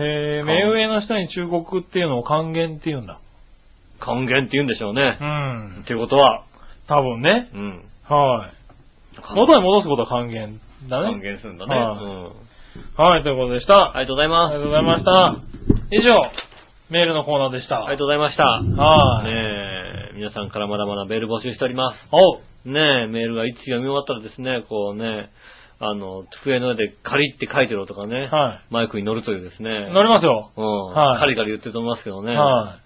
えー、還目上の人に忠告っていうのを還元っていうんだ。還元って言うんでしょうねう。っん。てことは、多分ね。うん。はい。元に戻すことは還元だ還ね。元するんだね。うはいん。はい、ということでした。ありがとうございます。ありがとうございました。以上、メールのコーナーでした。ありがとうございました。はいねえ、皆さんからまだまだメール募集しております。おう。ねえ、メールがいつ読み終わったらですね、こうね、あの、机の上でカリって書いてろとかね、はマイクに乗るというですね。い。乗りますよ。うん、はいカリカリ言ってると思いますけどね。はい。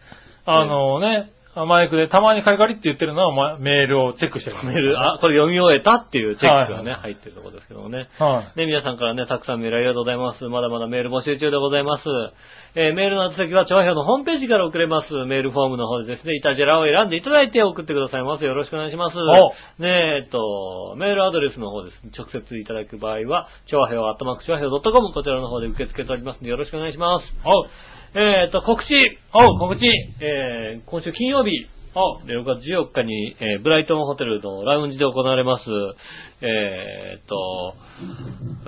あのね、マイクでたまにカリカリって言ってるのはまメールをチェックしてる。メール、あ、これ読み終えたっていうチェックがね、は入ってるところですけどもね。はい。ね、皆さんからね、たくさんメールありがとうございます。まだまだメール募集中でございます。えーメールの宛先は、調和表のホームページから送れます。メールフォームの方でですね、イタジェラを選んでいただいて送ってくださいます。よろしくお願いします。おねえ、えっと、メールアドレスの方ですね、直接いただく場合は、調和表、アットマーク調和表 .com、こちらの方で受け付けておりますので、よろしくお願いします。おう。えーっと、告知おう告知えー、今週金曜日お6月14日に、えーブライトンホテルのラウンジで行われます、えーっと、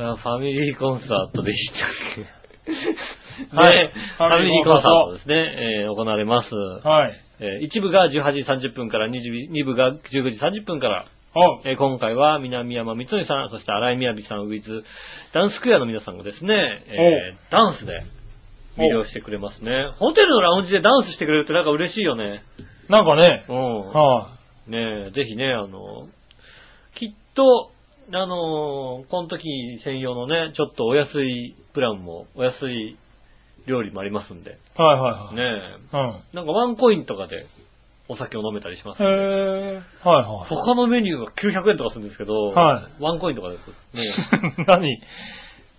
あファミリーコンサートでした っけはいねファミリーコンサートですね、えー行われます。はい。えー一部が18時30分から、20二部が19時30分から、おう。えー今回は南山光則さん、そして荒井みやびさん、ウィズ、ダンスクエアの皆さんがですね、えーダンスで魅了してくれますね。ホテルのラウンジでダンスしてくれるってなんか嬉しいよね。なんかね、うはん。ねえ、ぜひね、あの、きっと、あの、この時専用のね、ちょっとお安いプランも、お安い料理もありますんで、ねい。はいはいはい。え、うん。なんかワンコインとかでお酒を飲めたりします。へえー、はいはい。他のメニューが900円とかするんですけど、はワンコインとかです。ねえ 何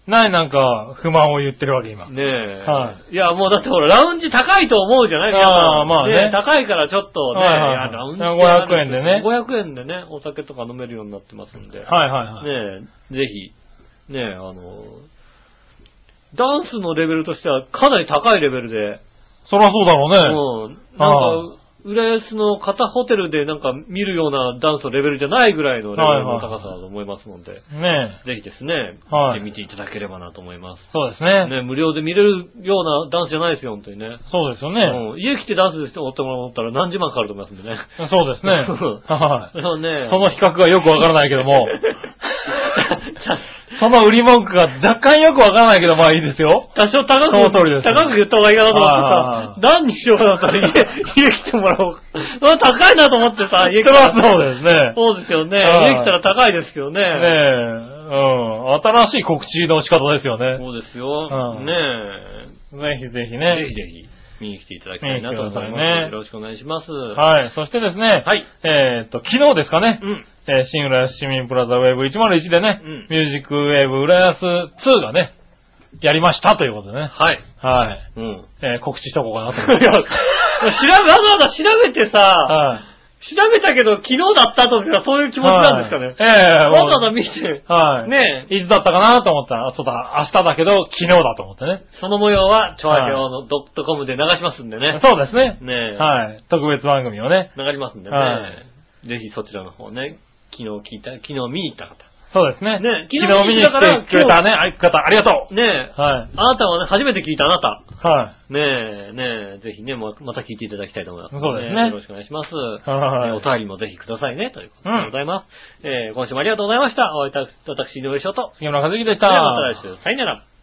何なんか不満を言ってるわけ今。ねえ。。はいや、もうだってほら、ラウンジ高いと思うじゃない皆さんああまあね高いからちょっとね、はいはいはいいやラウンジ500円でね500円でね、お酒とか飲めるようになってますんで。はいはいはい。ねえ、ぜひ、ねえ、あの、ダンスのレベルとしてはかなり高いレベルで、そりゃそうだろうね。うん。なんか、浦安の片ホテルでなんか見るようなダンスのレベルじゃないぐらいのレベルの高さだと思いますので、ねえ。ぜひですね、はい見ていただければなと思います。そうです ね。ね、無料で見れるようなダンスじゃないですよ、本当にね。そうですよね。うん、家来てダンスしておってもらおったら何十万かかると思いますんでね。そうですね。はい。そうね。、その比較がよくわからないけど もその売り文句が若干よくわからないけど、まあいいですよ。多少高く、その通りです高く言った方がいいかなと思ってさ、何にしようかなと思ったら家、家来てもらおうか。う わ高いなと思ってさ、家来たそれら。はそうですね。そうですよね。家はい来たら高いですけどね。ねえ、うん。新しい告知の仕方ですよね。そうですよ。うんねえ。ぜひぜひぜねひ。ぜひ、見に来ていただきたいなと思います。見に来てくださいねよろしくお願いします。はい。そしてですね。はいえーっと、昨日ですかねう。ん。えー、新浦安市民プラザウェーブ101でね、うんミュージックウェーブ浦安2がね、やりましたということでね。はい。はい。うん。えー告知しとこうかなと思 っいや、調べ、わざわざ調べてて。さ、はい。調べたけど昨日だったとかそういう気持ちなんですかね。はいええわざわざ見て、はい。ねえいつだったかなと思ったら、あそうだ、明日だけど、昨日だと思ってね。その模様は、調和表のドットコムで流しますんでね。そうですね。ねえはい。特別番組をね。流れますんでね。はぜひそちらの方ね、昨日聞いた、昨日見に行った方。そうですね。ね昨日昨日見に来てくれたね、あ方、ありがとねえう。はい。あなたはね、初めて聞いたあなた。はねえ、ねえ、ぜひね、ままた聞いていただきたいと思います。そうですねよろしくお願いします。はいねお便りもぜひくださいね、ということでございます。えー今週もありがとうございました。お会いいた私、井上翔と。い。杉村和之でしでた。はまた来週。さよなら。